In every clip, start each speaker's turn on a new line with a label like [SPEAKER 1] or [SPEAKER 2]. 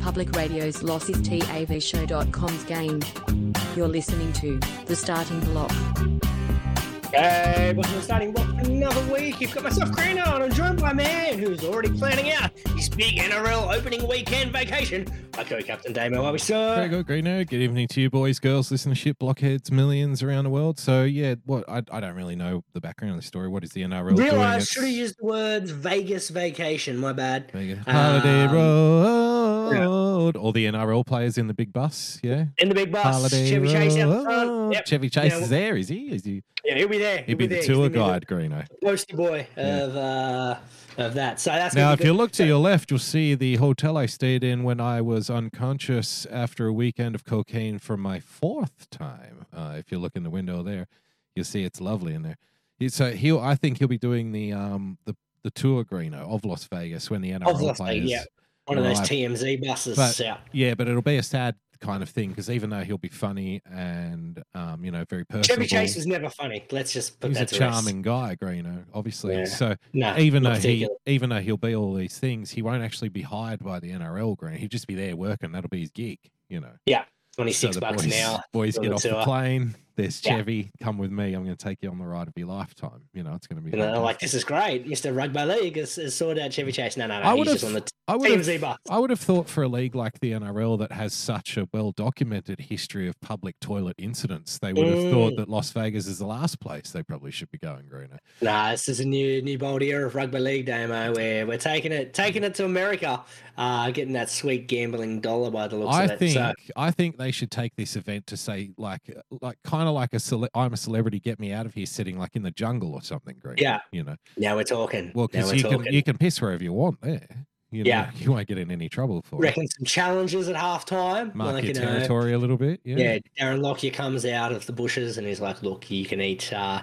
[SPEAKER 1] Public Radio's Loss is TAVShow.com's game. You're listening to The Starting Block.
[SPEAKER 2] Hey, welcome to the starting block for another week. You've got myself Crano, and I'm joined by a man who's already planning out his big NRL opening weekend vacation. I co-captain Damo, how we
[SPEAKER 3] Greg,
[SPEAKER 2] sir?
[SPEAKER 3] or Greeno, good evening to you, boys, girls, listenership, blockheads, millions around the world. So, yeah, what I, I don't really know the background of the story. What is the NRL doing?
[SPEAKER 2] Realised
[SPEAKER 3] It's
[SPEAKER 2] should have used the words Vegas vacation. My bad.
[SPEAKER 3] Vegas Holiday
[SPEAKER 2] Um,
[SPEAKER 3] Road. All the NRL players in the big bus. Yeah.
[SPEAKER 2] In the big bus,
[SPEAKER 3] Holiday
[SPEAKER 2] Chevy Chase out the front.
[SPEAKER 3] Road.
[SPEAKER 2] Yep.
[SPEAKER 3] Chevy Chase
[SPEAKER 2] Yeah,
[SPEAKER 3] is there, is he? Is he?
[SPEAKER 2] Yeah, he'll be there.
[SPEAKER 3] He'd be the
[SPEAKER 2] there.
[SPEAKER 3] tour
[SPEAKER 2] He's gonna
[SPEAKER 3] guide, Greeno.
[SPEAKER 2] be the Postie boy
[SPEAKER 3] Yeah.
[SPEAKER 2] of uh, of that. So that's
[SPEAKER 3] Now,
[SPEAKER 2] gonna
[SPEAKER 3] if
[SPEAKER 2] be
[SPEAKER 3] you
[SPEAKER 2] good.
[SPEAKER 3] look to
[SPEAKER 2] So-
[SPEAKER 3] your left, you'll see the hotel I stayed in when I was unconscious after a weekend of cocaine for my fourth time. Uh, if you look in the window there, you'll see it's lovely in there. He- So he'll, I think he'll be doing the um the the tour Greeno of Las Vegas when the NRL
[SPEAKER 2] Las Vegas,
[SPEAKER 3] players.
[SPEAKER 2] yeah. one of those
[SPEAKER 3] arrive.
[SPEAKER 2] TMZ buses
[SPEAKER 3] But-
[SPEAKER 2] out.
[SPEAKER 3] Yeah, but it'll be a sad kind of thing because even though he'll be funny and um you know very personable,
[SPEAKER 2] Chevy Chase was never funny. Let's just put
[SPEAKER 3] he's a
[SPEAKER 2] that to rest.
[SPEAKER 3] charming guy, Greeno, obviously.
[SPEAKER 2] Yeah.
[SPEAKER 3] So
[SPEAKER 2] No,
[SPEAKER 3] even though
[SPEAKER 2] not
[SPEAKER 3] he
[SPEAKER 2] particularly.
[SPEAKER 3] even though he'll be all these things, he won't actually be hired by the NRL grant. He'll just be there working. That'll be his gig, you know.
[SPEAKER 2] twenty six
[SPEAKER 3] the
[SPEAKER 2] bucks
[SPEAKER 3] boys,
[SPEAKER 2] an hour.
[SPEAKER 3] Boys
[SPEAKER 2] for
[SPEAKER 3] get
[SPEAKER 2] the
[SPEAKER 3] off the
[SPEAKER 2] tour.
[SPEAKER 3] plane. There's
[SPEAKER 2] Yeah.
[SPEAKER 3] Chevy. Come with me. I'm going to take you on the ride of your lifetime. You know, it's going to be.
[SPEAKER 2] And they're like,
[SPEAKER 3] fantastic.
[SPEAKER 2] this is great. Mr. Rugby League has, has sorted out Chevy Chase. No, no, no.
[SPEAKER 3] I
[SPEAKER 2] he's
[SPEAKER 3] would've-
[SPEAKER 2] just on the t-
[SPEAKER 3] I would have
[SPEAKER 2] TMZ bus.
[SPEAKER 3] I would have thought for a league like the NRL that has such a well documented history of public toilet incidents, they would have
[SPEAKER 2] Mm.
[SPEAKER 3] thought that Las Vegas is the last place they probably should be going, Greener.
[SPEAKER 2] Nah, this is a new new bold era of Rugby League, Damo, where we're taking it taking it to America, uh, getting that sweet gambling dollar by the looks
[SPEAKER 3] I
[SPEAKER 2] of it.
[SPEAKER 3] think
[SPEAKER 2] So,
[SPEAKER 3] I think they should take this event to say like like kind of like a cele- I'm a celebrity, get me out of here, sitting like in the jungle or something. Green,
[SPEAKER 2] Yeah.
[SPEAKER 3] you know,
[SPEAKER 2] now we're talking.
[SPEAKER 3] well
[SPEAKER 2] now
[SPEAKER 3] because
[SPEAKER 2] we're
[SPEAKER 3] you
[SPEAKER 2] talking.
[SPEAKER 3] can you can piss wherever you want there. You know,
[SPEAKER 2] Yeah.
[SPEAKER 3] you won't get in any trouble for it.
[SPEAKER 2] Reckon some challenges at halftime.
[SPEAKER 3] Mark
[SPEAKER 2] like,
[SPEAKER 3] your
[SPEAKER 2] you know,
[SPEAKER 3] territory a little bit. Yeah.
[SPEAKER 2] Yeah, Darren Lockyer comes out of the bushes and he's like, "Look, you can eat. Uh,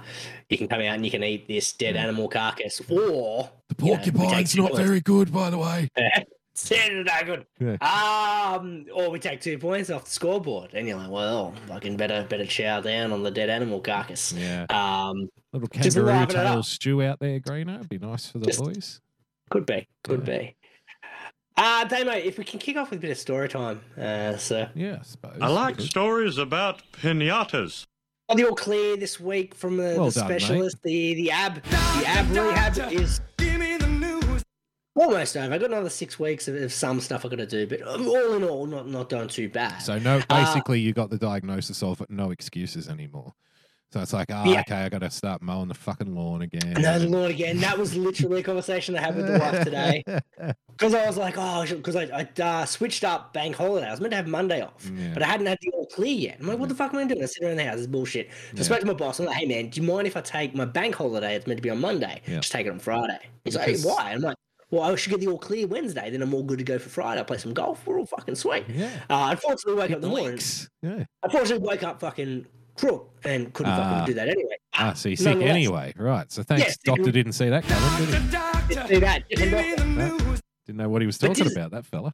[SPEAKER 2] you can come out and you can eat this dead
[SPEAKER 3] Mm.
[SPEAKER 2] animal carcass, or
[SPEAKER 3] The
[SPEAKER 2] you know, we take
[SPEAKER 3] porcupine's
[SPEAKER 2] two
[SPEAKER 3] not
[SPEAKER 2] points."
[SPEAKER 3] very good, by the way.
[SPEAKER 2] It's not good.
[SPEAKER 3] Yeah.
[SPEAKER 2] Um, or we take two points off the scoreboard, and you're like, "Well, fucking better, better chow down on the dead animal carcass."
[SPEAKER 3] Yeah.
[SPEAKER 2] Um,
[SPEAKER 3] Little
[SPEAKER 2] Just
[SPEAKER 3] kangaroo
[SPEAKER 2] liven it
[SPEAKER 3] tail
[SPEAKER 2] up.
[SPEAKER 3] stew out there, Greeno. Be nice for the
[SPEAKER 2] Just-
[SPEAKER 3] boys.
[SPEAKER 2] could be, could
[SPEAKER 3] Yeah.
[SPEAKER 2] be. Uh, Damo, if we can kick off with a bit of story time, uh, so.
[SPEAKER 3] Yeah, I suppose.
[SPEAKER 4] I
[SPEAKER 3] we
[SPEAKER 4] like
[SPEAKER 3] could.
[SPEAKER 4] stories about pinatas.
[SPEAKER 2] Are they all clear this week from the,
[SPEAKER 3] Well
[SPEAKER 2] the
[SPEAKER 3] done, mate.
[SPEAKER 2] specialist? The the ab the ab rehab is almost over. I got another six weeks of, of some stuff I got to do, but um, all in all, not not doing too bad.
[SPEAKER 3] So no,
[SPEAKER 2] Uh,
[SPEAKER 3] basically you got the diagnosis of no excuses anymore. So it's like, ah,
[SPEAKER 2] Yeah.
[SPEAKER 3] okay, I got to start mowing the fucking lawn again.
[SPEAKER 2] no, Lord, again, that was literally a conversation I had with the wife today because I was like, oh, because I, I uh, switched up bank holiday. I was meant to have Monday off,
[SPEAKER 3] Yeah.
[SPEAKER 2] but I hadn't had the all clear yet. I'm like, what the fuck am I doing? I sit around the house, it's bullshit. So I
[SPEAKER 3] Yeah.
[SPEAKER 2] spoke to my boss. I'm like, hey man, do you mind if I take my bank holiday? It's meant to be on Monday.
[SPEAKER 3] Yeah.
[SPEAKER 2] Just take it on Friday. He's
[SPEAKER 3] Because-
[SPEAKER 2] like, hey, why? I'm like, well, I should get the all clear Wednesday. Then I'm all good to go for Friday. I play some golf. We're all fucking sweet.
[SPEAKER 3] Yeah.
[SPEAKER 2] Uh, unfortunately, woke up
[SPEAKER 3] It
[SPEAKER 2] in the morning.
[SPEAKER 3] works. Yeah.
[SPEAKER 2] Unfortunately, woke up fucking crook and couldn't
[SPEAKER 3] Ah.
[SPEAKER 2] fucking do that anyway.
[SPEAKER 3] Ah, so you're sick
[SPEAKER 2] Nonetheless.
[SPEAKER 3] anyway. Right. So thanks.
[SPEAKER 2] Yes, it
[SPEAKER 3] Doctor
[SPEAKER 2] was-
[SPEAKER 3] didn't see that coming, did he?
[SPEAKER 2] Didn't do that. Didn't do that.
[SPEAKER 3] Didn't know what he was
[SPEAKER 2] But
[SPEAKER 3] talking
[SPEAKER 2] this-
[SPEAKER 3] about, that fella.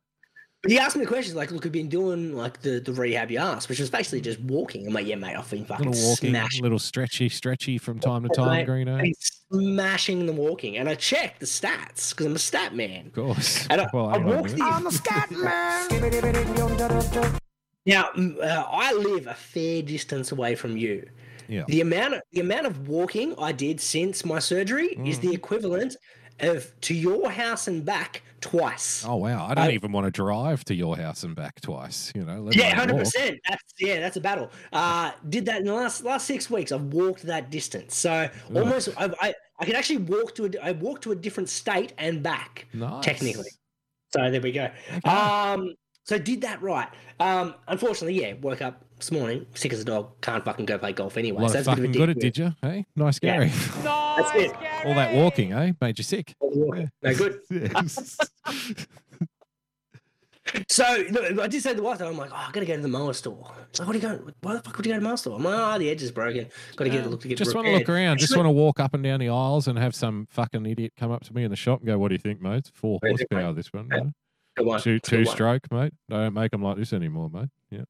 [SPEAKER 2] But he asked me the questions like, "Look, I've been doing like the, the rehab you asked, which was basically just walking." I'm like, "Yeah, mate, I've been fucking
[SPEAKER 3] Little walking,
[SPEAKER 2] smashing,
[SPEAKER 3] little stretchy, stretchy from time to
[SPEAKER 2] Yeah,
[SPEAKER 3] time,
[SPEAKER 2] mate.
[SPEAKER 3] Greeno.
[SPEAKER 2] been smashing the walking." And I checked the stats because I'm a stat man.
[SPEAKER 3] Of course.
[SPEAKER 2] And I,
[SPEAKER 3] Well,
[SPEAKER 2] I
[SPEAKER 3] hang on a
[SPEAKER 2] walked
[SPEAKER 3] minute.
[SPEAKER 2] the. Now, m- uh, I live a fair distance away from you.
[SPEAKER 3] Yeah.
[SPEAKER 2] The amount of, the amount of walking I did since my surgery is
[SPEAKER 3] Mm.
[SPEAKER 2] the equivalent of to your house and back twice.
[SPEAKER 3] Oh wow! I don't
[SPEAKER 2] I-
[SPEAKER 3] even want to drive to your house and back twice. You know, let
[SPEAKER 2] yeah,
[SPEAKER 3] alone
[SPEAKER 2] hundred
[SPEAKER 3] walk.
[SPEAKER 2] percent. That's yeah, that's a battle. Uh, did that in the last last six weeks. I've walked that distance, so almost I, I I can actually walk to a, di- I walked to a different state and back.
[SPEAKER 3] Nice.
[SPEAKER 2] technically. So there we go. Um, so did that right. Um, unfortunately, yeah, woke up this morning sick as a dog. Can't fucking go play golf anyway.
[SPEAKER 3] Well,
[SPEAKER 2] so that's a bit
[SPEAKER 3] fucking
[SPEAKER 2] of a
[SPEAKER 3] good
[SPEAKER 2] dick
[SPEAKER 3] at did you? Hey, nice,
[SPEAKER 2] Yeah.
[SPEAKER 3] Gary.
[SPEAKER 2] That's it.
[SPEAKER 3] All that walking, eh? Made you sick.
[SPEAKER 2] No good.
[SPEAKER 3] Yes.
[SPEAKER 2] So no, I did say to the wife, I'm like, oh, I gotta go to the mower store. She's like, what are you going? Why the fuck would you go to the mower store? I'm like, oh, the edge is broken. Gotta get it looked to get
[SPEAKER 3] just want to
[SPEAKER 2] repaired."
[SPEAKER 3] look around. Just
[SPEAKER 2] Actually-
[SPEAKER 3] want to walk up and down the aisles and have some fucking idiot come up to me in the shop and go, "What do you think, mate? It's four
[SPEAKER 2] Where's it, mate?
[SPEAKER 3] horsepower. This one,
[SPEAKER 2] Yeah.
[SPEAKER 3] no?
[SPEAKER 2] Good one,
[SPEAKER 3] two
[SPEAKER 2] good
[SPEAKER 3] two
[SPEAKER 2] one.
[SPEAKER 3] stroke, mate. They don't make them like this anymore, mate. Yeah."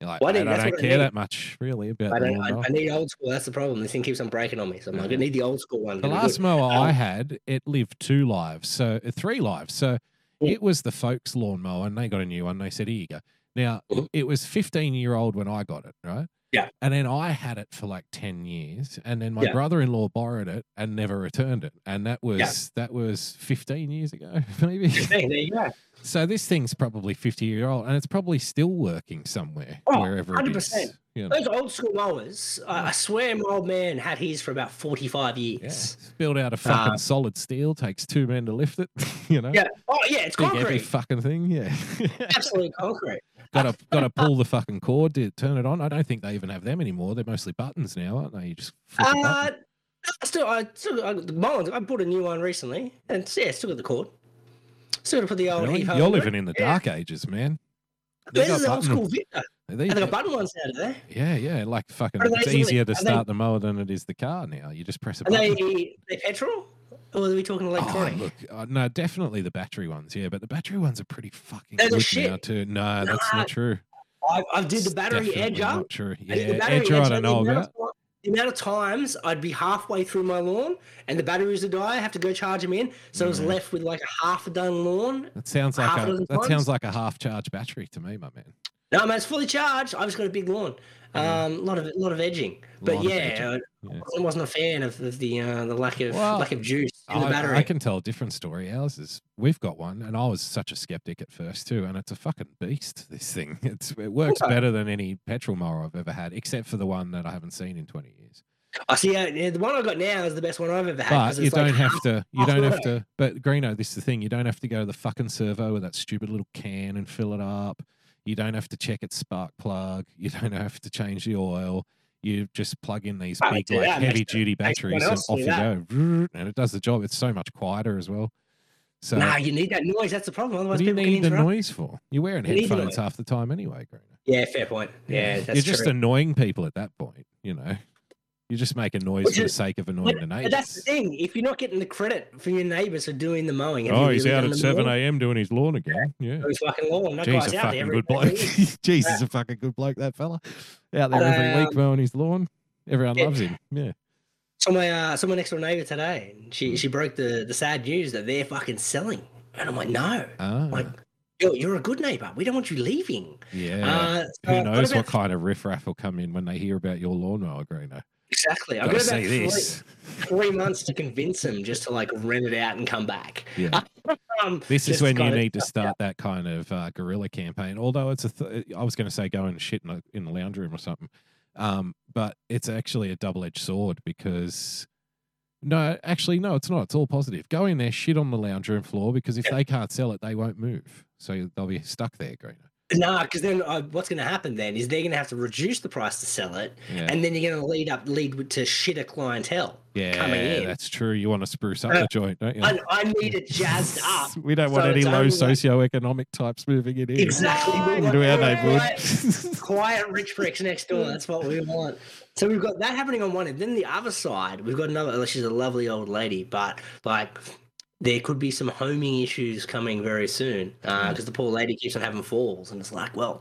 [SPEAKER 3] You're like,
[SPEAKER 2] Well, I
[SPEAKER 3] "Mate,
[SPEAKER 2] think
[SPEAKER 3] I
[SPEAKER 2] that's
[SPEAKER 3] don't
[SPEAKER 2] what I
[SPEAKER 3] care
[SPEAKER 2] need.
[SPEAKER 3] that much, really, about
[SPEAKER 2] I
[SPEAKER 3] the
[SPEAKER 2] don't. I,
[SPEAKER 3] lawnmower."
[SPEAKER 2] I need old school. That's the problem. This thing keeps on breaking on me. So I'm like, I
[SPEAKER 3] Yeah.
[SPEAKER 2] need the old school one.
[SPEAKER 3] The
[SPEAKER 2] Gonna be
[SPEAKER 3] last
[SPEAKER 2] good.
[SPEAKER 3] mower I
[SPEAKER 2] Um,
[SPEAKER 3] had, it lived two lives, so uh, three lives. So It was the folks' lawnmower, and they got a new one. They said, "Here you go." Now
[SPEAKER 2] Mhm.
[SPEAKER 3] it was 15 year old when I got it, right?
[SPEAKER 2] Yeah.
[SPEAKER 3] And then I had it for like 10 years, and then my
[SPEAKER 2] Yeah.
[SPEAKER 3] brother in law borrowed it and never returned it, and that was that was 15 years ago, maybe.
[SPEAKER 2] Hey, there you go.
[SPEAKER 3] so this thing's probably 50 year old, and it's probably still working somewhere
[SPEAKER 2] Oh,
[SPEAKER 3] wherever it is.
[SPEAKER 2] 100%.
[SPEAKER 3] You know.
[SPEAKER 2] Those old school mowers, I I swear my old man had his for about 45
[SPEAKER 3] Yeah.
[SPEAKER 2] years.
[SPEAKER 3] It's built out of fucking solid steel. Takes two men to lift it. You know,
[SPEAKER 2] Yeah. Oh, yeah, it's
[SPEAKER 3] Dig every
[SPEAKER 2] concrete.
[SPEAKER 3] fucking thing. Yeah,
[SPEAKER 2] Absolutely concrete.
[SPEAKER 3] got to got to pull the fucking cord to turn it on. I don't think they even have them anymore. They're mostly buttons now, aren't they? You just flip a
[SPEAKER 2] Uh,
[SPEAKER 3] button.
[SPEAKER 2] still, I still, I, the Mullins, I bought a new one recently, and it's- yeah, still got the cord. Still got to put the old.
[SPEAKER 3] Really?
[SPEAKER 2] Evo
[SPEAKER 3] You're
[SPEAKER 2] in it.
[SPEAKER 3] living in the
[SPEAKER 2] Yeah.
[SPEAKER 3] dark ages, man. They
[SPEAKER 2] This
[SPEAKER 3] got
[SPEAKER 2] is old
[SPEAKER 3] button-
[SPEAKER 2] school Victor.
[SPEAKER 3] they-
[SPEAKER 2] And they got button ones now, do they?
[SPEAKER 3] yeah, yeah. Like fucking,
[SPEAKER 2] Are they
[SPEAKER 3] it's
[SPEAKER 2] really-
[SPEAKER 3] easier to
[SPEAKER 2] are they-
[SPEAKER 3] start the mower than it is the car now. You just press a
[SPEAKER 2] Are
[SPEAKER 3] button.
[SPEAKER 2] they they petrol? Or are we talking
[SPEAKER 3] Oh,
[SPEAKER 2] electronic?
[SPEAKER 3] look, uh, no, definitely the battery ones, yeah, but the battery ones are pretty fucking
[SPEAKER 2] They're the
[SPEAKER 3] good now
[SPEAKER 2] shit.
[SPEAKER 3] too. No, that's
[SPEAKER 2] Nah,
[SPEAKER 3] not true.
[SPEAKER 2] I, I did
[SPEAKER 3] It's
[SPEAKER 2] the battery
[SPEAKER 3] definitely
[SPEAKER 2] edge up.
[SPEAKER 3] not True.
[SPEAKER 2] I
[SPEAKER 3] Yeah,
[SPEAKER 2] did the battery
[SPEAKER 3] edger I
[SPEAKER 2] edge
[SPEAKER 3] don't
[SPEAKER 2] up,
[SPEAKER 3] know
[SPEAKER 2] the amount
[SPEAKER 3] about.
[SPEAKER 2] of ti- The amount of times I'd be halfway through my lawn and the batteries would die, I have to go charge them in. So I was
[SPEAKER 3] Yeah.
[SPEAKER 2] left with like a half a done lawn.
[SPEAKER 3] That sounds like
[SPEAKER 2] half a
[SPEAKER 3] a
[SPEAKER 2] dozen
[SPEAKER 3] that sounds
[SPEAKER 2] times.
[SPEAKER 3] like a half charge battery to me, my man.
[SPEAKER 2] No, man, it's fully charged. I've just got a big lawn.
[SPEAKER 3] Yeah.
[SPEAKER 2] Um, lot of lot of edging, but
[SPEAKER 3] Mm. Lot of
[SPEAKER 2] yeah,
[SPEAKER 3] edging,
[SPEAKER 2] I-
[SPEAKER 3] yeah.
[SPEAKER 2] I wasn't a fan of, of the uh, the lack of
[SPEAKER 3] Well,
[SPEAKER 2] lack of juice in the
[SPEAKER 3] I,
[SPEAKER 2] battery.
[SPEAKER 3] I can tell a different story. Ours is we've got one, and I was such a skeptic at first too, and it's a fucking beast. This thing, it's it works
[SPEAKER 2] Okay.
[SPEAKER 3] better than any petrol mower I've ever had, except for the one that I haven't seen in twenty years.
[SPEAKER 2] I see. Uh, yeah, the one I got now is the best one I've ever had. 'cause
[SPEAKER 3] But you
[SPEAKER 2] it's like
[SPEAKER 3] don't have
[SPEAKER 2] half-
[SPEAKER 3] to. You
[SPEAKER 2] half
[SPEAKER 3] don't have
[SPEAKER 2] auto.
[SPEAKER 3] to. But Greeno, this is the thing. You don't have to go to the fucking servo with that stupid little can and fill it up. You don't have to check its spark plug. You don't have to change the oil. You just plug in these
[SPEAKER 2] Oh,
[SPEAKER 3] big,
[SPEAKER 2] do
[SPEAKER 3] like,
[SPEAKER 2] that, makes
[SPEAKER 3] heavy
[SPEAKER 2] it-
[SPEAKER 3] duty
[SPEAKER 2] someone
[SPEAKER 3] batteries, and
[SPEAKER 2] else
[SPEAKER 3] off
[SPEAKER 2] do
[SPEAKER 3] you
[SPEAKER 2] that.
[SPEAKER 3] go, Vroom, and it does the job. It's so much quieter as well. So,
[SPEAKER 2] Nah, you need that noise. That's the problem.
[SPEAKER 3] what
[SPEAKER 2] Otherwise,
[SPEAKER 3] do you
[SPEAKER 2] people can
[SPEAKER 3] need the
[SPEAKER 2] interrupt.
[SPEAKER 3] noise for? You're wearing
[SPEAKER 2] You need the noise.
[SPEAKER 3] headphones half the time anyway, Greeno.
[SPEAKER 2] Yeah, fair point. Yeah, that's
[SPEAKER 3] you're just
[SPEAKER 2] true.
[SPEAKER 3] annoying people at that point. You know, you just make a noise
[SPEAKER 2] Which
[SPEAKER 3] for the
[SPEAKER 2] is-
[SPEAKER 3] sake of annoying
[SPEAKER 2] But,
[SPEAKER 3] the
[SPEAKER 2] but
[SPEAKER 3] neighbors.
[SPEAKER 2] that's the thing. If you're not getting the credit for your neighbours for doing the mowing, have
[SPEAKER 3] Oh,
[SPEAKER 2] you
[SPEAKER 3] he's
[SPEAKER 2] really
[SPEAKER 3] out
[SPEAKER 2] done
[SPEAKER 3] at
[SPEAKER 2] the
[SPEAKER 3] 7
[SPEAKER 2] mowing?
[SPEAKER 3] a.m. doing his lawn again. Yeah.
[SPEAKER 2] His fucking lawn. That
[SPEAKER 3] Jeez,
[SPEAKER 2] guy's
[SPEAKER 3] a
[SPEAKER 2] oh, out there
[SPEAKER 3] fucking
[SPEAKER 2] every
[SPEAKER 3] good bloke.
[SPEAKER 2] week.
[SPEAKER 3] Jeez, he's a fucking good bloke, that fella. Out there every week
[SPEAKER 2] Um,
[SPEAKER 3] mowing his lawn. Everyone
[SPEAKER 2] yeah.
[SPEAKER 3] loves him. Yeah.
[SPEAKER 2] So my uh, so my next door neighbour today, she she broke the the sad news that they're fucking selling, and I'm like, no,
[SPEAKER 3] Ah,
[SPEAKER 2] like. Yo, you're a good neighbor. We don't want you leaving.
[SPEAKER 3] yeah.
[SPEAKER 2] Uh, so
[SPEAKER 3] Who
[SPEAKER 2] I've got
[SPEAKER 3] knows what
[SPEAKER 2] about-
[SPEAKER 3] kind of riffraff will come in when they hear about your lawnmower, Greeno?
[SPEAKER 2] Exactly. I've
[SPEAKER 3] Gotta
[SPEAKER 2] got about
[SPEAKER 3] say
[SPEAKER 2] three,
[SPEAKER 3] this.
[SPEAKER 2] three months to convince him just to like rent it out and come back.
[SPEAKER 3] Yeah.
[SPEAKER 2] Um,
[SPEAKER 3] This is
[SPEAKER 2] just
[SPEAKER 3] when you
[SPEAKER 2] kinda-
[SPEAKER 3] need to start that kind of uh, guerrilla campaign. Although it's a, th- I was going to say go and shit in the, in the lounge room or something, um, but it's actually a double edged sword because, no, actually no, it's not. It's all positive. Go in there, shit on the lounge room floor because if
[SPEAKER 2] Yeah.
[SPEAKER 3] they can't sell it, they won't move, so they'll be stuck there, Greener.
[SPEAKER 2] Nah, because then uh, what's going to happen then is they're going to have to reduce the price to sell it,
[SPEAKER 3] Yeah,
[SPEAKER 2] and then you're going to lead up lead with- to shitter clientele. coming
[SPEAKER 3] Yeah,
[SPEAKER 2] in.
[SPEAKER 3] that's true. You want to spruce up
[SPEAKER 2] Uh,
[SPEAKER 3] the joint, don't you?
[SPEAKER 2] I, I need it jazzed up.
[SPEAKER 3] we don't
[SPEAKER 2] so
[SPEAKER 3] want any
[SPEAKER 2] it's
[SPEAKER 3] low
[SPEAKER 2] only like-
[SPEAKER 3] socioeconomic types moving in here.
[SPEAKER 2] Exactly. We
[SPEAKER 3] Into
[SPEAKER 2] want
[SPEAKER 3] our
[SPEAKER 2] quiet-
[SPEAKER 3] neighborhood.
[SPEAKER 2] Quiet rich bricks next door. That's what we want. So we've got that happening on one end. Then the other side, we've got another. like, She's a lovely old lady, but like there could be some homing issues coming very soon
[SPEAKER 3] Mm.
[SPEAKER 2] because the poor lady keeps on having falls, and it's like, well,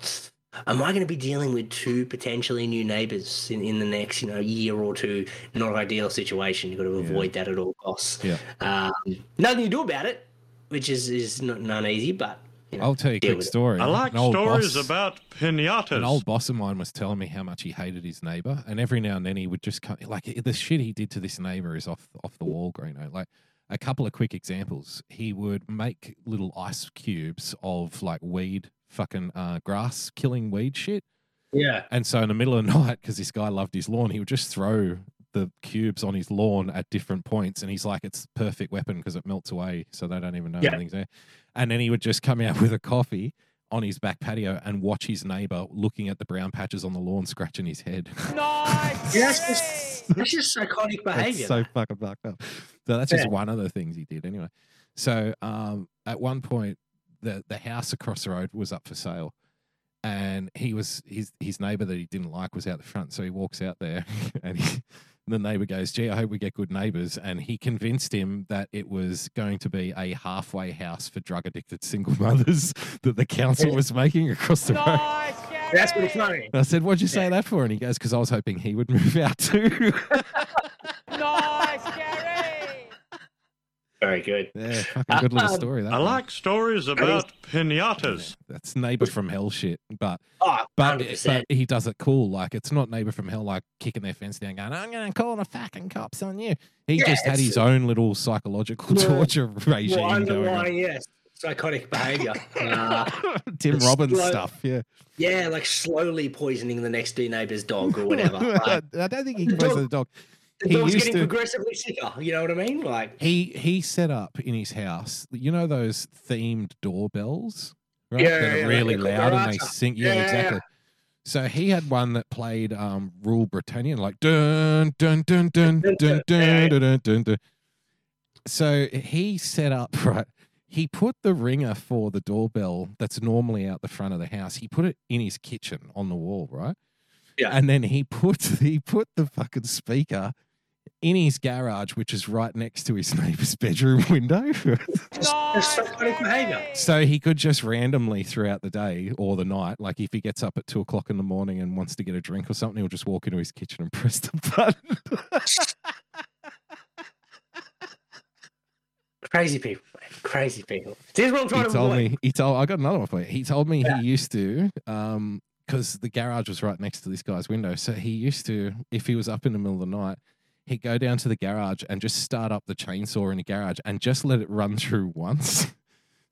[SPEAKER 2] am I going to be dealing with two potentially new neighbours in, in the next you know year or two? Not ideal situation. You've got to
[SPEAKER 3] Yeah.
[SPEAKER 2] avoid that at all costs.
[SPEAKER 3] Yeah.
[SPEAKER 2] Um, nothing you do about it, which is is not, not easy, but you know,
[SPEAKER 3] I'll tell you a
[SPEAKER 2] deal
[SPEAKER 3] quick
[SPEAKER 2] with it.
[SPEAKER 3] story.
[SPEAKER 4] I like
[SPEAKER 3] An old
[SPEAKER 4] stories
[SPEAKER 3] boss-
[SPEAKER 4] about
[SPEAKER 3] An
[SPEAKER 4] pinatas.
[SPEAKER 3] old boss of mine was telling me how much he hated his neighbor, and every now and then he would just come like eh, the shit he did to this neighbor is off off the wall, Greeno. Like a couple of quick examples, he would make little ice cubes of like weed, fucking uh, grass killing weed shit,
[SPEAKER 2] Yeah.
[SPEAKER 3] and so in the middle of the night, because this guy loved his lawn, he would just throw the cubes on his lawn at different points, and he's like, "It's the perfect weapon because it melts away, so they don't even know
[SPEAKER 2] Yeah.
[SPEAKER 3] anything's there." And then he would just come out with a coffee on his back patio and watch his neighbor looking at the brown patches on the lawn, scratching his head.
[SPEAKER 2] That's just, that's just psychotic behavior.
[SPEAKER 3] It's so
[SPEAKER 2] man.
[SPEAKER 3] fucking fucked up. So that's just
[SPEAKER 2] Yeah.
[SPEAKER 3] one of the things he did anyway. So um, at one point, the the house across the road was up for sale, and he was his his neighbour that he didn't like was out the front. So he walks out there, and he, the neighbour goes, "Gee, I hope we get good neighbours." And he convinced him that it was going to be a halfway house for drug addicted single mothers that the council was making across the road.
[SPEAKER 2] That's pretty funny.
[SPEAKER 3] And I said, "What'd you say that for?" And he goes, "Because I was hoping he would move out too."
[SPEAKER 2] Very good.
[SPEAKER 3] Yeah, fucking good little story. That
[SPEAKER 4] I
[SPEAKER 3] one.
[SPEAKER 4] like stories about pinatas.
[SPEAKER 3] that's neighbor from hell shit, but
[SPEAKER 2] Oh,
[SPEAKER 3] but,
[SPEAKER 2] 100%.
[SPEAKER 3] but he does it cool. Like it's not neighbor from hell, like kicking their fence down, going, "I'm going to call the fucking cops on you." He
[SPEAKER 2] Yeah,
[SPEAKER 3] just had
[SPEAKER 2] it's-
[SPEAKER 3] his own little psychological
[SPEAKER 2] Yeah.
[SPEAKER 3] torture regime
[SPEAKER 2] Well,
[SPEAKER 3] going on.
[SPEAKER 2] underlying, yes, psychotic behavior. uh,
[SPEAKER 3] Tim
[SPEAKER 2] it's
[SPEAKER 3] Robbins
[SPEAKER 2] like-
[SPEAKER 3] stuff. Yeah,
[SPEAKER 2] yeah, like slowly poisoning the next door neighbor's dog or whatever.
[SPEAKER 3] I
[SPEAKER 2] Like,
[SPEAKER 3] don't think he
[SPEAKER 2] The
[SPEAKER 3] can poison the
[SPEAKER 2] dog-
[SPEAKER 3] dog.
[SPEAKER 2] the
[SPEAKER 3] He
[SPEAKER 2] dog's
[SPEAKER 3] used
[SPEAKER 2] getting
[SPEAKER 3] to-
[SPEAKER 2] progressively sicker. You know what I mean? Like,
[SPEAKER 3] He he set up in his house, you know those themed doorbells, right?
[SPEAKER 2] Yeah,
[SPEAKER 3] that are
[SPEAKER 2] yeah, yeah,
[SPEAKER 3] really
[SPEAKER 2] like a
[SPEAKER 3] loud and they
[SPEAKER 2] Cucaracha.
[SPEAKER 3] sing. Yeah,
[SPEAKER 2] Yeah, yeah,
[SPEAKER 3] exactly. So he had one that played um Rule Britannia, like dun dun dun dun dun dun
[SPEAKER 2] Yeah,
[SPEAKER 3] dun
[SPEAKER 2] yeah.
[SPEAKER 3] dun dun. dun. So he set up right. He put the ringer for the doorbell that's normally out the front of the house. He put it in his kitchen on the wall, right?
[SPEAKER 2] Yeah.
[SPEAKER 3] And then he put he put the fucking speaker in his garage, which is right next to his neighbor's bedroom window.
[SPEAKER 2] just, just psychotic behavior.
[SPEAKER 3] so he could just randomly throughout the day or the night, like if he gets up at two o'clock in the morning and wants to get a drink or something, he'll just walk into his kitchen and press the button.
[SPEAKER 2] Crazy people. man. Crazy people. This is what I'm trying
[SPEAKER 3] he
[SPEAKER 2] to
[SPEAKER 3] told
[SPEAKER 2] avoid.
[SPEAKER 3] me he told I got another one for you. He told me he used to um because the garage was right next to this guy's window. So he used to, if he was up in the middle of the night, he'd go down to the garage and just start up the chainsaw in the garage and just let it run through once.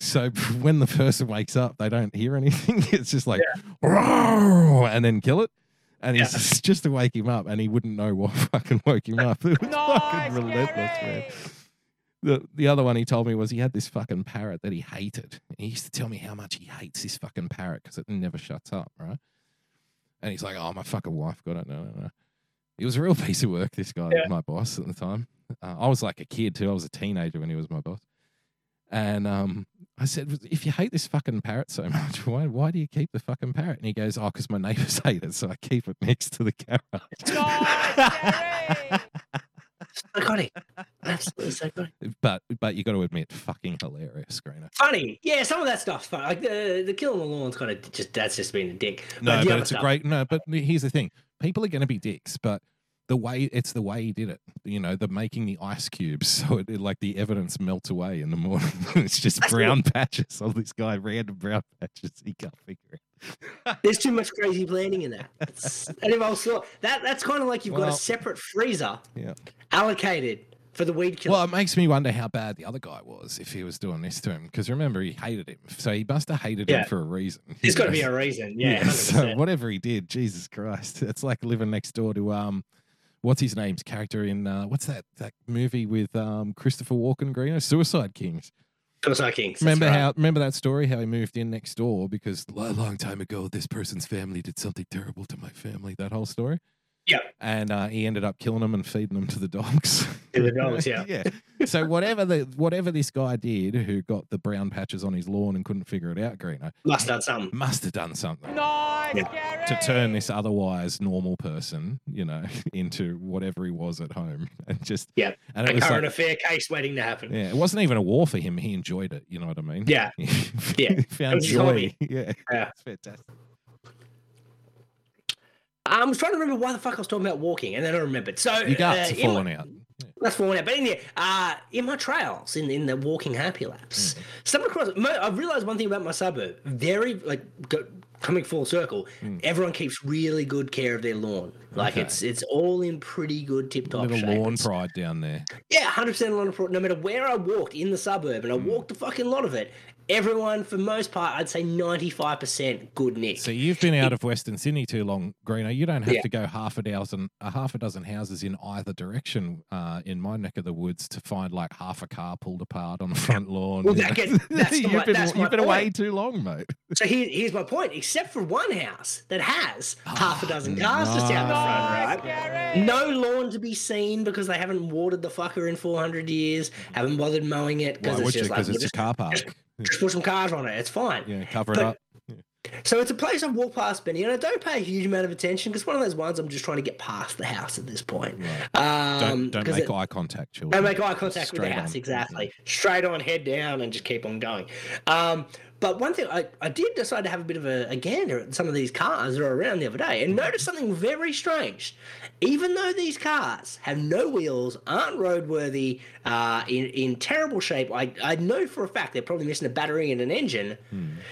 [SPEAKER 3] So when the person wakes up, they don't hear anything. It's just like "Roar," and then kill it. And he's
[SPEAKER 2] Yeah.
[SPEAKER 3] just, just to wake him up, and he wouldn't know what fucking woke him up. It was fucking relentless, man. The, the other one he told me was he had this fucking parrot that he hated. He used to tell me how much he hates this fucking parrot because it never shuts up, right? And he's like, "Oh, my fucking wife got it." No, no, no. It was a real piece of work. This guy,
[SPEAKER 2] Yeah.
[SPEAKER 3] my boss at the time. Uh, I was like a kid too. I was a teenager when he was my boss. And um, I said, if you hate this fucking parrot so much, why why do you keep the fucking parrot? And he goes, oh, because my neighbors hate it, so I keep it next to the garage.
[SPEAKER 2] Psychotic. Absolutely psychotic.
[SPEAKER 3] but but you got to admit, fucking hilarious, Greener.
[SPEAKER 2] Funny. Yeah, some of that stuff's funny. Like the, the kill on the lawn's kind of just, that's just being a dick.
[SPEAKER 3] No,
[SPEAKER 2] the
[SPEAKER 3] but
[SPEAKER 2] other
[SPEAKER 3] it's a
[SPEAKER 2] stuff-
[SPEAKER 3] great. No, but here's the thing: people are going to be dicks, but the way it's the way he did it. You know, the making the ice cubes, so it, it like the evidence melts away in the morning. it's just
[SPEAKER 2] That's it.
[SPEAKER 3] brown patches on this guy, random brown patches. He can't figure it.
[SPEAKER 2] There's too much crazy planning in that. That's, and if I was thought- that, that's kind of like you've got
[SPEAKER 3] Well-
[SPEAKER 2] a separate freezer
[SPEAKER 3] yeah.
[SPEAKER 2] allocated for the weed killer.
[SPEAKER 3] Well, it makes me wonder how bad the other guy was if he was doing this to him. Because remember, he hated him, so he must have hated
[SPEAKER 2] Yeah.
[SPEAKER 3] him for a reason. you
[SPEAKER 2] There's got to
[SPEAKER 3] know?
[SPEAKER 2] be a reason. Yeah,
[SPEAKER 3] So
[SPEAKER 2] 100%.
[SPEAKER 3] whatever he did, Jesus Christ, it's like living next door to um, what's his name's character in uh, what's that that movie with um Christopher Walken Greener, Suicide Kings.
[SPEAKER 2] Suicide Kings. that's
[SPEAKER 3] Remember
[SPEAKER 2] right.
[SPEAKER 3] how? Remember that story? How he moved in next door because a long time ago, this person's family did something terrible to my family. That whole story.
[SPEAKER 2] Yep.
[SPEAKER 3] And uh, he ended up killing them and feeding them to the dogs.
[SPEAKER 2] To the dogs, yeah.
[SPEAKER 3] yeah. So whatever the whatever this guy did, who got the brown patches on his lawn and couldn't figure it out, Greeno
[SPEAKER 2] must have done something.
[SPEAKER 3] must have done something to turn this otherwise normal person, you know, into whatever he was at home, and just
[SPEAKER 2] Yep.
[SPEAKER 3] And it
[SPEAKER 2] A
[SPEAKER 3] was
[SPEAKER 2] current
[SPEAKER 3] like,
[SPEAKER 2] affair case waiting to happen.
[SPEAKER 3] yeah, it wasn't even a war for him. He enjoyed it. You know what I mean?
[SPEAKER 2] Yeah. Yeah.
[SPEAKER 3] He Found
[SPEAKER 2] was his
[SPEAKER 3] joy.
[SPEAKER 2] hobby.
[SPEAKER 3] Yeah.
[SPEAKER 2] Yeah.
[SPEAKER 3] It's fantastic.
[SPEAKER 2] I was trying to remember why the fuck I was talking about walking, and then I remembered. So
[SPEAKER 3] Your guts
[SPEAKER 2] uh,
[SPEAKER 3] are
[SPEAKER 2] in my-
[SPEAKER 3] falling out.
[SPEAKER 2] That's falling out. But anyway, uh, in my trials, in, in the walking happy laps,
[SPEAKER 3] Mm-hmm.
[SPEAKER 2] some across, mo- I've realised one thing about my suburb. Very, like, go, coming full circle, everyone keeps really good care of their lawn. Like,
[SPEAKER 3] Mm. Okay.
[SPEAKER 2] it's it's all in pretty good tip top
[SPEAKER 3] Little
[SPEAKER 2] shape.
[SPEAKER 3] lawn
[SPEAKER 2] It's-
[SPEAKER 3] pride down there.
[SPEAKER 2] Yeah, hundred percent lawn pro. No matter where I walked in the suburb,
[SPEAKER 3] Mm.
[SPEAKER 2] and I walked a fucking lot of it. Everyone, for most part, I'd say ninety five percent good nick.
[SPEAKER 3] So you've been out of Western Sydney too long, Greeno. You don't have
[SPEAKER 2] Yeah.
[SPEAKER 3] to go half a dozen, a half a dozen houses in either direction uh, in my neck of the woods to find like half a car pulled apart on the front lawn.
[SPEAKER 2] Well,
[SPEAKER 3] you
[SPEAKER 2] that
[SPEAKER 3] know.
[SPEAKER 2] gets- that's
[SPEAKER 3] you've
[SPEAKER 2] my-
[SPEAKER 3] been,
[SPEAKER 2] that's my
[SPEAKER 3] you've been away
[SPEAKER 2] point.
[SPEAKER 3] too long, mate.
[SPEAKER 2] So here, here's my point. Except for one house that has
[SPEAKER 3] Oh,
[SPEAKER 2] half a dozen cars just out the front, right? No lawn to be seen because they haven't watered the fucker in 400 years. Haven't bothered mowing it
[SPEAKER 3] Why
[SPEAKER 2] because
[SPEAKER 3] would
[SPEAKER 2] it's
[SPEAKER 3] you?
[SPEAKER 2] just like
[SPEAKER 3] Because
[SPEAKER 2] we'll
[SPEAKER 3] it's
[SPEAKER 2] just,
[SPEAKER 3] a car park.
[SPEAKER 2] just put some cars on it. It's fine.
[SPEAKER 3] Yeah, cover it
[SPEAKER 2] But-
[SPEAKER 3] up.
[SPEAKER 2] So it's a place I've walked past Benny, and I don't pay a huge amount of attention because one of those ones I'm just trying to get past the house at this point. Um,
[SPEAKER 3] Don't, don't
[SPEAKER 2] 'cause
[SPEAKER 3] make
[SPEAKER 2] it-
[SPEAKER 3] eye contact, children.
[SPEAKER 2] "Oh, Don't make eye contact with the
[SPEAKER 3] Straight
[SPEAKER 2] house,
[SPEAKER 3] on.
[SPEAKER 2] exactly. Straight on, head down, and just keep on going. Um, But one thing, I, I did decide to have a bit of a, a gander at some of these cars that are around the other day and noticed something very strange. Even though these cars have no wheels, aren't roadworthy, uh, in, in terrible shape, I, I know for a fact they're probably missing a battery and an engine,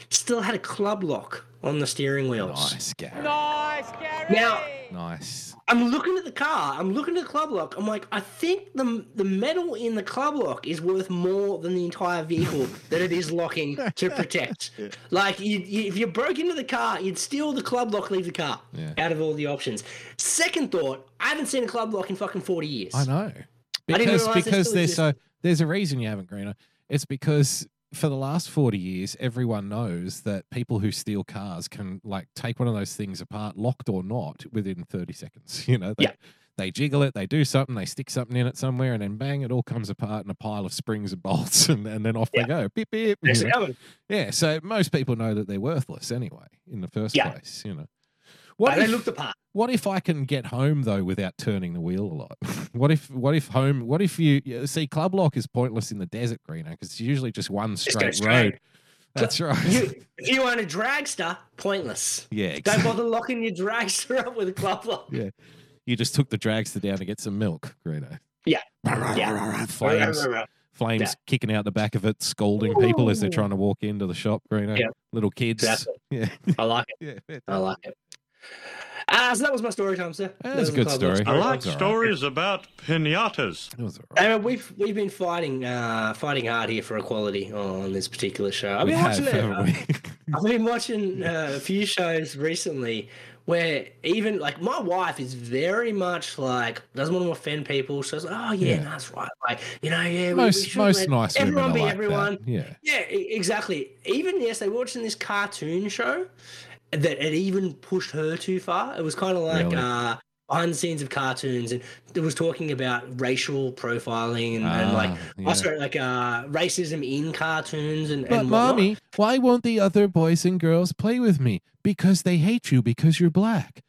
[SPEAKER 2] still had a club lock on the steering wheels.
[SPEAKER 3] Nice, Gary.
[SPEAKER 2] Now,
[SPEAKER 3] Nice.
[SPEAKER 2] I'm looking at the car. I'm looking at the club lock. I'm like, I think the the metal in the club lock is worth more than the entire vehicle that it is locking to protect. Like, you, you, if you broke into the car, you'd steal the club lock, leave the car
[SPEAKER 3] Yeah.
[SPEAKER 2] out of all the options. Second thought, I haven't seen a club lock in fucking 40 years.
[SPEAKER 3] I know.
[SPEAKER 2] didn't
[SPEAKER 3] Because
[SPEAKER 2] realise they
[SPEAKER 3] because
[SPEAKER 2] still
[SPEAKER 3] there's so there's a reason you haven't greener. It's because for the last forty years, everyone knows that people who steal cars can like take one of those things apart, locked or not, within thirty seconds. You know, they,
[SPEAKER 2] Yeah.
[SPEAKER 3] they jiggle it, they do something, they stick something in it somewhere, and then bang, it all comes apart in a pile of springs and bolts, and, and then off
[SPEAKER 2] Yeah.
[SPEAKER 3] they go. Beep beep. you
[SPEAKER 2] Next
[SPEAKER 3] know.
[SPEAKER 2] to Alan.
[SPEAKER 3] Yeah. So most people know that they're worthless anyway in the first
[SPEAKER 2] Yeah.
[SPEAKER 3] place. You know.
[SPEAKER 2] But
[SPEAKER 3] What
[SPEAKER 2] they
[SPEAKER 3] if-
[SPEAKER 2] looked apart.
[SPEAKER 3] what if I can get home though without turning the wheel a lot? what if what if home? What if you yeah, see club lock is pointless in the desert, Greener, because it's usually just one
[SPEAKER 2] go
[SPEAKER 3] straight
[SPEAKER 2] straight.
[SPEAKER 3] road. That's right.
[SPEAKER 2] You, if you own a dragster, pointless.
[SPEAKER 3] yeah,
[SPEAKER 2] Don't
[SPEAKER 3] exactly.
[SPEAKER 2] bother locking your dragster up with a club lock.
[SPEAKER 3] yeah. You just took the dragster down to get some milk, Greener.
[SPEAKER 2] Yeah.
[SPEAKER 3] Flames, flames
[SPEAKER 2] Yeah.
[SPEAKER 3] kicking out the back of it, scolding people as they're
[SPEAKER 2] Ooh.
[SPEAKER 3] trying to walk into the shop, Greener.
[SPEAKER 2] Yeah.
[SPEAKER 3] Little kids.
[SPEAKER 2] Exactly.
[SPEAKER 3] Yeah.
[SPEAKER 2] I like it.
[SPEAKER 3] yeah.
[SPEAKER 2] I like it. Uh, so that was my story time, sir. That
[SPEAKER 3] That's
[SPEAKER 2] was
[SPEAKER 3] a
[SPEAKER 2] the
[SPEAKER 3] good
[SPEAKER 2] club lock
[SPEAKER 3] story.
[SPEAKER 4] I like
[SPEAKER 3] That's all right.
[SPEAKER 4] stories about pinatas.
[SPEAKER 3] It was all right.
[SPEAKER 2] I mean, we've we've been fighting uh, fighting hard here for equality on this particular show. I've
[SPEAKER 3] We
[SPEAKER 2] been
[SPEAKER 3] have,
[SPEAKER 2] watching it.
[SPEAKER 3] haven't we?
[SPEAKER 2] I've been watching uh, a few shows recently where even like my wife is very much like doesn't want to offend people. So it's like, oh yeah,
[SPEAKER 3] Yeah.
[SPEAKER 2] that's right. Like you know, yeah, we- we
[SPEAKER 3] most
[SPEAKER 2] should
[SPEAKER 3] most
[SPEAKER 2] let
[SPEAKER 3] nice women
[SPEAKER 2] everyone
[SPEAKER 3] are
[SPEAKER 2] be
[SPEAKER 3] like
[SPEAKER 2] everyone.
[SPEAKER 3] that. Yeah.
[SPEAKER 2] Yeah, e- exactly. Even yesterday, we were watching this cartoon show that it even pushed her too far. It was kind of like
[SPEAKER 3] Really?
[SPEAKER 2] uh, behind the scenes of cartoons, and it was talking about racial profiling and, and like
[SPEAKER 3] Ah, yeah.
[SPEAKER 2] oh, sorry, like uh, racism in cartoons and.
[SPEAKER 3] But
[SPEAKER 2] and whatnot.
[SPEAKER 3] mommy, why won't the other boys and girls play with me? Because they hate you because you're black.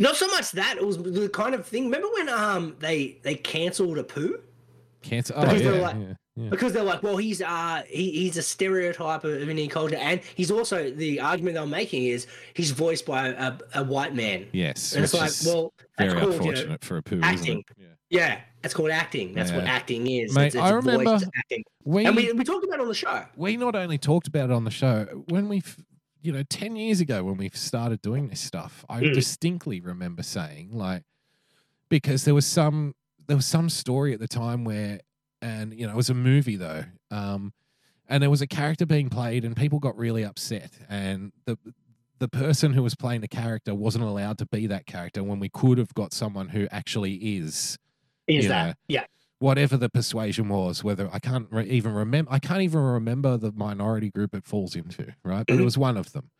[SPEAKER 2] not so much that it was the kind of thing. Remember when um they they cancelled a poo?
[SPEAKER 3] Cancer. Oh
[SPEAKER 2] Because
[SPEAKER 3] yeah,
[SPEAKER 2] they're like-
[SPEAKER 3] yeah, yeah.
[SPEAKER 2] because they're like, well, he's uh, he, he's a stereotype of Indian culture, and he's also the argument they're making is he's voiced by a, a white man.
[SPEAKER 3] Yes.
[SPEAKER 2] And it's
[SPEAKER 3] which
[SPEAKER 2] like,
[SPEAKER 3] is
[SPEAKER 2] well, that's
[SPEAKER 3] very
[SPEAKER 2] called, you know,
[SPEAKER 3] unfortunate for a poo, isn't
[SPEAKER 2] acting.
[SPEAKER 3] it? Yeah.
[SPEAKER 2] yeah, that's called acting. That's what
[SPEAKER 3] Yeah.
[SPEAKER 2] acting is.
[SPEAKER 3] Mate,
[SPEAKER 2] it's, it's
[SPEAKER 3] I
[SPEAKER 2] voiced
[SPEAKER 3] remember-
[SPEAKER 2] acting.
[SPEAKER 3] We,
[SPEAKER 2] And
[SPEAKER 3] we
[SPEAKER 2] we, we talked about it on the show.
[SPEAKER 3] not only talked about it on the show when we, f- you know, ten years ago when we started doing this stuff, I
[SPEAKER 2] Mm.
[SPEAKER 3] distinctly remember saying like, because there was some there was some story at the time where, and you know, it was a movie though. Um, and there was a character being played and people got really upset and the the person who was playing the character wasn't allowed to be that character when we could have got someone who actually is
[SPEAKER 2] Is
[SPEAKER 3] Yeah.
[SPEAKER 2] that yeah?
[SPEAKER 3] whatever the persuasion was whether i can't re- even remember i can't even remember the minority group it falls into right but it
[SPEAKER 2] Mhm.
[SPEAKER 3] was one of them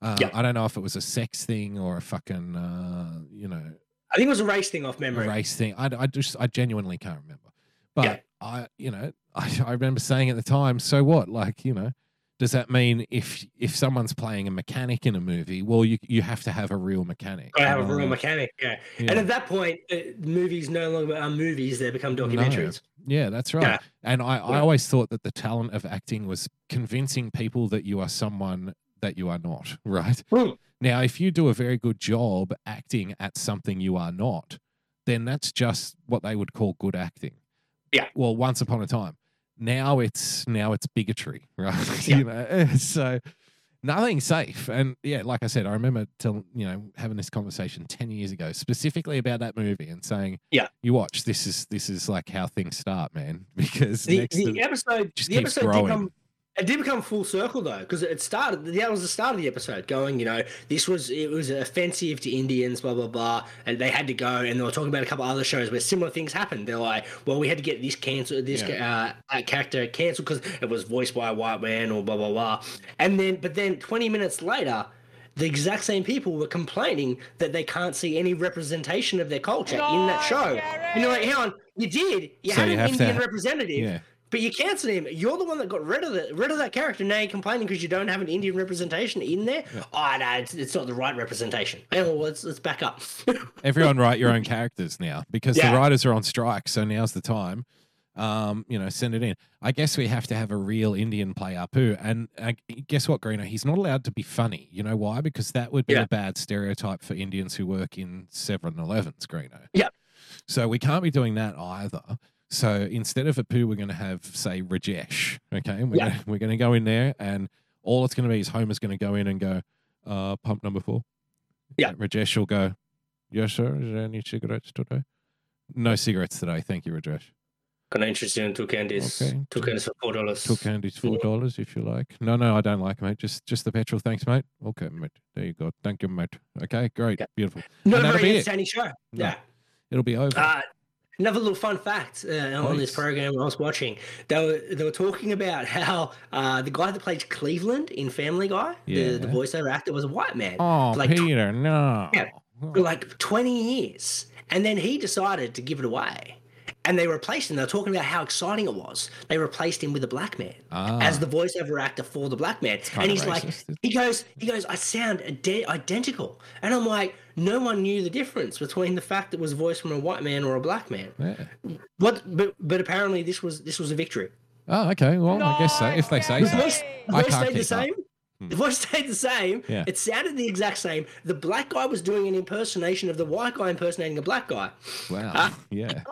[SPEAKER 3] uh,
[SPEAKER 2] Yeah.
[SPEAKER 3] i don't know if it was a sex thing or a fucking uh, you know
[SPEAKER 2] I think it was a race thing off memory.
[SPEAKER 3] race thing. I, I just I genuinely can't remember. But
[SPEAKER 2] Yeah.
[SPEAKER 3] I, you know, I, I remember saying at the time, so what? Like, you know, does that mean if if someone's playing a mechanic in a movie, well, you you have to have a real mechanic.
[SPEAKER 2] Gotta
[SPEAKER 3] you
[SPEAKER 2] have a
[SPEAKER 3] know,
[SPEAKER 2] real
[SPEAKER 3] like,
[SPEAKER 2] mechanic. Yeah.
[SPEAKER 3] Yeah.
[SPEAKER 2] And at that point, uh, movies no longer are movies; they become
[SPEAKER 3] No.
[SPEAKER 2] documentaries.
[SPEAKER 3] Yeah, that's right.
[SPEAKER 2] Yeah.
[SPEAKER 3] And I, I
[SPEAKER 2] Yeah.
[SPEAKER 3] always thought that the talent of acting was convincing people that you are someone that you are not, right?
[SPEAKER 2] Mm.
[SPEAKER 3] Now, if you do a very good job acting at something you are not, then that's just what they would call good acting.
[SPEAKER 2] Yeah.
[SPEAKER 3] Well, once upon a time. Now it's now it's bigotry, right?
[SPEAKER 2] Yeah.
[SPEAKER 3] you know, eh, so nothing safe. And yeah, like I said, I remember till you know having this conversation ten years ago, specifically about that movie, and saying,
[SPEAKER 2] Yeah.
[SPEAKER 3] you watch this is this is like how things start, man." Because
[SPEAKER 2] The,
[SPEAKER 3] next to
[SPEAKER 2] the
[SPEAKER 3] the-
[SPEAKER 2] episode,
[SPEAKER 3] just
[SPEAKER 2] the
[SPEAKER 3] keeps
[SPEAKER 2] episode
[SPEAKER 3] growing.
[SPEAKER 2] did come. It did become full circle though, because it started. That was the start of the episode, going, you know, this was it was offensive to Indians, blah blah blah, and they had to go. And they were talking about a couple other shows where similar things happened. They're like, well, we had to get this cancelled, this uh, uh, character cancelled because it was voiced by a white man or blah blah blah. And then, but then twenty minutes later, the exact same people were complaining that they can't see any representation of their culture in that show. And you're like, hang on, you did, you
[SPEAKER 3] So
[SPEAKER 2] had
[SPEAKER 3] you
[SPEAKER 2] an
[SPEAKER 3] have to
[SPEAKER 2] Indian
[SPEAKER 3] ha-
[SPEAKER 2] representative.
[SPEAKER 3] yeah.
[SPEAKER 2] But you cancelled him. You're the one that got rid of the, rid of that character. Now you're complaining because you don't have an Indian representation in there. Oh no, it's, it's not the right representation. Hang on, let's let's back up.
[SPEAKER 3] everyone write your own characters now because
[SPEAKER 2] Yeah.
[SPEAKER 3] the writers are on strike. So now's the time. Um, you know, send it in. I guess we have to have a real Indian play Apu. And uh, guess what, Greeno? He's not allowed to be funny. You know why? Because that would be
[SPEAKER 2] Yeah.
[SPEAKER 3] a bad stereotype for Indians who work in 7 Elevens, Greeno.
[SPEAKER 2] Yeah.
[SPEAKER 3] So we can't be doing that either. So instead of Apu, we're going to have, say, Rajesh. Okay. And we're
[SPEAKER 2] Yeah.
[SPEAKER 3] gonna, we're going to go in there, and all it's going to be is Homer's going to go in and go, uh, pump number four.
[SPEAKER 2] Yeah.
[SPEAKER 3] And Rajesh will go, Yes, sir. Is there any cigarettes today? No cigarettes today. Thank you, Rajesh.
[SPEAKER 2] Can I interest you in two candies?
[SPEAKER 3] Okay.
[SPEAKER 2] Two candies for four dollars.
[SPEAKER 3] Two candies, four dollars if you like. No, no, I don't like, mate. Just, just the petrol. Thanks, mate. Okay, mate. There you go. Thank you, mate. Okay, great,
[SPEAKER 2] Yeah.
[SPEAKER 3] beautiful.
[SPEAKER 2] Not
[SPEAKER 3] And
[SPEAKER 2] a
[SPEAKER 3] that'll
[SPEAKER 2] very
[SPEAKER 3] be it.
[SPEAKER 2] entertaining show.
[SPEAKER 3] No.
[SPEAKER 2] Yeah.
[SPEAKER 3] It'll be over.
[SPEAKER 2] Uh, another little fun fact uh, on this
[SPEAKER 3] Please.
[SPEAKER 2] program I was watching. They were they were talking about how uh, the guy that played Cleveland in Family Guy, the, the
[SPEAKER 3] Yeah.
[SPEAKER 2] voiceover actor, was a white man
[SPEAKER 3] oh,
[SPEAKER 2] like tw-
[SPEAKER 3] Peter, no.
[SPEAKER 2] Yeah. for like twenty years, and then he decided to give it away. And they replaced him. They were talking about how exciting it was. They replaced him with a black man
[SPEAKER 3] Ah,
[SPEAKER 2] as the voiceover actor for the black man. And
[SPEAKER 3] kinda
[SPEAKER 2] he's like,
[SPEAKER 3] racist.
[SPEAKER 2] he goes, he goes, I sound ide- identical. And I'm like, no one knew the difference between the fact that was voiced from a white man or a black man.
[SPEAKER 3] yeah.
[SPEAKER 2] What? But but apparently this was this was a victory.
[SPEAKER 3] Oh, okay. Well, I guess so. If they say
[SPEAKER 2] The
[SPEAKER 3] so.
[SPEAKER 2] voice, the
[SPEAKER 3] I
[SPEAKER 2] voice
[SPEAKER 3] can't
[SPEAKER 2] stayed the
[SPEAKER 3] keep up. Hmm.
[SPEAKER 2] same. The voice stayed the same.
[SPEAKER 3] Yeah.
[SPEAKER 2] It sounded the exact same. The black guy was doing an impersonation of the white guy impersonating a black guy.
[SPEAKER 3] Wow. yeah.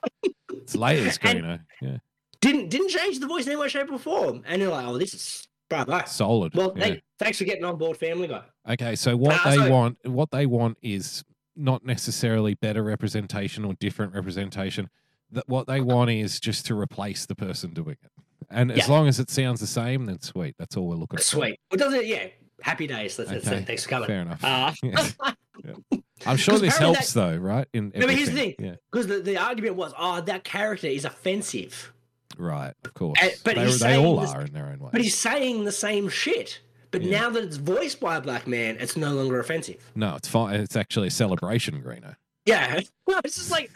[SPEAKER 3] It's layers,
[SPEAKER 2] And-
[SPEAKER 3] Greeno. Yeah.
[SPEAKER 2] Didn't didn't change the voice in any way, shape, or form. And they're like, oh, this is bravo.
[SPEAKER 3] Solid.
[SPEAKER 2] Well,
[SPEAKER 3] yeah.
[SPEAKER 2] hey, thanks for getting on board, Family Guy.
[SPEAKER 3] Okay, so what
[SPEAKER 2] Ah,
[SPEAKER 3] they
[SPEAKER 2] so-
[SPEAKER 3] want, what they want is not necessarily better representation or different representation. That what they want is just to replace the person doing it. And as
[SPEAKER 2] Yeah.
[SPEAKER 3] long as it sounds the same, then sweet. That's all we're looking for.
[SPEAKER 2] Sweet. Well, doesn't it? Yeah. Happy days. That's, that's
[SPEAKER 3] Okay,
[SPEAKER 2] it. Thanks for coming.
[SPEAKER 3] Fair enough.
[SPEAKER 2] Uh,
[SPEAKER 3] Yeah. Yeah. I'm sure
[SPEAKER 2] 'Cause
[SPEAKER 3] this
[SPEAKER 2] apparently
[SPEAKER 3] helps, though, right? In
[SPEAKER 2] No, but here's the
[SPEAKER 3] everything. Yeah,
[SPEAKER 2] Because the, the argument was, oh, that character is offensive.
[SPEAKER 3] right. Of course.
[SPEAKER 2] Uh, but
[SPEAKER 3] they,
[SPEAKER 2] he's
[SPEAKER 3] they all
[SPEAKER 2] saying this-
[SPEAKER 3] are in their own way.
[SPEAKER 2] But he's saying the same shit. But
[SPEAKER 3] Yeah.
[SPEAKER 2] now that it's voiced by a black man, it's no longer offensive.
[SPEAKER 3] No, it's fine. It's actually a celebration, Greeno.
[SPEAKER 2] Yeah. Well, it's just like,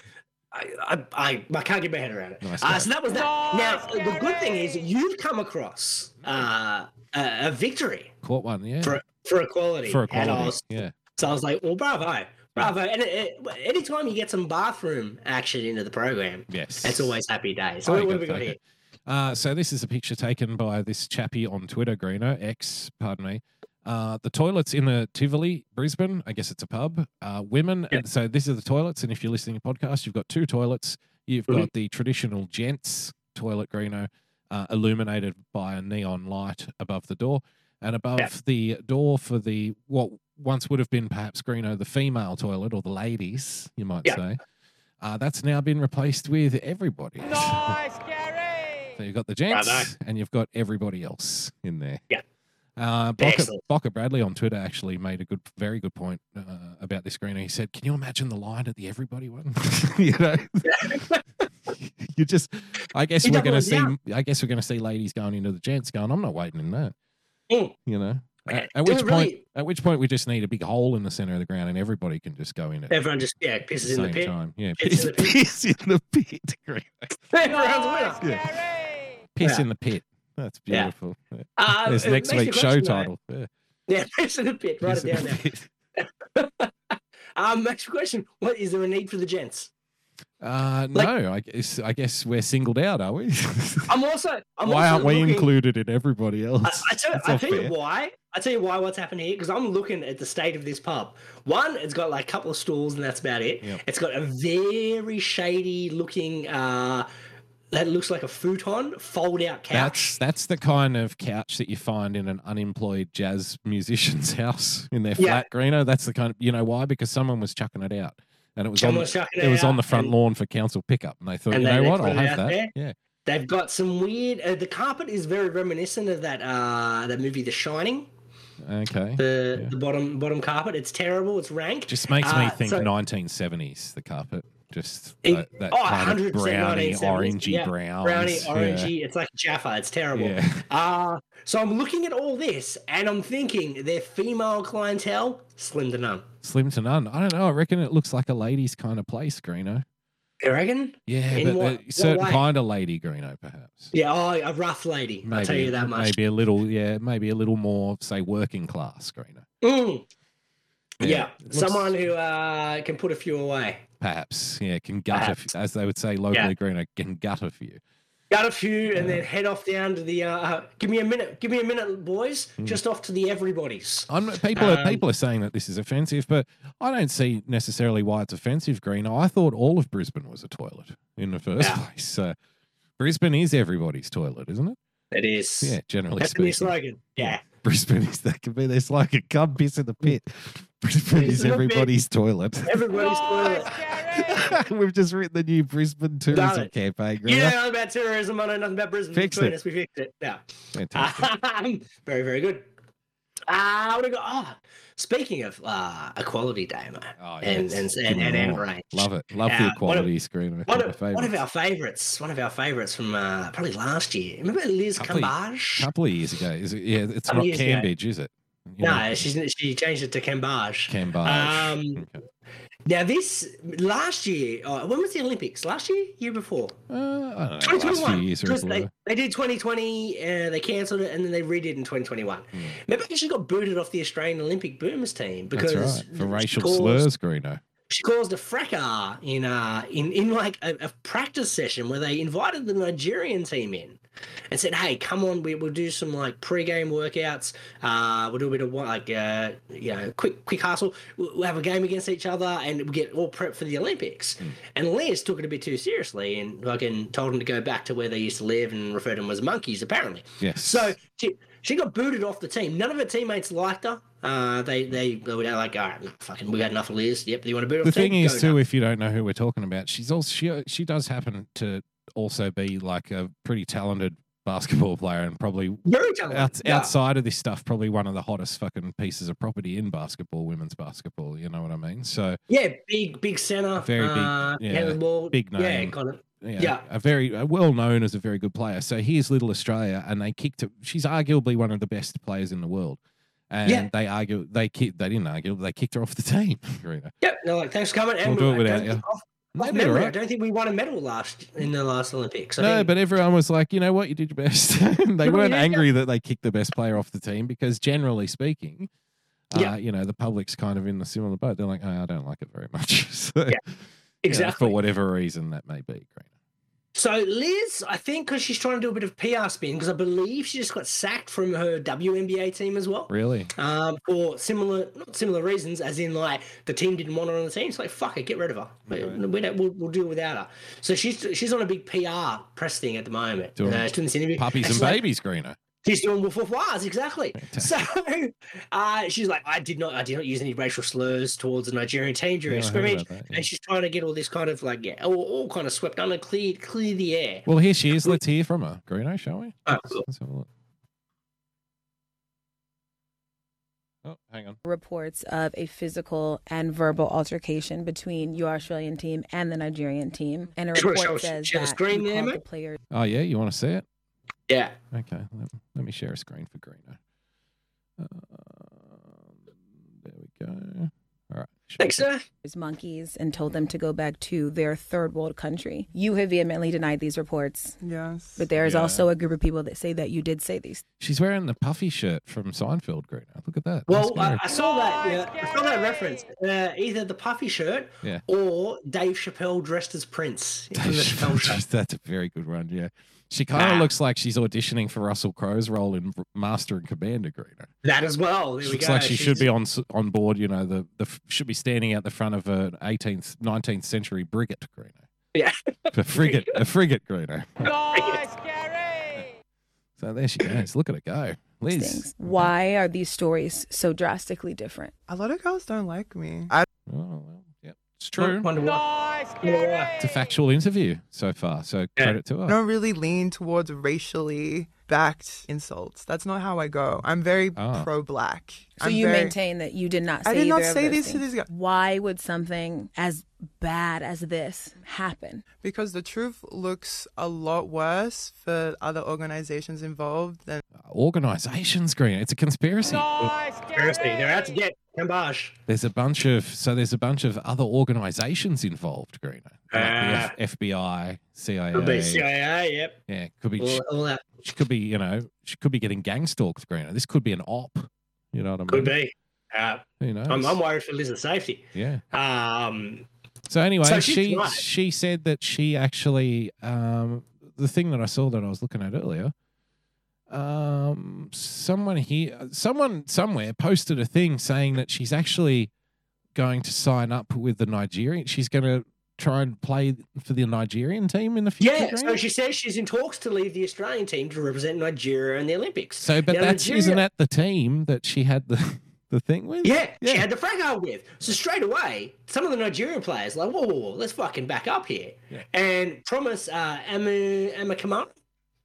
[SPEAKER 2] I, I, I, I can't get my head around it.
[SPEAKER 3] Nice
[SPEAKER 2] uh,
[SPEAKER 3] guy.
[SPEAKER 2] so that was that. now, the good thing is you've come across uh, a, a victory
[SPEAKER 3] Caught one, yeah.
[SPEAKER 2] for, for equality.
[SPEAKER 3] For
[SPEAKER 2] And I
[SPEAKER 3] equality.
[SPEAKER 2] was,
[SPEAKER 3] Yeah.
[SPEAKER 2] so I was like, well, bravo. Bravo. And it, it, anytime you get some bathroom action into the program,
[SPEAKER 3] Yes.
[SPEAKER 2] it's always happy days. So
[SPEAKER 3] Very
[SPEAKER 2] what, what have
[SPEAKER 3] good,
[SPEAKER 2] we got
[SPEAKER 3] very
[SPEAKER 2] here?
[SPEAKER 3] good. Uh, so this is a picture taken by this chappie on Twitter, Greeno X, pardon me. Uh, the toilets in the Tivoli, Brisbane. I guess it's a pub. Uh, women.
[SPEAKER 2] Yeah.
[SPEAKER 3] And so these are the toilets. And if you're listening to podcast, you've got two toilets. You've
[SPEAKER 2] Mhm.
[SPEAKER 3] got the traditional gents toilet, Greeno, uh, illuminated by a neon light above the door, and above the door for the what once would have been perhaps Greeno, the female toilet or the ladies, you might
[SPEAKER 2] Yeah.
[SPEAKER 3] say. Uh, that's now been replaced with everybody.
[SPEAKER 5] Nice, Gary!
[SPEAKER 3] So you've got the gents
[SPEAKER 2] Righto.
[SPEAKER 3] and you've got everybody else in there.
[SPEAKER 2] Yeah.
[SPEAKER 3] Uh, Bocker,
[SPEAKER 2] Excellent.
[SPEAKER 3] Bocker Bradley on Twitter actually made a good, very good point uh, about this greener. He said, "Can you imagine the line at the everybody one? you know, you just, I guess
[SPEAKER 2] He
[SPEAKER 3] we're going
[SPEAKER 2] doubles
[SPEAKER 3] to see,
[SPEAKER 2] down.
[SPEAKER 3] I guess we're going to see ladies going into the gents, going, I'm not waiting in that.
[SPEAKER 2] Mm.
[SPEAKER 3] You know, A-
[SPEAKER 2] Okay.
[SPEAKER 3] at,
[SPEAKER 2] Do
[SPEAKER 3] which
[SPEAKER 2] it
[SPEAKER 3] point,
[SPEAKER 2] really-
[SPEAKER 3] at which point, we just need a big hole in the center of the ground, and everybody can just go in it at
[SPEAKER 2] Everyone just, yeah,
[SPEAKER 3] the
[SPEAKER 2] pisses in the
[SPEAKER 3] same
[SPEAKER 2] pit.
[SPEAKER 3] time. Yeah,
[SPEAKER 2] Piss in the pit.
[SPEAKER 3] piss in the pit. Great.
[SPEAKER 2] Everyone's a winner.
[SPEAKER 5] Gary!
[SPEAKER 3] Piss
[SPEAKER 2] Yeah.
[SPEAKER 3] in the pit. That's
[SPEAKER 2] Yeah.
[SPEAKER 3] beautiful. Yeah.
[SPEAKER 2] Uh,
[SPEAKER 3] It's
[SPEAKER 2] it
[SPEAKER 3] next
[SPEAKER 2] makes me
[SPEAKER 3] week's show
[SPEAKER 2] question, though.
[SPEAKER 3] title. Yeah.
[SPEAKER 2] Yeah, piss in the pit. Write it down now. Um, next question: What is there a need for the gents?
[SPEAKER 3] Uh,
[SPEAKER 2] Like-
[SPEAKER 3] no, I guess I guess we're singled out, are we?
[SPEAKER 2] I'm also. I'm
[SPEAKER 3] Why
[SPEAKER 2] also
[SPEAKER 3] aren't we
[SPEAKER 2] looking-
[SPEAKER 3] included in everybody else?
[SPEAKER 2] I, I tell,
[SPEAKER 3] That's
[SPEAKER 2] I
[SPEAKER 3] not
[SPEAKER 2] tell you
[SPEAKER 3] fair.
[SPEAKER 2] why. I tell you why. What's happened here? Because I'm looking at the state of this pub. One, it's got like a couple of stools, and that's about it.
[SPEAKER 3] Yep.
[SPEAKER 2] It's got a very shady looking. uh That looks like a futon fold out
[SPEAKER 3] That's
[SPEAKER 2] couch.
[SPEAKER 3] that's the kind of couch that you find in an unemployed jazz musician's house in their
[SPEAKER 2] Yeah.
[SPEAKER 3] flat, Greeno. That's the kind of you know why? Because someone was chucking it out, and it was on
[SPEAKER 2] Someone
[SPEAKER 3] the,
[SPEAKER 2] was chucking
[SPEAKER 3] it was
[SPEAKER 2] out
[SPEAKER 3] on the front
[SPEAKER 2] and-
[SPEAKER 3] lawn for council pickup, and they thought,
[SPEAKER 2] and
[SPEAKER 3] you
[SPEAKER 2] they-
[SPEAKER 3] know
[SPEAKER 2] they
[SPEAKER 3] what,
[SPEAKER 2] put
[SPEAKER 3] I'll
[SPEAKER 2] it
[SPEAKER 3] have
[SPEAKER 2] out
[SPEAKER 3] that.
[SPEAKER 2] there.
[SPEAKER 3] Yeah,
[SPEAKER 2] They've got some weird. Uh, the carpet is very reminiscent of that uh that movie, The Shining.
[SPEAKER 3] okay.
[SPEAKER 2] The
[SPEAKER 3] Yeah.
[SPEAKER 2] the bottom bottom carpet. It's terrible. It's rank.
[SPEAKER 3] Just makes me
[SPEAKER 2] Uh,
[SPEAKER 3] think
[SPEAKER 2] so-
[SPEAKER 3] 1970s. The carpet, just
[SPEAKER 2] It-
[SPEAKER 3] that, that
[SPEAKER 2] oh,
[SPEAKER 3] kind of
[SPEAKER 2] 100%
[SPEAKER 3] brownie,
[SPEAKER 2] 1970s,
[SPEAKER 3] orangey
[SPEAKER 2] yeah.
[SPEAKER 3] browns.
[SPEAKER 2] brownie,
[SPEAKER 3] Yeah.
[SPEAKER 2] orangey. It's like Jaffa. It's terrible.
[SPEAKER 3] yeah.
[SPEAKER 2] Uh, so I'm looking at all this and I'm thinking their female clientele, slim to none.
[SPEAKER 3] Slim to none. I don't know. I reckon it looks like a lady's kind of place, Greeno.
[SPEAKER 2] You reckon?
[SPEAKER 3] Yeah,
[SPEAKER 2] In
[SPEAKER 3] but uh,
[SPEAKER 2] what-
[SPEAKER 3] a
[SPEAKER 2] what
[SPEAKER 3] certain
[SPEAKER 2] way?
[SPEAKER 3] kind of lady, Greeno, perhaps.
[SPEAKER 2] Yeah, oh, a rough lady. I'll tell you that much.
[SPEAKER 3] Maybe a little, yeah, maybe a little more, say, working class, Greeno.
[SPEAKER 2] Mm. Yeah,
[SPEAKER 3] it looks-
[SPEAKER 2] someone who uh, can put a few away.
[SPEAKER 3] perhaps, yeah, can gut a few, as they would say locally, Greeno, can gut a few.
[SPEAKER 2] Got a few, and then head off down to the. Uh, give me a minute. Give me a minute, boys.
[SPEAKER 3] Mm.
[SPEAKER 2] Just off to the everybody's.
[SPEAKER 3] I'm people are
[SPEAKER 2] Um,
[SPEAKER 3] people are saying that this is offensive, but I don't see necessarily why it's offensive. Green, I thought all of Brisbane was a toilet in the first
[SPEAKER 2] Yeah.
[SPEAKER 3] place. So Brisbane is everybody's toilet, isn't it?
[SPEAKER 2] It is.
[SPEAKER 3] Yeah, generally
[SPEAKER 2] That's the
[SPEAKER 3] speaking.
[SPEAKER 2] slogan. Yeah.
[SPEAKER 3] Brisbane is that could be their slogan. Come piss in the pit. Brisbane
[SPEAKER 2] Piss
[SPEAKER 3] is
[SPEAKER 2] in the pit.
[SPEAKER 3] everybody's toilet.
[SPEAKER 2] Everybody's toilet.
[SPEAKER 5] Nice carry.
[SPEAKER 3] We've just written the new Brisbane tourism
[SPEAKER 2] it.
[SPEAKER 3] campaign. Green.
[SPEAKER 2] You don't know about terrorism. I know nothing about Brisbane.
[SPEAKER 3] Fix
[SPEAKER 2] Between
[SPEAKER 3] it.
[SPEAKER 2] us, we fixed it. Yeah.
[SPEAKER 3] Fantastic.
[SPEAKER 2] Um, very, very good. Ah, what do you got? Oh, speaking of uh, Equality Day, mate,
[SPEAKER 3] Oh,
[SPEAKER 2] and,
[SPEAKER 3] yes.
[SPEAKER 2] and,
[SPEAKER 3] Give
[SPEAKER 2] and,
[SPEAKER 3] me
[SPEAKER 2] and
[SPEAKER 3] more.
[SPEAKER 2] outrage.
[SPEAKER 3] Love it. Love
[SPEAKER 2] Yeah,
[SPEAKER 3] the
[SPEAKER 2] one of-
[SPEAKER 3] equality screen.
[SPEAKER 2] One of, one of our favourites, one of our favourites from uh, probably last year. Remember Liz
[SPEAKER 3] Couple-
[SPEAKER 2] Cambage?
[SPEAKER 3] couple of years ago. Is it, yeah, it's
[SPEAKER 2] Couple
[SPEAKER 3] not
[SPEAKER 2] years ago.
[SPEAKER 3] Cambridge, is it? You
[SPEAKER 2] No,
[SPEAKER 3] know,
[SPEAKER 2] she's, she changed it to Cambage.
[SPEAKER 3] Cambridge.
[SPEAKER 2] Um,
[SPEAKER 3] Okay.
[SPEAKER 2] Now, this last year, uh, when was the Olympics? Last year? Year before?
[SPEAKER 3] Uh, I don't know, last few
[SPEAKER 2] 2021.
[SPEAKER 3] years or
[SPEAKER 2] Because
[SPEAKER 3] whatever.
[SPEAKER 2] they, they did 2020, uh, they cancelled it, and then they redid it in 2021.
[SPEAKER 3] Hmm.
[SPEAKER 2] Maybe she got booted off the Australian Olympic Boomers team because
[SPEAKER 3] That's right. For
[SPEAKER 2] she
[SPEAKER 3] racial
[SPEAKER 2] caused-
[SPEAKER 3] slurs, Greeno.
[SPEAKER 2] She caused a fracas in uh in in like a, a practice session where they invited the Nigerian team in and said, "Hey, come on, we, we'll do some like pre-game workouts. Uh, we'll do a bit of like uh, you know quick quick hustle. We'll, we'll have a game against each other and we'll get all prepped for the Olympics." And Liz took it a bit too seriously and fucking told them to go back to where they used to live and referred to them as monkeys, apparently.
[SPEAKER 3] Yes.
[SPEAKER 2] So she she got booted off the team. None of her teammates liked her. Uh, they they they were like, all right, no, fucking, we had enough of Liz. Yep, you want to boot off
[SPEAKER 3] the
[SPEAKER 2] the
[SPEAKER 3] thing
[SPEAKER 2] team?
[SPEAKER 3] is,
[SPEAKER 2] Go
[SPEAKER 3] too,
[SPEAKER 2] nuts."
[SPEAKER 3] if you don't know who we're talking about, she's also she she does happen to also be like a pretty talented basketball player and probably
[SPEAKER 2] very talented.
[SPEAKER 3] out,
[SPEAKER 2] Oh, yeah.
[SPEAKER 3] outside of this stuff, probably one of the hottest fucking pieces of property in basketball, women's basketball. You know what I mean? So
[SPEAKER 2] Yeah, big big center,
[SPEAKER 3] Very big,
[SPEAKER 2] uh,
[SPEAKER 3] yeah,
[SPEAKER 2] handle the ball,
[SPEAKER 3] big
[SPEAKER 2] Yeah,
[SPEAKER 3] name.
[SPEAKER 2] got it.
[SPEAKER 3] you know,
[SPEAKER 2] Yeah.
[SPEAKER 3] a very uh, well known as a very good player. So here's Little Australia, and they kicked. it- She's arguably one of the best players in the world, and
[SPEAKER 2] Yeah.
[SPEAKER 3] they argue they kicked. They didn't argue. They kicked her off the team. Karina.
[SPEAKER 2] Yep, they're like, thanks for coming. And
[SPEAKER 3] We'll do
[SPEAKER 2] I
[SPEAKER 3] it
[SPEAKER 2] don't
[SPEAKER 3] without
[SPEAKER 2] think- off-
[SPEAKER 3] And
[SPEAKER 2] off
[SPEAKER 3] they did all
[SPEAKER 2] memory, I
[SPEAKER 3] right.
[SPEAKER 2] don't think we won a medal last in the last Olympics. I
[SPEAKER 3] No,
[SPEAKER 2] think-
[SPEAKER 3] but everyone was like, you know what, you did your best. And they
[SPEAKER 2] No,
[SPEAKER 3] weren't
[SPEAKER 2] yeah, yeah.
[SPEAKER 3] angry that they kicked the best player off the team because, generally speaking,
[SPEAKER 2] Yeah.
[SPEAKER 3] uh, you know, the public's kind of in the similar boat. They're like, oh, I don't like it very much. So, you know,
[SPEAKER 2] exactly.
[SPEAKER 3] for whatever reason that may be, Karina.
[SPEAKER 2] So Liz, I think because she's trying to do a bit of PR spin, because I believe she just got sacked from her WNBA team as well.
[SPEAKER 3] Really?
[SPEAKER 2] um, for similar not similar reasons, as in like the team didn't want her on the team. So like, fuck it, get rid of her. We, we don't, we'll, we'll deal without her. So she's she's on a big PR press thing at the moment.
[SPEAKER 3] Doing
[SPEAKER 2] uh, she's doing this interview.
[SPEAKER 3] Puppies and
[SPEAKER 2] she's like-
[SPEAKER 3] babies, Greener.
[SPEAKER 2] She's doing Wolf of Waz, exactly. So uh, she's like, I did not, I did not use any racial slurs towards the Nigerian team during
[SPEAKER 3] Yeah, I heard
[SPEAKER 2] scrimmage,
[SPEAKER 3] about that, yeah.
[SPEAKER 2] and she's trying to get all this kind of like, yeah, all, all kind of swept under, clear, clear the air.
[SPEAKER 3] Well, here she is. Let's hear from her, Greeno, shall we?
[SPEAKER 2] Oh,
[SPEAKER 3] Let's-
[SPEAKER 2] cool.
[SPEAKER 3] let's have a look. Oh, hang on.
[SPEAKER 6] reports of a physical and verbal altercation between your Australian team and the Nigerian team. And a
[SPEAKER 2] Sure,
[SPEAKER 6] report
[SPEAKER 2] shall we-
[SPEAKER 6] says
[SPEAKER 2] shall we
[SPEAKER 6] that
[SPEAKER 2] screen
[SPEAKER 6] you
[SPEAKER 2] there,
[SPEAKER 6] called
[SPEAKER 2] mate?
[SPEAKER 6] the player
[SPEAKER 3] Oh, yeah, you want to see it?
[SPEAKER 2] Yeah,
[SPEAKER 3] Okay, let, let me share a screen for Greeno. Um, there we go. All right. sure.
[SPEAKER 2] thanks, sir.
[SPEAKER 6] as monkeys and told them to go back to their third world country. You have vehemently denied these reports.
[SPEAKER 7] Yes.
[SPEAKER 6] But there is
[SPEAKER 3] Yeah.
[SPEAKER 6] also a group of people that say that you did say these
[SPEAKER 3] She's wearing the puffy shirt from Seinfeld, Greeno. Look at that.
[SPEAKER 2] Well,
[SPEAKER 3] That's
[SPEAKER 2] I,
[SPEAKER 3] Greeno.
[SPEAKER 2] I saw that. Yeah, I saw that
[SPEAKER 5] Nice,
[SPEAKER 2] reference. Uh, either the puffy shirt
[SPEAKER 3] Yeah.
[SPEAKER 2] or Dave Chappelle dressed as Prince from the Chappelle show.
[SPEAKER 3] That's a very good one. Yeah. She kind of
[SPEAKER 2] Nah.
[SPEAKER 3] looks like she's auditioning for Russell Crowe's role in R- Master and Commander Greeno.
[SPEAKER 2] That as well. There
[SPEAKER 3] She
[SPEAKER 2] we
[SPEAKER 3] looks
[SPEAKER 2] go.
[SPEAKER 3] like she should be on s- on board, you know, the, the f- should be standing out the front of an 18th, 19th century brigate Greeno.
[SPEAKER 2] Yeah.
[SPEAKER 3] A frigate, a frigate Greeno.
[SPEAKER 5] Nice carry.
[SPEAKER 3] So there she goes. Look at her go. Liz.
[SPEAKER 6] things. Why are these stories so drastically different?
[SPEAKER 7] A lot of girls don't like me. I
[SPEAKER 3] Oh, well, yep. It's
[SPEAKER 2] Wonder
[SPEAKER 3] true.
[SPEAKER 2] wonder why.
[SPEAKER 5] Nice
[SPEAKER 2] Yeah.
[SPEAKER 5] carry.
[SPEAKER 3] It's a factual interview so far. So
[SPEAKER 2] Yeah.
[SPEAKER 3] credit to her.
[SPEAKER 7] don't really lean towards racially backed insults. That's not how I go. I'm very
[SPEAKER 3] Ah.
[SPEAKER 7] pro black.
[SPEAKER 6] So you maintain that you did not say
[SPEAKER 7] I did not
[SPEAKER 6] either of
[SPEAKER 7] say
[SPEAKER 6] those
[SPEAKER 7] these to
[SPEAKER 6] things.
[SPEAKER 7] these guys.
[SPEAKER 6] Why would something as bad as this happen?
[SPEAKER 7] because the truth looks a lot worse for other organizations involved than
[SPEAKER 3] Organizations, Greeno. It's a conspiracy.
[SPEAKER 5] Nice carry.
[SPEAKER 2] Seriously, they're out to get Cambage.
[SPEAKER 3] There's a bunch of so there's a bunch of other organisations involved, Greeno. Like the F- FBI, CIA.
[SPEAKER 2] Ah. Could be CIA. Yep.
[SPEAKER 3] Yeah, could be.
[SPEAKER 2] All,
[SPEAKER 3] She,
[SPEAKER 2] all that
[SPEAKER 3] she could be, you know, she could be getting gang stalked, Greeno. This could be an op. You know what I mean?
[SPEAKER 2] could be. Uh,
[SPEAKER 3] You know.
[SPEAKER 2] I'm, I'm worried for Liz's safety.
[SPEAKER 3] yeah.
[SPEAKER 2] Um,
[SPEAKER 3] So anyway,
[SPEAKER 2] So she's
[SPEAKER 3] she
[SPEAKER 2] right.
[SPEAKER 3] she said that she actually um, the thing that I saw that I was looking at earlier, um, someone here, someone somewhere posted a thing saying that she's actually going to sign up with the Nigerian. She's going to try and play for the Nigerian team in the future.
[SPEAKER 2] Yeah, so
[SPEAKER 3] Graham?
[SPEAKER 2] she says she's in talks to leave the Australian team to represent Nigeria in the Olympics.
[SPEAKER 3] So, but
[SPEAKER 2] Now,
[SPEAKER 3] that's
[SPEAKER 2] Nigeria-
[SPEAKER 3] isn't that the team that she had the the thing with?
[SPEAKER 2] Yeah,
[SPEAKER 3] Yeah.
[SPEAKER 2] she had the frag out with. So straight away, some of the Nigerian players like, whoa, whoa, whoa, let's fucking back up here. And promise uh, Emma Emma Kamara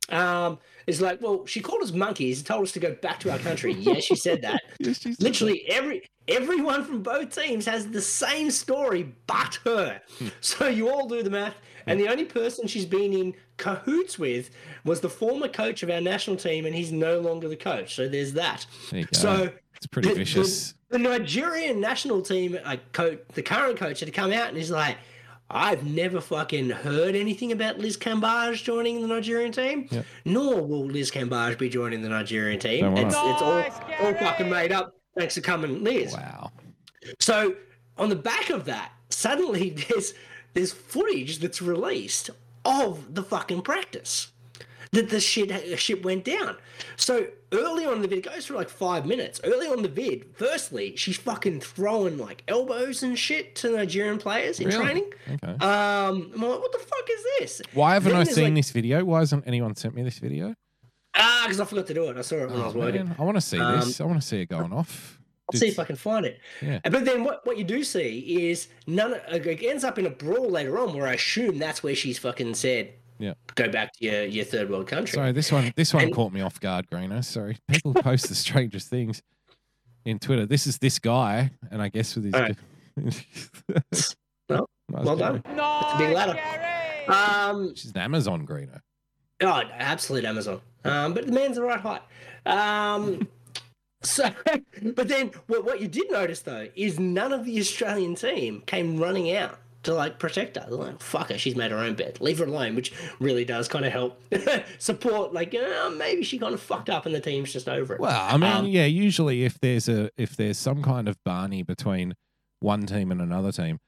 [SPEAKER 2] um, is like, well, she called us monkeys and told us to go back to our country. yeah, she said that.
[SPEAKER 3] Yes, she's-
[SPEAKER 2] Literally every everyone from both teams has the same story, but her. so you all do the math, and the only person she's been in cahoots with was the former coach of our national team, and he's no longer the coach. So there's that.
[SPEAKER 3] There you go.
[SPEAKER 2] So
[SPEAKER 3] it's pretty
[SPEAKER 2] the- the-
[SPEAKER 3] vicious.
[SPEAKER 2] The, Nigerian national team, uh, coach, the current coach, had come out and he's like, "I've never fucking heard anything about Liz Cambage joining the Nigerian team,
[SPEAKER 3] Yep.
[SPEAKER 2] nor will Liz Cambage be joining the Nigerian team.
[SPEAKER 3] Don't wanna-
[SPEAKER 2] It's, it's all,
[SPEAKER 5] Nice,
[SPEAKER 2] all
[SPEAKER 5] Gary!
[SPEAKER 2] fucking made up. Thanks for coming, Liz."
[SPEAKER 3] Wow.
[SPEAKER 2] So on the back of that, suddenly there's there's footage that's released of the fucking practice that the shit shit went down. So early on in the vid, it goes for like five minutes. Early on in the vid, firstly, she's fucking throwing like elbows and shit to Nigerian players in
[SPEAKER 3] Really?
[SPEAKER 2] training.
[SPEAKER 3] Okay.
[SPEAKER 2] Um, I'm like, what the fuck is this?
[SPEAKER 3] Why haven't
[SPEAKER 2] then
[SPEAKER 3] I
[SPEAKER 2] there's,
[SPEAKER 3] seen
[SPEAKER 2] like-
[SPEAKER 3] this video? Why hasn't anyone sent me this video?
[SPEAKER 2] Ah, because I forgot to do it. I saw it when I
[SPEAKER 3] Oh,
[SPEAKER 2] was working.
[SPEAKER 3] man, I want to see this.
[SPEAKER 2] Um,
[SPEAKER 3] I want to see it going off.
[SPEAKER 2] I'll see if I can find it.
[SPEAKER 3] Yeah.
[SPEAKER 2] But then what, what you do see is none. It ends up in a brawl later on, where I assume that's where she's fucking said,
[SPEAKER 3] Yeah.
[SPEAKER 2] "Go back to your, your third world country."
[SPEAKER 3] Sorry, this one this one
[SPEAKER 2] And-
[SPEAKER 3] caught me off guard, Greeno. Sorry. People post the strangest things in Twitter. This is this guy, and I guess with his
[SPEAKER 2] Alright. Well,
[SPEAKER 3] Nice
[SPEAKER 2] well
[SPEAKER 3] guy.
[SPEAKER 2] done.
[SPEAKER 5] Nice,
[SPEAKER 2] big ladder.
[SPEAKER 5] Gary.
[SPEAKER 2] Um,
[SPEAKER 3] She's an Amazon Greeno.
[SPEAKER 2] God, absolute Amazon. Um, but the man's the right height. Um, so, but then what, what you did notice though is none of the Australian team came running out to like protect her. They're like, fuck her, she's made her own bed. Leave her alone, which really does kind of help support. Like, uh, maybe she kind of fucked up and the team's just over it.
[SPEAKER 3] Well, I mean,
[SPEAKER 2] Um,
[SPEAKER 3] yeah, usually if there's a if there's some kind of barney between one team and another team,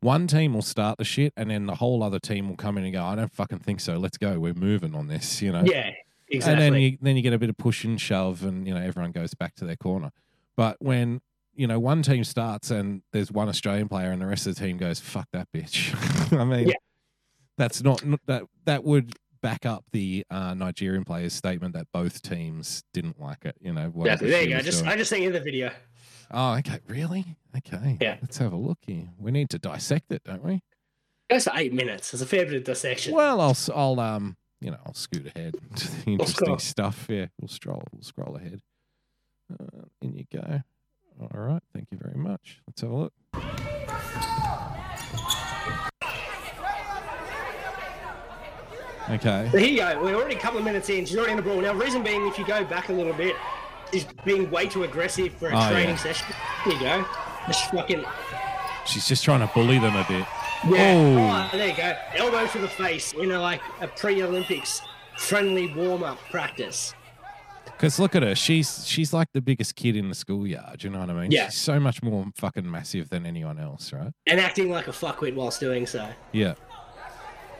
[SPEAKER 3] one team will start the shit and then the whole other team will come in and go, I don't fucking think so. Let's go. We're moving on this, you know.
[SPEAKER 2] yeah, exactly.
[SPEAKER 3] Uh, And then you then you get a bit of push and shove, and you know everyone goes back to their corner. But when you know one team starts and there's one Australian player, and the rest of the team goes "fuck that bitch," I mean,
[SPEAKER 2] Yeah.
[SPEAKER 3] that's not n- that that would back up the uh, Nigerian player's statement that both teams didn't like it. You know, whatever
[SPEAKER 2] Exactly. There
[SPEAKER 3] she
[SPEAKER 2] you go.
[SPEAKER 3] was
[SPEAKER 2] Just,
[SPEAKER 3] doing.
[SPEAKER 2] I just sent you the video.
[SPEAKER 3] oh, okay, really? Okay,
[SPEAKER 2] Yeah.
[SPEAKER 3] Let's have a look here. We need to dissect it, don't we?
[SPEAKER 2] It goes for eight minutes. It's a fair bit of dissection.
[SPEAKER 3] Well, I'll s- I'll um you know I'll scoot ahead to the interesting
[SPEAKER 2] scroll.
[SPEAKER 3] stuff. Yeah, we'll stroll we'll scroll ahead. Uh, in you go. All right, thank you very much. Let's have a look. Okay.
[SPEAKER 2] Here you go. We're already a couple of minutes in. She's already in the ball. Now, reason being, if you go back a little bit, she's being way too aggressive for a
[SPEAKER 3] Oh,
[SPEAKER 2] training
[SPEAKER 3] yeah.
[SPEAKER 2] session. Here you go. Just fucking.
[SPEAKER 3] She's just trying to bully them a bit.
[SPEAKER 2] Yeah. Oh, there you go. Elbow to the face in a, like a pre-Olympics friendly warm-up practice.
[SPEAKER 3] Because Oh, look at her. She's she's like the biggest kid in the schoolyard. You know what I mean?
[SPEAKER 2] Yeah.
[SPEAKER 3] She's so much more fucking massive than anyone else, right?
[SPEAKER 2] And acting like a fuckwit whilst doing so.
[SPEAKER 3] Yeah.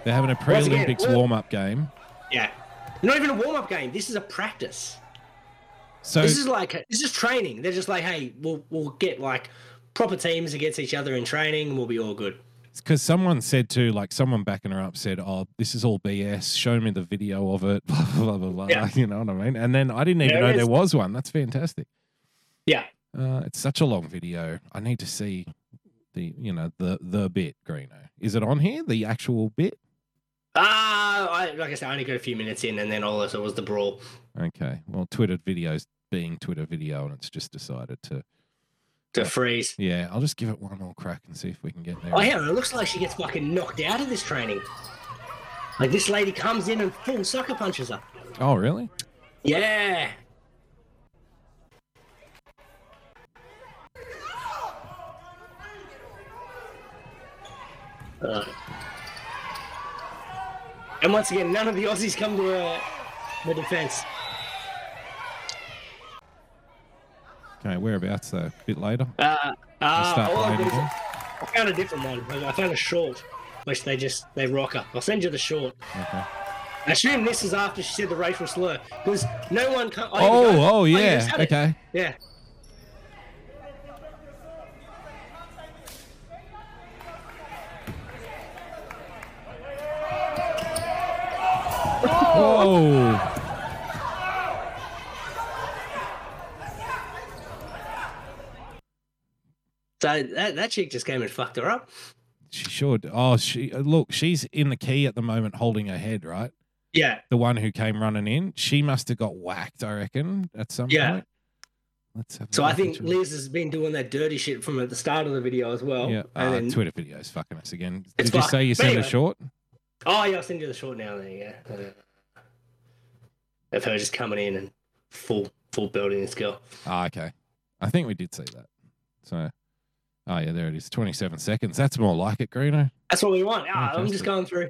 [SPEAKER 3] They're having a pre Olympics
[SPEAKER 2] all-
[SPEAKER 3] warm up game.
[SPEAKER 2] Yeah. Not even a warm-up game. This is a practice.
[SPEAKER 3] So
[SPEAKER 2] This is like this is training. They're just like, hey, we'll we'll get like proper teams against each other in training, and we'll be all good.
[SPEAKER 3] because someone said too, like someone backing her up said, "Oh, this is all BS. Show me the video of it." Blah blah blah. blah.
[SPEAKER 2] Yeah.
[SPEAKER 3] You know what I mean? And then I didn't even
[SPEAKER 2] There
[SPEAKER 3] know
[SPEAKER 2] is-
[SPEAKER 3] there was one. That's fantastic.
[SPEAKER 2] Yeah.
[SPEAKER 3] Uh, it's such a long video. I need to see the you know the the bit Greeno. Is it on here? The actual bit?
[SPEAKER 2] Ah, I, like I said, I only got a few minutes in, and then all I saw was the brawl.
[SPEAKER 3] Okay. Well, Twitter videos being Twitter video, and it's just decided to.
[SPEAKER 2] to freeze.
[SPEAKER 3] Yeah, I'll just give it one more crack and see if we can get there.
[SPEAKER 2] Oh, hang on, it looks like she gets fucking knocked out of this training. Like this lady comes in and full sucker punches her.
[SPEAKER 3] Oh, really?
[SPEAKER 2] Yeah. Uh, and once again, none of the Aussies come to her, her defense.
[SPEAKER 3] Okay. Whereabouts though? A bit later.
[SPEAKER 2] Uh,
[SPEAKER 3] We'll
[SPEAKER 2] uh,
[SPEAKER 3] start
[SPEAKER 2] all I've
[SPEAKER 3] playing
[SPEAKER 2] got is-
[SPEAKER 3] again.
[SPEAKER 2] I found a different one. I I found a short, which they just they rock up. I'll send you the short.
[SPEAKER 3] Okay.
[SPEAKER 2] I assume this is after she said the racial slur because no one. Come, I
[SPEAKER 3] Oh,
[SPEAKER 2] even go-
[SPEAKER 3] oh,
[SPEAKER 2] I even
[SPEAKER 3] yeah,
[SPEAKER 2] said it.
[SPEAKER 3] okay.
[SPEAKER 2] Yeah. Oh!
[SPEAKER 3] Whoa.
[SPEAKER 2] So that, that chick just came and fucked her up.
[SPEAKER 3] She should. Oh, she uh, look. She's in the key at the moment, holding her head. Right,
[SPEAKER 2] Yeah.
[SPEAKER 3] the one who came running in. She must have got whacked. I reckon at some
[SPEAKER 2] Yeah.
[SPEAKER 3] point. Let's have. a
[SPEAKER 2] So I
[SPEAKER 3] look
[SPEAKER 2] think
[SPEAKER 3] at your-
[SPEAKER 2] Liz has been doing that dirty shit from at the start of the video as well.
[SPEAKER 3] Yeah,
[SPEAKER 2] And
[SPEAKER 3] uh,
[SPEAKER 2] then,
[SPEAKER 3] Twitter videos fucking us again.
[SPEAKER 2] It's
[SPEAKER 3] Did you
[SPEAKER 2] fine.
[SPEAKER 3] say you
[SPEAKER 2] But
[SPEAKER 3] sent
[SPEAKER 2] anyway.
[SPEAKER 3] a short?
[SPEAKER 2] oh yeah, I'll send you the short now. There, yeah. Of her just coming in and full full building this girl.
[SPEAKER 3] Ah, okay. I think we did see that. So, oh yeah, there it is. Twenty-seven seconds. That's more like it, Greeno.
[SPEAKER 2] That's what we want. Ah, I'm
[SPEAKER 3] Fantastic.
[SPEAKER 2] just going through,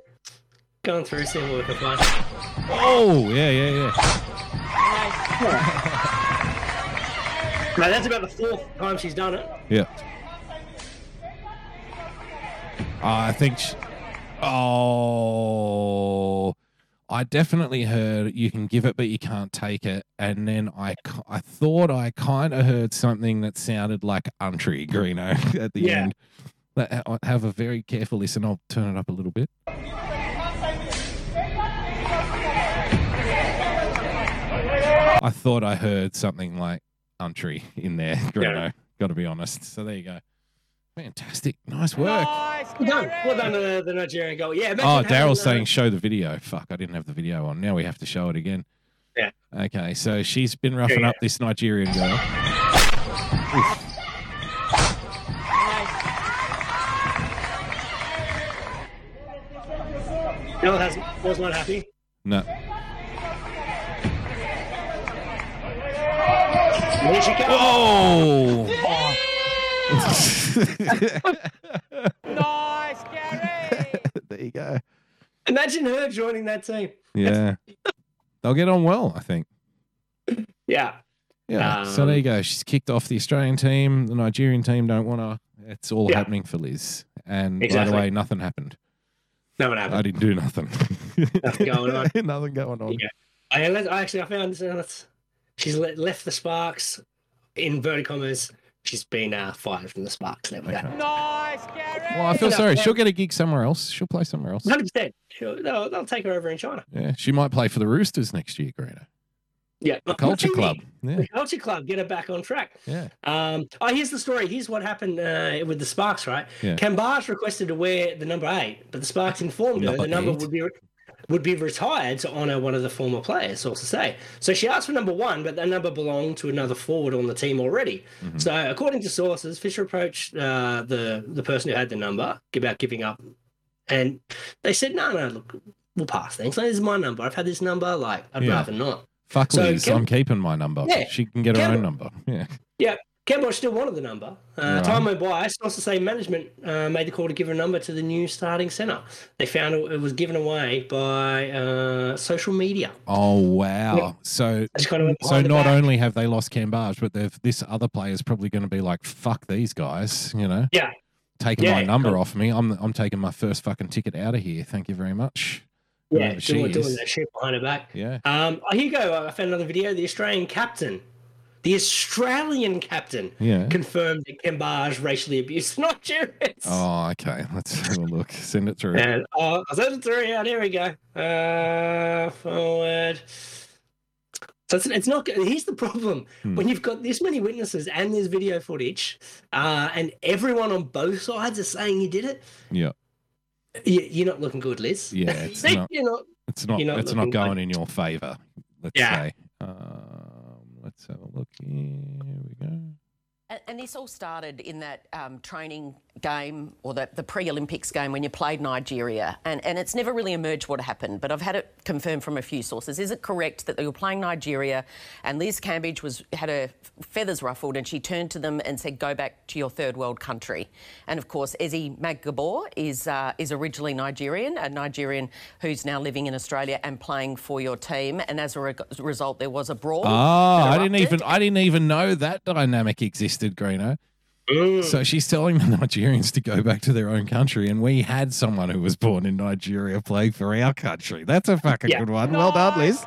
[SPEAKER 2] going through, seeing what we can find.
[SPEAKER 3] Oh yeah, yeah, yeah.
[SPEAKER 2] Now that's about the fourth time she's done it.
[SPEAKER 3] Yeah. Ah, I think. Sh- oh, I definitely heard you can give it, but you can't take it. And then I, ki- I thought I kind of heard something that sounded like untree Greeno at the
[SPEAKER 2] Yeah.
[SPEAKER 3] end. Let- ha- Have a very careful listen. I'll turn it up a little bit. I thought I heard something like untree in there, Greeno. Got to be honest. So there you go. Fantastic. Nice work.
[SPEAKER 5] Nice
[SPEAKER 2] Well done. Well done
[SPEAKER 5] carry.
[SPEAKER 2] to the Nigerian goal. Yeah. imagine
[SPEAKER 3] Oh,
[SPEAKER 2] having
[SPEAKER 3] Daryl's
[SPEAKER 2] the-
[SPEAKER 3] saying show the video. Fuck, I didn't have the video on. Now we have to show it again.
[SPEAKER 2] Yeah.
[SPEAKER 3] Okay, so she's been roughing
[SPEAKER 2] yeah.
[SPEAKER 3] up this Nigerian girl.
[SPEAKER 2] Darryl has was not happy.
[SPEAKER 3] No.
[SPEAKER 2] Here she comes.
[SPEAKER 3] Oh!
[SPEAKER 5] Nice carry.
[SPEAKER 3] there you go.
[SPEAKER 2] Imagine her joining that team.
[SPEAKER 3] Yeah. They'll get on well, I think.
[SPEAKER 2] Yeah.
[SPEAKER 3] Yeah. so there
[SPEAKER 2] Um,
[SPEAKER 3] you go. She's kicked off the Australian team. The Nigerian team don't want her. It's all
[SPEAKER 2] Yeah.
[SPEAKER 3] happening for Liz. And by the
[SPEAKER 2] Exactly.
[SPEAKER 3] way, nothing happened.
[SPEAKER 2] No one happened.
[SPEAKER 3] I didn't do nothing.
[SPEAKER 2] Nothing going on.
[SPEAKER 3] nothing going on.
[SPEAKER 2] Yeah. I, I actually I found this. uh, that's- She's le- left the Sparks in inverted commas. She's been uh, fired from the Sparks. There we go.
[SPEAKER 3] Okay.
[SPEAKER 5] Nice carry.
[SPEAKER 3] Well, I feel
[SPEAKER 2] Yeah.
[SPEAKER 3] sorry. She'll get a gig somewhere else. She'll play somewhere else.
[SPEAKER 2] Hundred percent. They'll, they'll take her over in China.
[SPEAKER 3] Yeah, she might play for the Roosters next year, Greta.
[SPEAKER 2] Yeah.
[SPEAKER 3] The Culture Club. Yeah,
[SPEAKER 2] The Culture Club. Get her back on track.
[SPEAKER 3] yeah.
[SPEAKER 2] Um, oh, here's the story. Here's what happened uh, with the Sparks, right?
[SPEAKER 3] Yeah.
[SPEAKER 2] Cambage requested to wear the number eight, but the Sparks informed her
[SPEAKER 3] Number
[SPEAKER 2] the number
[SPEAKER 3] eight?
[SPEAKER 2] would be would be retired to honour one of the former players. Sources say. So she asked for number one, but that number belonged to another forward on the team already.
[SPEAKER 3] Mm-hmm.
[SPEAKER 2] So according to sources, Fisher approached uh, the the person who had the number about giving up, and they said, "No, no, look, we'll pass things. Like, this is my number. I've had this number. Like, I'd
[SPEAKER 3] Yeah.
[SPEAKER 2] rather not."
[SPEAKER 3] Fuck
[SPEAKER 2] So
[SPEAKER 3] Liz.
[SPEAKER 2] Cam-
[SPEAKER 3] I'm keeping my number.
[SPEAKER 2] Yeah,
[SPEAKER 3] She can get her
[SPEAKER 2] Cam-
[SPEAKER 3] own number. Yeah.
[SPEAKER 2] Yeah, Campbell still wanted the number. Uh,
[SPEAKER 3] Right.
[SPEAKER 2] Time went by. Sources say management uh, made the call to give a number to the new starting centre. They found it, it was given away by uh, social media.
[SPEAKER 3] Oh wow. So
[SPEAKER 2] It's kind of went
[SPEAKER 3] so
[SPEAKER 2] behind the
[SPEAKER 3] not
[SPEAKER 2] back.
[SPEAKER 3] only have they lost Cambage, but they've this other player's probably going to be like, "Fuck these guys," you know,
[SPEAKER 2] Yeah,
[SPEAKER 3] taking my
[SPEAKER 2] Yeah,
[SPEAKER 3] number
[SPEAKER 2] cool.
[SPEAKER 3] off me. I'm I'm taking my first fucking ticket out of here. Thank you very much.
[SPEAKER 2] yeah,
[SPEAKER 3] Whoever she
[SPEAKER 2] doing, doing
[SPEAKER 3] is.
[SPEAKER 2] that shit behind her back.
[SPEAKER 3] Yeah.
[SPEAKER 2] Um, oh, here you go. I found another video. The Australian captain, the Australian captain,
[SPEAKER 3] Yeah.
[SPEAKER 2] confirmed that Cambage racially abused Nigerians.
[SPEAKER 3] Oh, okay. Let's have a look. Send it through.
[SPEAKER 2] And uh, I said three out. Here we go. Uh, forward. So it's, it's not. good. Here's the problem:
[SPEAKER 3] Hmm.
[SPEAKER 2] when you've got this many witnesses and there's video footage, uh, and everyone on both sides are saying you did it,
[SPEAKER 3] Yeah.
[SPEAKER 2] you, you're not looking good, Liz.
[SPEAKER 3] Yeah, it's
[SPEAKER 2] Like,
[SPEAKER 3] not-
[SPEAKER 2] you're not.
[SPEAKER 3] It's not.
[SPEAKER 2] You're not
[SPEAKER 3] it's not
[SPEAKER 2] looking good.
[SPEAKER 3] going in your favour. Let's
[SPEAKER 2] Yeah.
[SPEAKER 3] say. Um, let's have a look. Here we go.
[SPEAKER 8] And, and this all started in that um, training game or the, the pre Olympics game when you played Nigeria. And, and it's never really emerged what happened, but I've had it confirmed from a few sources. Is it correct that they were playing Nigeria and Liz Cambridge was, had her feathers ruffled and she turned to them and said, Go back to your third world country? And of course, Ezi Magbagor is, uh, is originally Nigerian, a Nigerian who's now living in Australia and playing for your team. And as a re- result, there was a brawl.
[SPEAKER 3] Oh, I didn't
[SPEAKER 8] erupted.
[SPEAKER 3] even. I didn't even know that dynamic existed, Greeno. So she's telling the Nigerians to go back to their own country, and we had someone who was born in Nigeria playing for our country. That's a fucking
[SPEAKER 2] Yeah.
[SPEAKER 3] good one. Well done, Liz.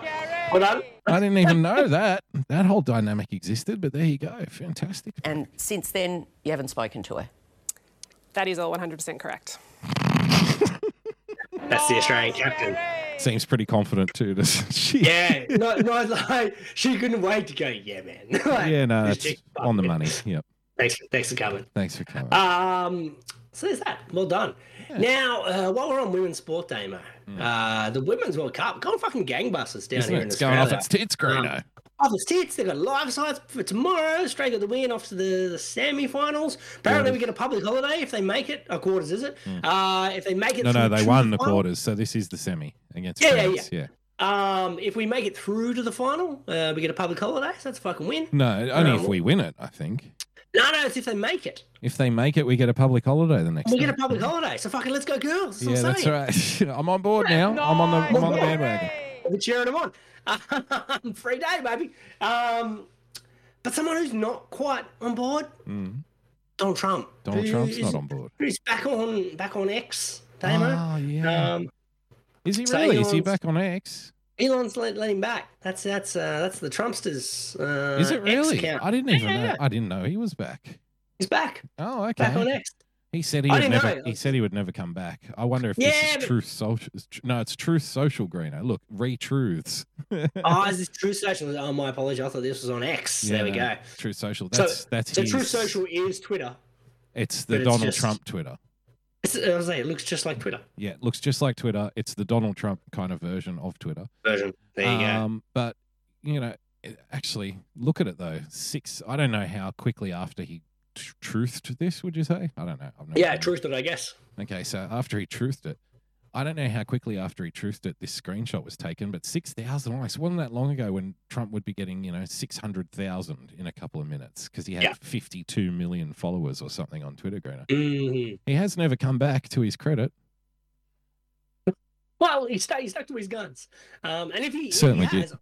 [SPEAKER 2] Well done.
[SPEAKER 3] I didn't even know that that whole dynamic existed, but there you go. Fantastic.
[SPEAKER 8] And since then, you haven't spoken to her.
[SPEAKER 9] That is all 100% correct.
[SPEAKER 2] That's the Australian captain.
[SPEAKER 3] Seems pretty confident too. doesn't she?
[SPEAKER 2] Yeah, no, no, like she couldn't wait to go. Yeah, man. Like,
[SPEAKER 3] Yeah, no,
[SPEAKER 2] this
[SPEAKER 3] it's
[SPEAKER 2] chick-
[SPEAKER 3] on the money. Yep.
[SPEAKER 2] Thanks, thanks for coming.
[SPEAKER 3] Thanks for coming.
[SPEAKER 2] Um, so there's that. Well done. Now, uh, while we're on women's sport, Damo, uh, the women's World Cup going fucking gangbusters down
[SPEAKER 3] Mm. Isn't
[SPEAKER 2] here
[SPEAKER 3] it?
[SPEAKER 2] in
[SPEAKER 3] It's going
[SPEAKER 2] Australia.
[SPEAKER 3] off its tits,
[SPEAKER 2] Um,
[SPEAKER 3] Greeno.
[SPEAKER 2] off its tits. They got live sites for tomorrow. Australia got the win off to the, the semi-finals. Apparently, we get a public holiday if they make it. A quarters, is it? Uh, if they make it,
[SPEAKER 3] Mm. No, no,
[SPEAKER 2] through
[SPEAKER 3] they
[SPEAKER 2] to
[SPEAKER 3] won the
[SPEAKER 2] final-
[SPEAKER 3] quarters, so this is the semi against
[SPEAKER 2] Yeah, yeah,
[SPEAKER 3] France. Yeah.
[SPEAKER 2] Um, if we make it through to the final, uh, we get a public holiday. So that's a fucking win.
[SPEAKER 3] No, only
[SPEAKER 2] No.
[SPEAKER 3] if we win it, I think.
[SPEAKER 2] No, no, it's if they make it.
[SPEAKER 3] If they make it, we get a public holiday the next.
[SPEAKER 2] We get a
[SPEAKER 3] time.
[SPEAKER 2] public holiday. So fucking let's go, girls. That's
[SPEAKER 3] Yeah,
[SPEAKER 2] what I'm
[SPEAKER 3] that's
[SPEAKER 2] saying.
[SPEAKER 3] right. I'm on board now. I'm on the I'm on the bandwagon.
[SPEAKER 2] We're cheering them on. Free day, baby. Um, but someone who's not quite on board, Donald Trump.
[SPEAKER 3] Mm, Donald
[SPEAKER 2] who
[SPEAKER 3] Trump's
[SPEAKER 2] is-
[SPEAKER 3] not on board.
[SPEAKER 2] Who's back on back on X, Damo?
[SPEAKER 3] Oh yeah.
[SPEAKER 2] Um,
[SPEAKER 3] is he
[SPEAKER 2] so
[SPEAKER 3] really? Is he
[SPEAKER 2] Elon's-
[SPEAKER 3] back on X?
[SPEAKER 2] Elon's let, let him back. That's that's uh, that's the Trumpsters. Uh,
[SPEAKER 3] Is it
[SPEAKER 2] X
[SPEAKER 3] really?
[SPEAKER 2] account.
[SPEAKER 3] I didn't even
[SPEAKER 2] yeah,
[SPEAKER 3] know.
[SPEAKER 2] yeah.
[SPEAKER 3] I didn't know he was back.
[SPEAKER 2] He's back.
[SPEAKER 3] Oh, okay.
[SPEAKER 2] Back on X.
[SPEAKER 3] He said he
[SPEAKER 2] I
[SPEAKER 3] would
[SPEAKER 2] didn't
[SPEAKER 3] never.
[SPEAKER 2] know.
[SPEAKER 3] He said he would never come back. I wonder if this
[SPEAKER 2] Yeah,
[SPEAKER 3] is
[SPEAKER 2] but-
[SPEAKER 3] truth social. is tr- No, it's truth social. Greeno, look, retruths.
[SPEAKER 2] Oh, is this True Social? Oh, my apology. I thought this was on X. there we
[SPEAKER 3] Yeah,
[SPEAKER 2] go.
[SPEAKER 3] Truth social. That's
[SPEAKER 2] so,
[SPEAKER 3] that's
[SPEAKER 2] so True
[SPEAKER 3] his-
[SPEAKER 2] Social is Twitter.
[SPEAKER 3] It's the
[SPEAKER 2] but it's
[SPEAKER 3] Donald
[SPEAKER 2] just-
[SPEAKER 3] Trump Twitter.
[SPEAKER 2] It's, I was like, it looks just like Twitter
[SPEAKER 3] Yeah, it looks just like Twitter. It's the Donald Trump kind of version of Twitter.
[SPEAKER 2] version. There you go.
[SPEAKER 3] Um, but you know, it- actually, look at it though. Six. I don't know how quickly after he tr- truthed this. Would you say? I don't know. I've never
[SPEAKER 2] Yeah,
[SPEAKER 3] been-
[SPEAKER 2] truth it, I guess.
[SPEAKER 3] Okay, so after he truthed it, I don't know how quickly after he truthed it this screenshot was taken, but 6,000 likes. Wasn't that long ago when Trump would be getting, you know, 600,000 in a couple of minutes because he had
[SPEAKER 2] Yeah.
[SPEAKER 3] 52 million followers or something on Twitter, Greener.
[SPEAKER 2] hmm
[SPEAKER 3] He has never come back to his credit.
[SPEAKER 2] Well, he stuck, he stuck to his guns. Um, and if he if he
[SPEAKER 3] Certainly did.
[SPEAKER 2] has,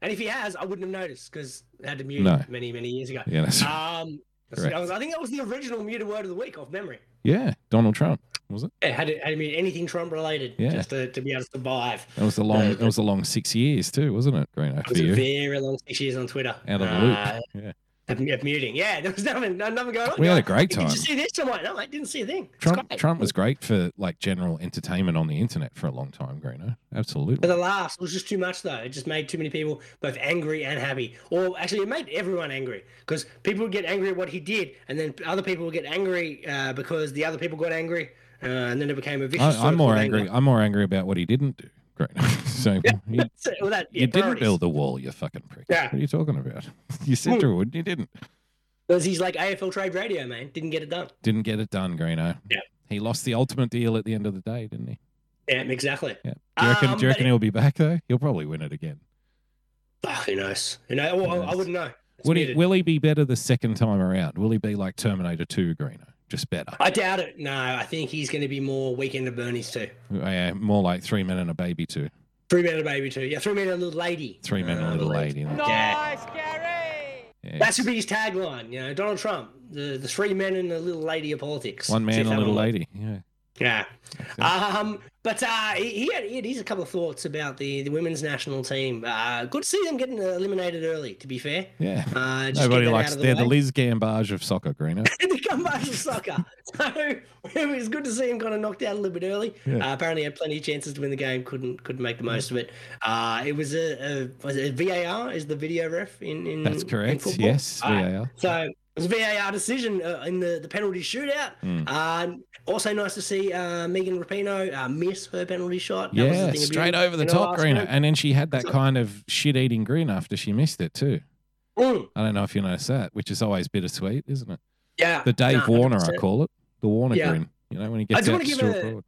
[SPEAKER 2] and if he has, I wouldn't have noticed because I had to mute
[SPEAKER 3] No.
[SPEAKER 2] many many years ago.
[SPEAKER 3] Yeah, that's,
[SPEAKER 2] Um, so
[SPEAKER 3] Correct.
[SPEAKER 2] that was- I think that was the original muted word of the week off memory.
[SPEAKER 3] yeah, Donald Trump, was it?
[SPEAKER 2] It had to, had to mute anything Trump related
[SPEAKER 3] Yeah.
[SPEAKER 2] just to, to be able to survive.
[SPEAKER 3] That was the long, that was the long six years too, wasn't it, Greener,
[SPEAKER 2] It
[SPEAKER 3] for
[SPEAKER 2] was a
[SPEAKER 3] you?
[SPEAKER 2] very long six years on Twitter.
[SPEAKER 3] Out of the loop.
[SPEAKER 2] uh,
[SPEAKER 3] Yeah.
[SPEAKER 2] of, of muting. Yeah, there was nothing, no- nothing going on.
[SPEAKER 3] We had a
[SPEAKER 2] Like,
[SPEAKER 3] great
[SPEAKER 2] Did
[SPEAKER 3] time.
[SPEAKER 2] you see this? I'm like, no, I didn't see a thing. It's
[SPEAKER 3] Trump,
[SPEAKER 2] great.
[SPEAKER 3] Trump was great for like general entertainment on the internet for a long time, Greener. Absolutely.
[SPEAKER 2] But the last was just too much, though. It just made too many people both angry and happy. Or actually, it made everyone angry because people would get angry at what he did, and then other people would get angry uh, because the other people got angry, uh, and then it became a vicious.
[SPEAKER 3] I,
[SPEAKER 2] circle
[SPEAKER 3] I'm more
[SPEAKER 2] of
[SPEAKER 3] angry.
[SPEAKER 2] anger.
[SPEAKER 3] I'm more angry about what he didn't do. Great. so you,
[SPEAKER 2] So, well, that, yeah,
[SPEAKER 3] you didn't
[SPEAKER 2] priorities.
[SPEAKER 3] build the wall, you fucking prick.
[SPEAKER 2] Yeah. Hmm.
[SPEAKER 3] What are you talking about? You said you would. You didn't.
[SPEAKER 2] Because he's like AFL trade radio, man. Didn't get it done.
[SPEAKER 3] Didn't get it done, Greeno.
[SPEAKER 2] Yeah.
[SPEAKER 3] He lost the ultimate deal at the end of the day, didn't he?
[SPEAKER 2] Yeah, exactly.
[SPEAKER 3] Yeah. Do you reckon,
[SPEAKER 2] Um,
[SPEAKER 3] do
[SPEAKER 2] but
[SPEAKER 3] you reckon
[SPEAKER 2] it-
[SPEAKER 3] he'll be back though? He'll probably win it again.
[SPEAKER 2] Oh, who knows? You know, well, I, I
[SPEAKER 3] knows?
[SPEAKER 2] wouldn't know. It's
[SPEAKER 3] Would he,
[SPEAKER 2] muted.
[SPEAKER 3] will he be better the second time around? Will he be like Terminator Two, Greeno? Just better.
[SPEAKER 2] I doubt it. No, I think he's going to be more weekend of Bernie's too.
[SPEAKER 3] Uh, yeah, more like Three Men and a Baby Two.
[SPEAKER 2] Three men and a baby too. Yeah, three men and a little lady.
[SPEAKER 3] Three Men and
[SPEAKER 2] Uh,
[SPEAKER 3] a Little Lady.
[SPEAKER 5] Nice, Gary.
[SPEAKER 3] Yeah.
[SPEAKER 2] That should be his tagline, you know, Donald Trump, the, the three men and the little lady of politics.
[SPEAKER 3] One
[SPEAKER 2] See
[SPEAKER 3] man,
[SPEAKER 2] if
[SPEAKER 3] a
[SPEAKER 2] that
[SPEAKER 3] little
[SPEAKER 2] one-
[SPEAKER 3] lady. Yeah.
[SPEAKER 2] Yeah. Um, but uh, he, he, had, he had his couple of thoughts about the, the women's national team. Uh, good to see them getting eliminated early, to be fair.
[SPEAKER 3] Yeah.
[SPEAKER 2] Uh, just
[SPEAKER 3] Nobody
[SPEAKER 2] get that
[SPEAKER 3] likes.
[SPEAKER 2] out of
[SPEAKER 3] they're
[SPEAKER 2] the
[SPEAKER 3] the
[SPEAKER 2] way.
[SPEAKER 3] Liz Gambage of soccer, Greeno.
[SPEAKER 2] the commercial soccer. So it was good to see him kind of knocked out a little bit early.
[SPEAKER 3] Yeah.
[SPEAKER 2] Uh, apparently had plenty of chances to win the game, couldn't couldn't make the most of it. Uh, it was a, a, was it VAR is the video ref in, in
[SPEAKER 3] That's
[SPEAKER 2] in
[SPEAKER 3] correct,
[SPEAKER 2] football?
[SPEAKER 3] yes,
[SPEAKER 2] All right.
[SPEAKER 3] VAR.
[SPEAKER 2] So it was a VAR decision uh, in the, the penalty shootout.
[SPEAKER 3] Hmm.
[SPEAKER 2] Uh, also nice to see uh, Megan Rapinoe uh, miss her penalty shot. That was the
[SPEAKER 3] Yeah,
[SPEAKER 2] thing of
[SPEAKER 3] straight
[SPEAKER 2] beauty
[SPEAKER 3] over the
[SPEAKER 2] in her
[SPEAKER 3] top,
[SPEAKER 2] last
[SPEAKER 3] Greener.
[SPEAKER 2] minute.
[SPEAKER 3] And then she had that kind of shit eating grin after she missed it, too.
[SPEAKER 2] Mm,
[SPEAKER 3] I don't know if you noticed that, which is always bittersweet, isn't it?
[SPEAKER 2] yeah,
[SPEAKER 3] The Dave
[SPEAKER 2] nah,
[SPEAKER 3] Warner,
[SPEAKER 2] 100%.
[SPEAKER 3] I call it. The Warner
[SPEAKER 2] Yeah.
[SPEAKER 3] grin. You know, when he
[SPEAKER 2] I
[SPEAKER 3] gets
[SPEAKER 2] do
[SPEAKER 3] out
[SPEAKER 2] wanna
[SPEAKER 3] to
[SPEAKER 2] give
[SPEAKER 3] straw
[SPEAKER 2] a-
[SPEAKER 3] forward.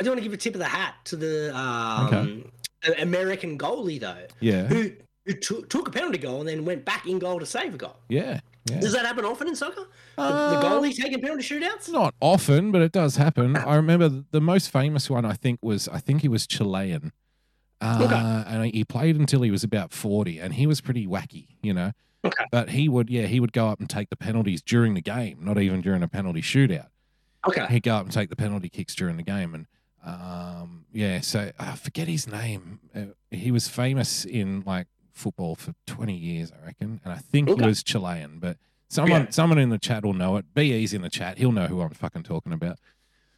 [SPEAKER 2] I do want to give a tip of the hat to the um, a- American goalie though,
[SPEAKER 3] Yeah.
[SPEAKER 2] who who took took a penalty goal and then went back in goal to save a goal.
[SPEAKER 3] Yeah. Yeah.
[SPEAKER 2] Does that happen often in soccer? The, the
[SPEAKER 3] Um,
[SPEAKER 2] goalie taking penalty shootouts?
[SPEAKER 3] It's not often, but it does happen.
[SPEAKER 2] Ah.
[SPEAKER 3] I remember th- the most famous one, I think, was I think he was Chilean. Uh, And he played until he was about 40, and he was pretty wacky, you know.
[SPEAKER 2] Okay.
[SPEAKER 3] But he would, yeah, he would go up and take the penalties during the game, not even during a penalty shootout.
[SPEAKER 2] Okay.
[SPEAKER 3] He'd go up and take the penalty kicks during the game, and um, yeah, so I forget his name. Uh, he was famous in like football for twenty years, I reckon, and I think
[SPEAKER 2] Okay.
[SPEAKER 3] he was Chilean. But someone,
[SPEAKER 2] Yeah.
[SPEAKER 3] someone in the chat will know it. Be's in the chat; he'll know who I'm fucking talking about.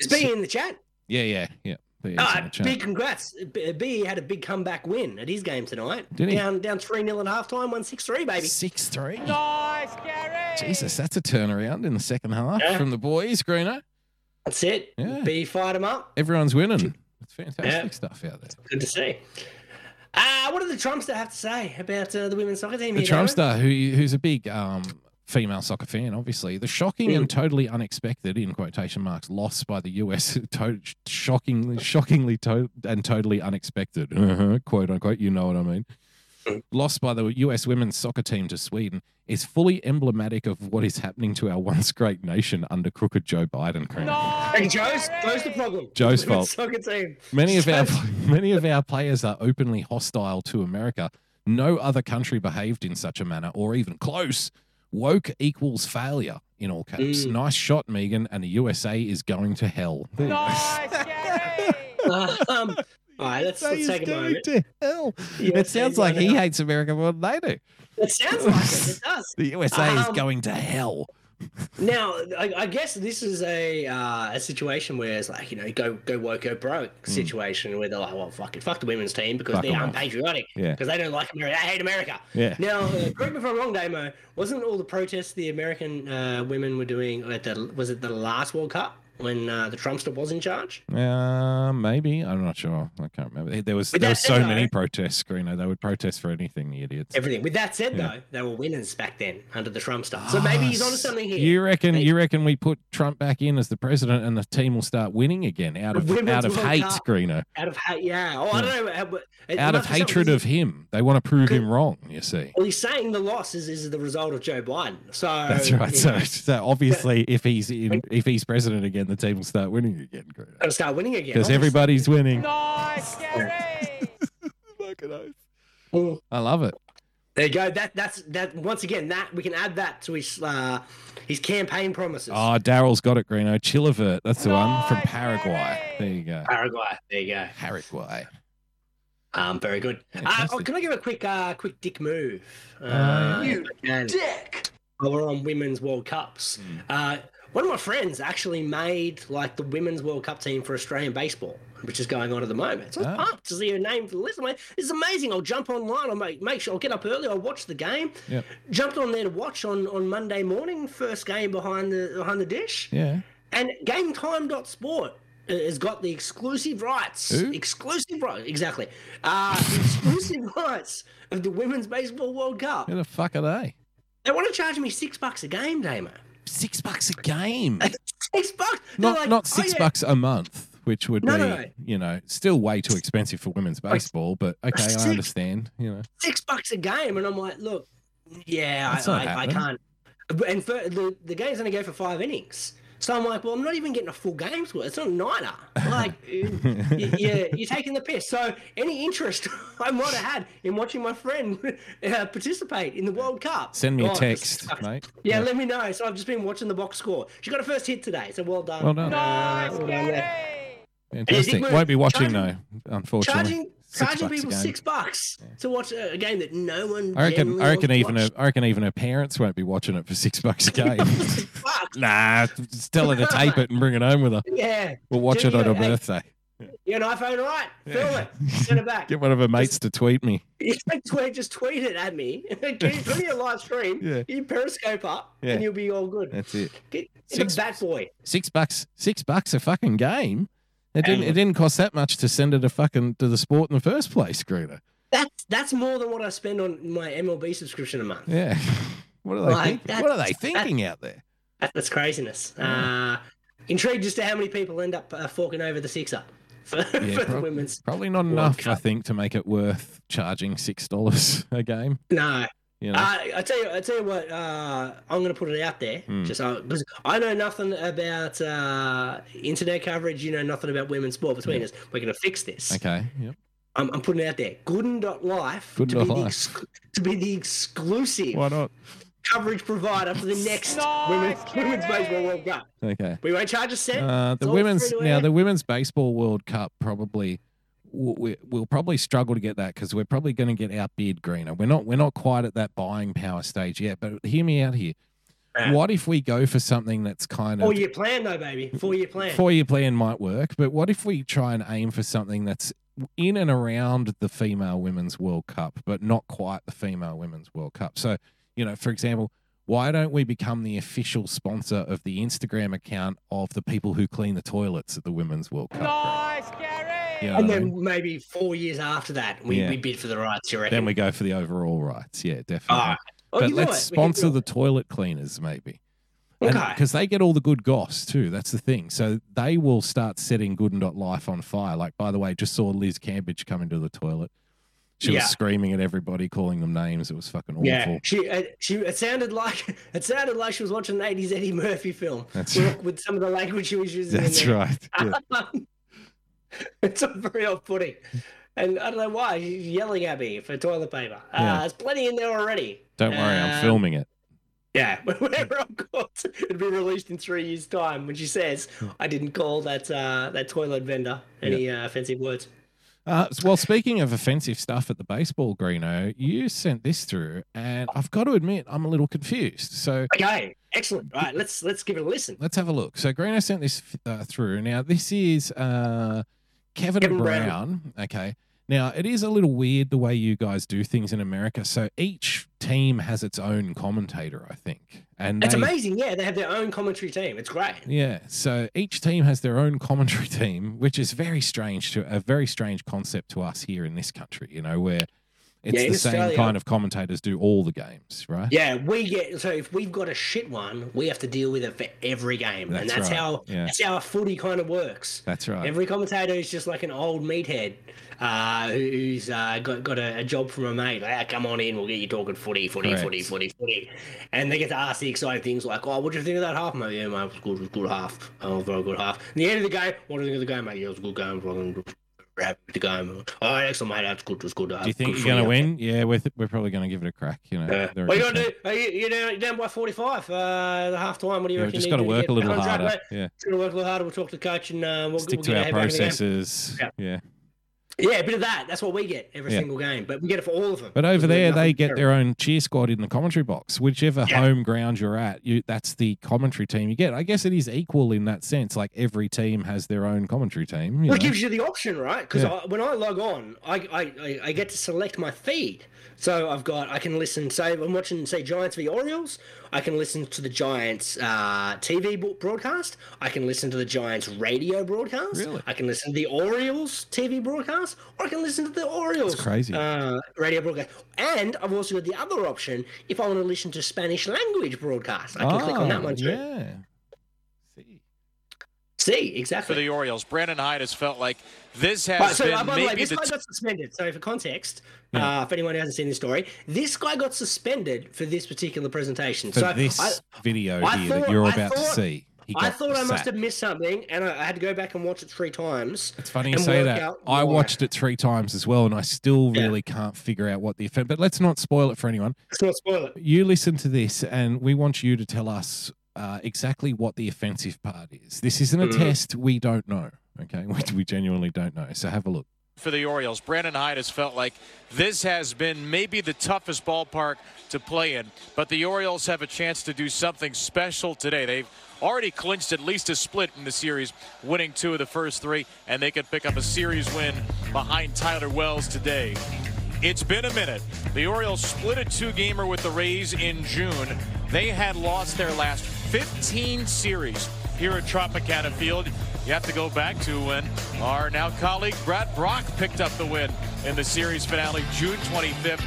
[SPEAKER 2] Is B in the chat?
[SPEAKER 3] Yeah, yeah, yeah. Be's in
[SPEAKER 2] Ah,
[SPEAKER 3] the chat.
[SPEAKER 2] big congrats. B B had a big comeback win at his game tonight.
[SPEAKER 3] Did he?
[SPEAKER 2] Down down 3 0 at halftime, won 6 3, baby.
[SPEAKER 3] Six three.
[SPEAKER 5] Nice, Gary.
[SPEAKER 3] Jesus, that's a turnaround in the second half
[SPEAKER 2] Yeah.
[SPEAKER 3] from the boys, Greener.
[SPEAKER 2] That's it.
[SPEAKER 3] Yeah.
[SPEAKER 2] B fired him up.
[SPEAKER 3] Everyone's winning. It's fantastic
[SPEAKER 2] Yeah.
[SPEAKER 3] stuff out there.
[SPEAKER 2] Good to see. Uh, what do the Trumpster have to say about uh, the women's soccer team?
[SPEAKER 3] The
[SPEAKER 2] here, Darren?
[SPEAKER 3] Trumpster, who who's a big um, female soccer fan, obviously, the shocking and totally unexpected in quotation marks loss by the US, to- shockingly, shockingly, to- and totally unexpected, uh-huh, quote unquote. You know what I mean. Lost by the US women's soccer team to Sweden is fully emblematic of what is happening to our once great nation under crooked Joe Biden. Kramer.
[SPEAKER 2] Hey, Joe's, Joe's the problem.
[SPEAKER 3] Joe's
[SPEAKER 2] The women's
[SPEAKER 3] fault.
[SPEAKER 2] Soccer team.
[SPEAKER 3] Many of our
[SPEAKER 2] Joe's-
[SPEAKER 3] many of our players are openly hostile to America. No other country behaved in such a manner, or even close. Woke equals failure in all caps.
[SPEAKER 2] Mm.
[SPEAKER 3] Nice shot, Megan, and the USA is going to hell. There you go.
[SPEAKER 5] Nice, Gary.
[SPEAKER 2] um, all right, let's, let's
[SPEAKER 3] USA
[SPEAKER 2] take
[SPEAKER 3] is
[SPEAKER 2] a
[SPEAKER 3] going
[SPEAKER 2] moment.
[SPEAKER 3] to hell.
[SPEAKER 2] USA
[SPEAKER 3] it
[SPEAKER 2] is
[SPEAKER 3] sounds like
[SPEAKER 2] going
[SPEAKER 3] he
[SPEAKER 2] to
[SPEAKER 3] hates America more than they do.
[SPEAKER 2] It sounds like it. It does.
[SPEAKER 3] The USA is
[SPEAKER 2] Um,
[SPEAKER 3] going to hell.
[SPEAKER 2] Now, I, I guess this is a uh, a situation where it's like you know go go woke go broke situation where they're like, well, fuck it, fuck the women's team because
[SPEAKER 3] Hmm. Fuck
[SPEAKER 2] they're
[SPEAKER 3] 'em off.
[SPEAKER 2] unpatriotic,
[SPEAKER 3] Yeah.
[SPEAKER 2] because they don't like America, they hate America.
[SPEAKER 3] Yeah.
[SPEAKER 2] Now, uh, correct me if I'm wrong, Damo. Wasn't all the protests the American uh, women were doing at the was it the last World Cup when uh, the Trumpster was in charge?
[SPEAKER 3] Uh, maybe I'm not sure. I can't remember. There was
[SPEAKER 2] But
[SPEAKER 3] there were
[SPEAKER 2] that
[SPEAKER 3] so
[SPEAKER 2] said, though-
[SPEAKER 3] many protests, Greeno. They would protest for anything, the idiots.
[SPEAKER 2] Everything. With that said, though, they were winners back then under the Trumpster, so maybe he's onto
[SPEAKER 3] Us.
[SPEAKER 2] something here.
[SPEAKER 3] You reckon?
[SPEAKER 2] Hey.
[SPEAKER 3] You reckon we put Trump back in as the president, and the team will start winning again out of
[SPEAKER 2] Women's
[SPEAKER 3] out of
[SPEAKER 2] World
[SPEAKER 3] hate,
[SPEAKER 2] Cup.
[SPEAKER 3] Greener,
[SPEAKER 2] out of hate, yeah. Oh, I don't know. how- but it
[SPEAKER 3] out of
[SPEAKER 2] must be something-
[SPEAKER 3] hatred of him. They want to prove him wrong. You see,
[SPEAKER 2] Well, he's saying the loss is, is the result of Joe Biden. So
[SPEAKER 3] that's
[SPEAKER 2] you
[SPEAKER 3] right.
[SPEAKER 2] know,
[SPEAKER 3] So, so obviously, if he's in, if he's president again, the team will start winning again, Greener,
[SPEAKER 2] gotta start winning again.
[SPEAKER 3] because
[SPEAKER 2] obviously.
[SPEAKER 3] everybody's winning.
[SPEAKER 5] Nice, Gary.
[SPEAKER 3] Fucking oath.
[SPEAKER 2] Mm.
[SPEAKER 3] I love it.
[SPEAKER 2] There you go. That that's that. Once again, that we can add that to his uh, his campaign promises.
[SPEAKER 3] Oh, Daryl's got it, Greeno. Chilivert, that's the one from
[SPEAKER 5] Nice,
[SPEAKER 3] Paraguay.
[SPEAKER 5] Harry.
[SPEAKER 3] There you go.
[SPEAKER 2] Paraguay. There you go.
[SPEAKER 3] Paraguay.
[SPEAKER 2] Um, very good. Uh,
[SPEAKER 3] Fantastic.
[SPEAKER 2] oh, can I give a quick uh, quick dick move? Uh,
[SPEAKER 3] Uh,
[SPEAKER 2] you dick. While we're on women's World Cups.
[SPEAKER 3] Hmm.
[SPEAKER 2] Uh, one of my friends actually made like the women's World Cup team for Australian baseball, which is going on at the moment. So I was
[SPEAKER 3] Ah.
[SPEAKER 2] pumped to see her name for the list. I'm like, this is amazing. I'll jump online. I'll make, make sure I'll get up early. I'll watch the game.
[SPEAKER 3] Yep.
[SPEAKER 2] Jumped on there to watch on, on Monday morning, first game behind the behind the dish.
[SPEAKER 3] Yeah.
[SPEAKER 2] And GameTime.sport has got the exclusive rights.
[SPEAKER 3] Who?
[SPEAKER 2] Exclusive rights, exactly. Uh, exclusive rights of the Women's Baseball World Cup.
[SPEAKER 3] Who the fuck are they?
[SPEAKER 2] They want to charge me six bucks a game, Damo.
[SPEAKER 3] Six bucks a game.
[SPEAKER 2] Six bucks? They're
[SPEAKER 3] not
[SPEAKER 2] like,
[SPEAKER 3] not
[SPEAKER 2] "Oh,
[SPEAKER 3] six
[SPEAKER 2] yeah."
[SPEAKER 3] bucks a month, which would
[SPEAKER 2] No,
[SPEAKER 3] be
[SPEAKER 2] no, no.
[SPEAKER 3] you know still way too expensive for women's baseball. But okay,
[SPEAKER 2] Six.
[SPEAKER 3] I understand. You know,
[SPEAKER 2] Six bucks a game. And I'm like, look, yeah,
[SPEAKER 3] That's
[SPEAKER 2] I,
[SPEAKER 3] not
[SPEAKER 2] I, I
[SPEAKER 3] happening.
[SPEAKER 2] can't. And for, the, the game's going to go for five innings. So I'm like, well, I'm not even getting a full game's worth. It's not a niner. Like, you, you, you're taking the piss. So any interest I might have had in watching my friend uh, participate in the World Cup,
[SPEAKER 3] send me a
[SPEAKER 2] gone for
[SPEAKER 3] text,
[SPEAKER 2] six bucks.
[SPEAKER 3] mate.
[SPEAKER 2] Yeah, let me know. So I've just been watching the box score. She got a first hit today, so well done.
[SPEAKER 3] Well done.
[SPEAKER 2] Uh, well done there.
[SPEAKER 5] Gary.
[SPEAKER 3] fantastic.
[SPEAKER 2] we're
[SPEAKER 3] Won't be watching
[SPEAKER 2] charging-
[SPEAKER 3] though, unfortunately.
[SPEAKER 2] Charging,
[SPEAKER 3] Six
[SPEAKER 2] charging
[SPEAKER 3] bucks a
[SPEAKER 2] people
[SPEAKER 3] game.
[SPEAKER 2] six bucks to watch a, a game that no one.
[SPEAKER 3] I reckon.
[SPEAKER 2] generally
[SPEAKER 3] I reckon
[SPEAKER 2] wants to
[SPEAKER 3] even. Her,
[SPEAKER 2] watch.
[SPEAKER 3] I reckon even her parents won't be watching it for six bucks a game.
[SPEAKER 2] Six bucks.
[SPEAKER 3] nah, just tell her to tape it and bring it home with her.
[SPEAKER 2] Yeah,
[SPEAKER 3] We'll watch
[SPEAKER 2] Dude,
[SPEAKER 3] it on
[SPEAKER 2] you
[SPEAKER 3] her
[SPEAKER 2] know, hey,
[SPEAKER 3] birthday.
[SPEAKER 2] you got an iPhone, all right? Film it. Send it back.
[SPEAKER 3] Get one of her mates to tweet me.
[SPEAKER 2] Yeah, tweet, just tweet it at me. Can you put me a live stream?
[SPEAKER 3] Yeah.
[SPEAKER 2] You periscope up,
[SPEAKER 3] Yeah.
[SPEAKER 2] and you'll be all good.
[SPEAKER 3] That's it.
[SPEAKER 2] Get, get
[SPEAKER 3] Six-
[SPEAKER 2] a bat boy.
[SPEAKER 3] six bucks six bucks a fucking game. It didn't it
[SPEAKER 2] And-
[SPEAKER 3] didn't cost that much to send it to fucking to the sport in the first place, Greta.
[SPEAKER 2] That's that's more than what I spend on my MLB subscription a month.
[SPEAKER 3] Yeah. What are they
[SPEAKER 2] Like,
[SPEAKER 3] thinking? What are they
[SPEAKER 2] that's- that-
[SPEAKER 3] thinking out there?
[SPEAKER 2] That, that's craziness. Uh, intrigued as to how many people end up uh, forking over the sixer for,
[SPEAKER 3] Yeah,
[SPEAKER 2] for
[SPEAKER 3] prob-
[SPEAKER 2] the women's.
[SPEAKER 3] probably not enough, I think, to make it worth charging six dollars a game.
[SPEAKER 2] No,
[SPEAKER 3] You know,
[SPEAKER 2] uh, I tell you, I tell you what. Uh, I'm going to put it out there,
[SPEAKER 3] Hmm.
[SPEAKER 2] just because I know nothing about uh, internet coverage. You know nothing about women's sport. Between us, we're going to fix this.
[SPEAKER 3] okay, yep.
[SPEAKER 2] I'm, I'm putting it out there. Gooden.life
[SPEAKER 3] Gooden
[SPEAKER 2] to, be
[SPEAKER 3] dot
[SPEAKER 2] the
[SPEAKER 3] life.
[SPEAKER 2] exclu- to be the exclusive
[SPEAKER 3] Why not?
[SPEAKER 2] coverage provider for the next
[SPEAKER 5] Nice,
[SPEAKER 2] women's, women's
[SPEAKER 5] Gary.
[SPEAKER 2] baseball World Cup.
[SPEAKER 3] Okay.
[SPEAKER 2] We won't charge a cent.
[SPEAKER 3] Uh, the
[SPEAKER 2] It's all
[SPEAKER 3] women's
[SPEAKER 2] free to
[SPEAKER 3] now
[SPEAKER 2] air.
[SPEAKER 3] the women's baseball World Cup probably w- we, we'll probably struggle to get that because we're probably going to get outbid greener. We're not we're not quite at that buying power stage yet. But hear me out here.
[SPEAKER 2] Yeah.
[SPEAKER 3] What if we go for something that's kind of
[SPEAKER 2] Four year plan, though, baby. Four year plan.
[SPEAKER 3] four year plan might work, but what if we try and aim for something that's in and around the female women's World Cup, but not quite the female women's World Cup? So, you know, for example, why don't we become the official sponsor of the Instagram account of the people who clean the toilets at the women's World Cup? right?
[SPEAKER 5] Nice, Gary.
[SPEAKER 3] You know
[SPEAKER 2] and
[SPEAKER 3] what I mean?
[SPEAKER 2] then maybe four years after that, we,
[SPEAKER 3] Yeah.
[SPEAKER 2] we bid for the rights. You reckon?
[SPEAKER 3] then we go for the overall rights. Yeah, definitely.
[SPEAKER 2] Alright. Oh,
[SPEAKER 3] But
[SPEAKER 2] you know
[SPEAKER 3] let's
[SPEAKER 2] it. We can do
[SPEAKER 3] sponsor
[SPEAKER 2] it.
[SPEAKER 3] the toilet cleaners, maybe.
[SPEAKER 2] Okay.
[SPEAKER 3] Because they get all the good goss too. That's the thing. So they will start setting Good and Dot Life on fire. Like, by the way, just saw Liz Cambridge come into the toilet. She
[SPEAKER 2] Yeah.
[SPEAKER 3] was screaming at everybody, calling them names. It was fucking awful.
[SPEAKER 2] Yeah, she uh, she it sounded like it sounded like she was watching an '80s Eddie Murphy film
[SPEAKER 3] That's
[SPEAKER 2] with,
[SPEAKER 3] right.
[SPEAKER 2] with some of the language she was using.
[SPEAKER 3] That's
[SPEAKER 2] in there.
[SPEAKER 3] right. Yeah.
[SPEAKER 2] it's all very off-putting, and I don't know why she's yelling at me for toilet paper.
[SPEAKER 3] Yeah.
[SPEAKER 2] Uh, there's plenty in there already.
[SPEAKER 3] Don't worry, I'm
[SPEAKER 2] Um,
[SPEAKER 3] filming it.
[SPEAKER 2] Yeah, whenever I'm caught, it'll be released in three years' time when she says, "I didn't call that uh, that toilet vendor any uh, offensive words."
[SPEAKER 3] Uh, s- well, speaking of offensive stuff at the baseball, Greeno, you sent this through, and I've got to admit, I'm a little confused. So
[SPEAKER 2] Okay, excellent. All right, let's let's give it a listen.
[SPEAKER 3] Let's have a look. So Greeno sent this uh, through. Now this is uh, Kevin,
[SPEAKER 2] Kevin
[SPEAKER 3] Brown.
[SPEAKER 2] Brown.
[SPEAKER 3] Okay. Now it is a little weird the way you guys do things in America. So each team has its own commentator, I think, and
[SPEAKER 2] It's
[SPEAKER 3] they-
[SPEAKER 2] amazing. Yeah, they have their own commentary team. It's great.
[SPEAKER 3] Yeah. So each team has their own commentary team, which is very strange to a very strange concept to us here in this country. You know where. It's
[SPEAKER 2] Yeah, in
[SPEAKER 3] the same
[SPEAKER 2] Australia-
[SPEAKER 3] kind of commentators do all the games, right?
[SPEAKER 2] Yeah, we get so if we've got a shit one, we have to deal with it for every game, and
[SPEAKER 3] That's
[SPEAKER 2] that's
[SPEAKER 3] right,
[SPEAKER 2] how
[SPEAKER 3] yeah.
[SPEAKER 2] that's how a footy kind of works.
[SPEAKER 3] That's right.
[SPEAKER 2] Every commentator is just like an old meathead uh, who- who's uh, got got a, a job from a mate. Like, ah, come on in, we'll get you talking footy, footy,
[SPEAKER 3] Correct.
[SPEAKER 2] footy, footy, footy, and they get to ask the exciting things like, "Oh, what do you think of that half, mate? Yeah, mate, it was good, it was good half. Oh, very good half." And the end of the game, what do you think of the game, mate? Yeah, it was a good game. Very happy with the game. All right, excellent, mate. That's good. It was good.
[SPEAKER 3] Do you think you're going to win? Yeah, we're, th- we're probably going to give it a crack. You know,
[SPEAKER 2] Yeah.
[SPEAKER 3] They're a
[SPEAKER 2] What you
[SPEAKER 3] good
[SPEAKER 2] got
[SPEAKER 3] team.
[SPEAKER 2] to do? Are you, you're, down, you're down by 45 uh, the half time. What do you
[SPEAKER 3] Yeah, we've
[SPEAKER 2] reckon?
[SPEAKER 3] just
[SPEAKER 2] you
[SPEAKER 3] got to
[SPEAKER 2] do
[SPEAKER 3] work
[SPEAKER 2] get
[SPEAKER 3] a little
[SPEAKER 2] back on track,
[SPEAKER 3] harder.
[SPEAKER 2] mate?
[SPEAKER 3] Yeah.
[SPEAKER 2] Just gotta work a little harder. We'll talk to the coach and um, we'll
[SPEAKER 3] Stick
[SPEAKER 2] we'll
[SPEAKER 3] to
[SPEAKER 2] get
[SPEAKER 3] our
[SPEAKER 2] our back in the game.
[SPEAKER 3] processes.
[SPEAKER 2] Yeah.
[SPEAKER 3] Yeah.
[SPEAKER 2] Yeah, a bit of that. That's what we get every
[SPEAKER 3] Yeah.
[SPEAKER 2] single game, but we get it for all of them.
[SPEAKER 3] But over
[SPEAKER 2] Because we
[SPEAKER 3] there,
[SPEAKER 2] have
[SPEAKER 3] they
[SPEAKER 2] nothing
[SPEAKER 3] get their own cheer squad in the commentary box. Whichever
[SPEAKER 2] Yeah.
[SPEAKER 3] home ground you're at, you that's the commentary team you get. I guess it is equal in that sense. Like every team has their own commentary team. you
[SPEAKER 2] Well, it
[SPEAKER 3] know.
[SPEAKER 2] gives you the option, right? Because
[SPEAKER 3] Yeah.
[SPEAKER 2] when I log on, I, I, I, I get to select my feed. So I've got I can listen. Say I'm watching, say Giants v Orioles. I can listen to the Giants uh, TV bo- broadcast. I can listen to the Giants radio broadcast.
[SPEAKER 3] Really?
[SPEAKER 2] I can listen to the Orioles TV broadcast, or I can listen to the Orioles
[SPEAKER 3] crazy.
[SPEAKER 2] uh, radio broadcast. And I've also got the other option if I want to listen to Spanish language broadcast. I can click on
[SPEAKER 3] Ah,
[SPEAKER 2] that one too.
[SPEAKER 3] Yeah. See.
[SPEAKER 2] See exactly.
[SPEAKER 10] for the Orioles. Brandon Hyde has felt like this has
[SPEAKER 2] Right, so, uh,
[SPEAKER 10] been
[SPEAKER 2] by the way,
[SPEAKER 10] maybe
[SPEAKER 2] this
[SPEAKER 10] the Hmm.
[SPEAKER 2] guy got suspended. So, for context, uh, if anyone hasn't seen this story, this guy got suspended for this particular presentation.
[SPEAKER 3] For
[SPEAKER 2] so,
[SPEAKER 3] this
[SPEAKER 2] I,
[SPEAKER 3] video
[SPEAKER 2] I
[SPEAKER 3] here that
[SPEAKER 2] thought-
[SPEAKER 3] you're
[SPEAKER 2] I
[SPEAKER 3] about to
[SPEAKER 2] thought-
[SPEAKER 3] see, he
[SPEAKER 2] I
[SPEAKER 3] got
[SPEAKER 2] thought I must
[SPEAKER 3] sacked.
[SPEAKER 2] have missed something, and I, I had to go back and watch it three times.
[SPEAKER 3] It's funny you
[SPEAKER 2] and work
[SPEAKER 3] say that.
[SPEAKER 2] out why.
[SPEAKER 3] I watched it three times as well, and I still
[SPEAKER 2] Yeah.
[SPEAKER 3] really can't figure out what the offense. But let's not spoil it for anyone.
[SPEAKER 2] Let's not spoil it.
[SPEAKER 3] you listen to this and we want you to tell us uh, exactly what the offensive part is. This isn't a
[SPEAKER 2] Mhm.
[SPEAKER 3] test. We don't know. Okay. We, we genuinely don't know. So have a look.
[SPEAKER 10] for the Orioles. Brandon Hyde has felt like this has been maybe the toughest ballpark to play in, but the Orioles have a chance to do something special today. They've already clinched at least a split in the series, winning two of the first three, and they could pick up a series win behind Tyler Wells today. It's been a minute. The Orioles split a two gamer with the Rays in June. They had lost their last 15 series here at Tropicana Field. You have to go back to when our now colleague Brad Brock picked up the win in the series finale June 25th,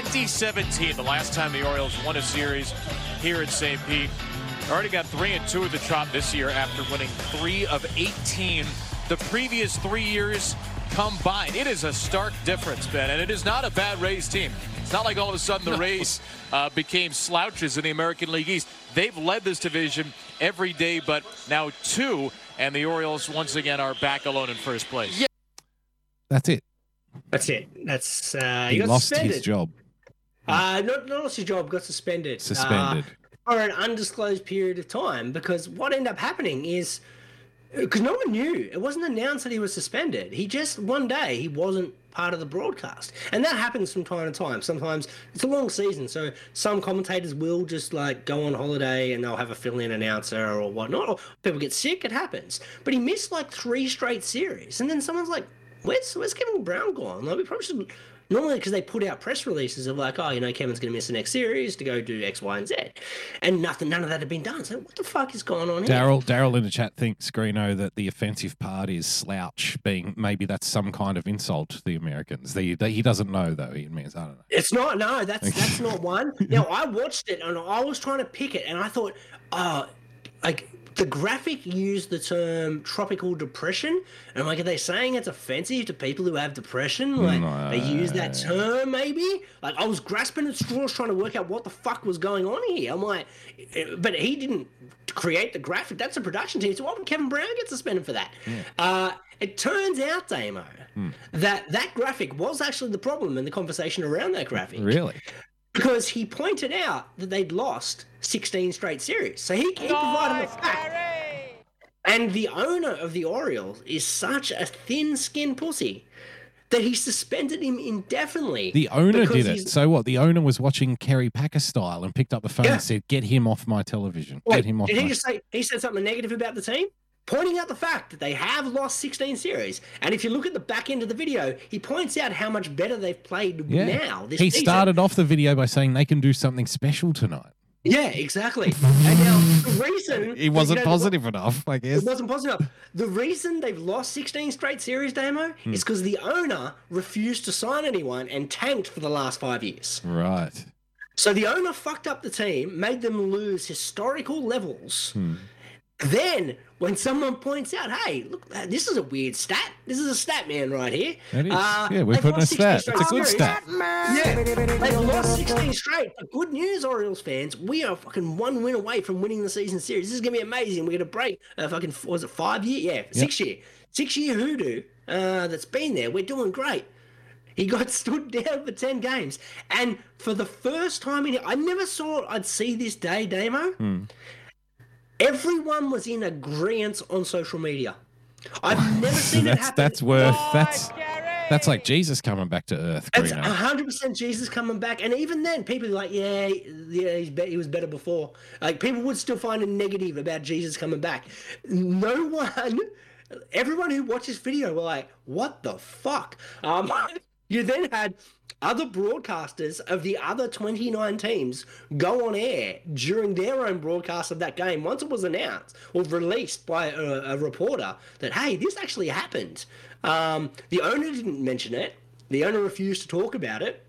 [SPEAKER 10] 2017, the last time the Orioles won a series here at St. Pete. Already got three and two at the chop this year after winning three of 18 the previous three years combined. It is a stark difference, Ben, and it is not a bad Rays team. It's not like all of a sudden the Rays uh, became slouches in the American League East. They've led this division every day, but now two, and the Orioles once again are back alone in first place.
[SPEAKER 3] That's it.
[SPEAKER 2] That's it. That's uh,
[SPEAKER 3] he
[SPEAKER 2] got
[SPEAKER 3] lost
[SPEAKER 2] suspended.
[SPEAKER 3] his job.
[SPEAKER 2] Uh, not, not lost his job, got suspended.
[SPEAKER 3] Suspended.
[SPEAKER 2] Uh, for an undisclosed period of time because what ended up happening is because no one knew. It wasn't announced that he was suspended. He just, one day, he wasn't part of the broadcast. And that happens from time to time. Sometimes it's a long season, so some commentators will just like go on holiday and they'll have a fill in announcer or whatnot. Or people get sick, it happens. But he missed like three straight series. And then someone's like, where's, where's Kevin Brown gone? Like, we probably should. Normally, because they put out press releases of like, oh, you know, Kevin's going to miss the next series to go do X, Y, and Z, and nothing, none of that had been done. So, what the fuck is going on here?
[SPEAKER 3] Daryl Daryl in the chat thinks Greeno that the offensive part is slouch being maybe that's some kind of insult to the Americans. The, the- he doesn't know though. He admits I don't know.
[SPEAKER 2] It's not. No, that's that's not one. Now I watched it and I was trying to pick it, and I thought, uh, like the graphic used the term tropical depression, and I'm like, are they saying it's offensive to people who have depression? Like they use that term, maybe. Like I was grasping at straws trying to work out what the fuck was going on here. I'm like, eh, but he didn't create the graphic. That's a production team. So why would Kevin Brown get suspended for that? Uh, it turns out, Damo,
[SPEAKER 3] Hmm.
[SPEAKER 2] that that graphic was actually the problem in the conversation around that graphic
[SPEAKER 3] Really?
[SPEAKER 2] because he pointed out that they'd lost 16 straight series. So he, he provided the fact. And the owner of the Orioles is such a thin skinned pussy that he suspended him indefinitely.
[SPEAKER 3] The owner
[SPEAKER 2] because
[SPEAKER 3] did it.
[SPEAKER 2] he's-
[SPEAKER 3] So what? The owner was watching Kerry Packer style and picked up the phone
[SPEAKER 2] Yeah.
[SPEAKER 3] and said, "Get him off my television.
[SPEAKER 2] Wait,
[SPEAKER 3] Get him off."
[SPEAKER 2] did he
[SPEAKER 3] my-"
[SPEAKER 2] just say he said something negative about the team? Pointing out the fact that they have lost 16 series. And if you look at the back end of the video, he points out how much better they've played
[SPEAKER 3] yeah.
[SPEAKER 2] now. This
[SPEAKER 3] he
[SPEAKER 2] season.
[SPEAKER 3] started off the video by saying they can do something special tonight.
[SPEAKER 2] Yeah, exactly. and now the reason
[SPEAKER 3] He wasn't
[SPEAKER 2] you know, the-
[SPEAKER 3] positive enough, I guess.
[SPEAKER 2] It wasn't possible. The reason they've lost 16 straight series, Damo,
[SPEAKER 3] Hmm.
[SPEAKER 2] is because the owner refused to sign anyone and tanked for the last five years.
[SPEAKER 3] Right.
[SPEAKER 2] So the owner fucked up the team, made them lose historical levels.
[SPEAKER 3] Hmm.
[SPEAKER 2] Then, when someone points out, hey, look, uh, this is a weird stat. This is a stat man right here.
[SPEAKER 3] That is.
[SPEAKER 2] Uh,
[SPEAKER 3] yeah, we're
[SPEAKER 2] they've
[SPEAKER 3] putting a
[SPEAKER 2] lost 16
[SPEAKER 3] stat.
[SPEAKER 2] straight
[SPEAKER 3] It's a good
[SPEAKER 2] series.
[SPEAKER 3] stat.
[SPEAKER 2] Yeah, they've lost 16 straight. But good news, Orioles fans. We are fucking one win away from winning the season series. This is going to be amazing. We're going to break a fucking, was it five year? Yeah, six year. Six year hoodoo uh, that's been there. We're doing great. He got stood down for 10 games. And for the first time in, I never saw I'd see this day, Damo. Everyone was in agreement on social media. I've never seen it
[SPEAKER 3] That's
[SPEAKER 2] happen.
[SPEAKER 3] that's worth. That's that's like Jesus coming back to Earth,
[SPEAKER 2] It's
[SPEAKER 3] Greeno.
[SPEAKER 2] hundred percent Jesus coming back, and even then, people are like, "Yeah, yeah, he's be- he was better before." Like people would still find a negative about Jesus coming back. No one, everyone who watched this video were like, "What the fuck?" Um, you then had other broadcasters of the other twenty nine teams go on air during their own broadcast of that game once it was announced or released by a, a reporter that hey, this actually happened. Um, the owner didn't mention it. The owner refused to talk about it.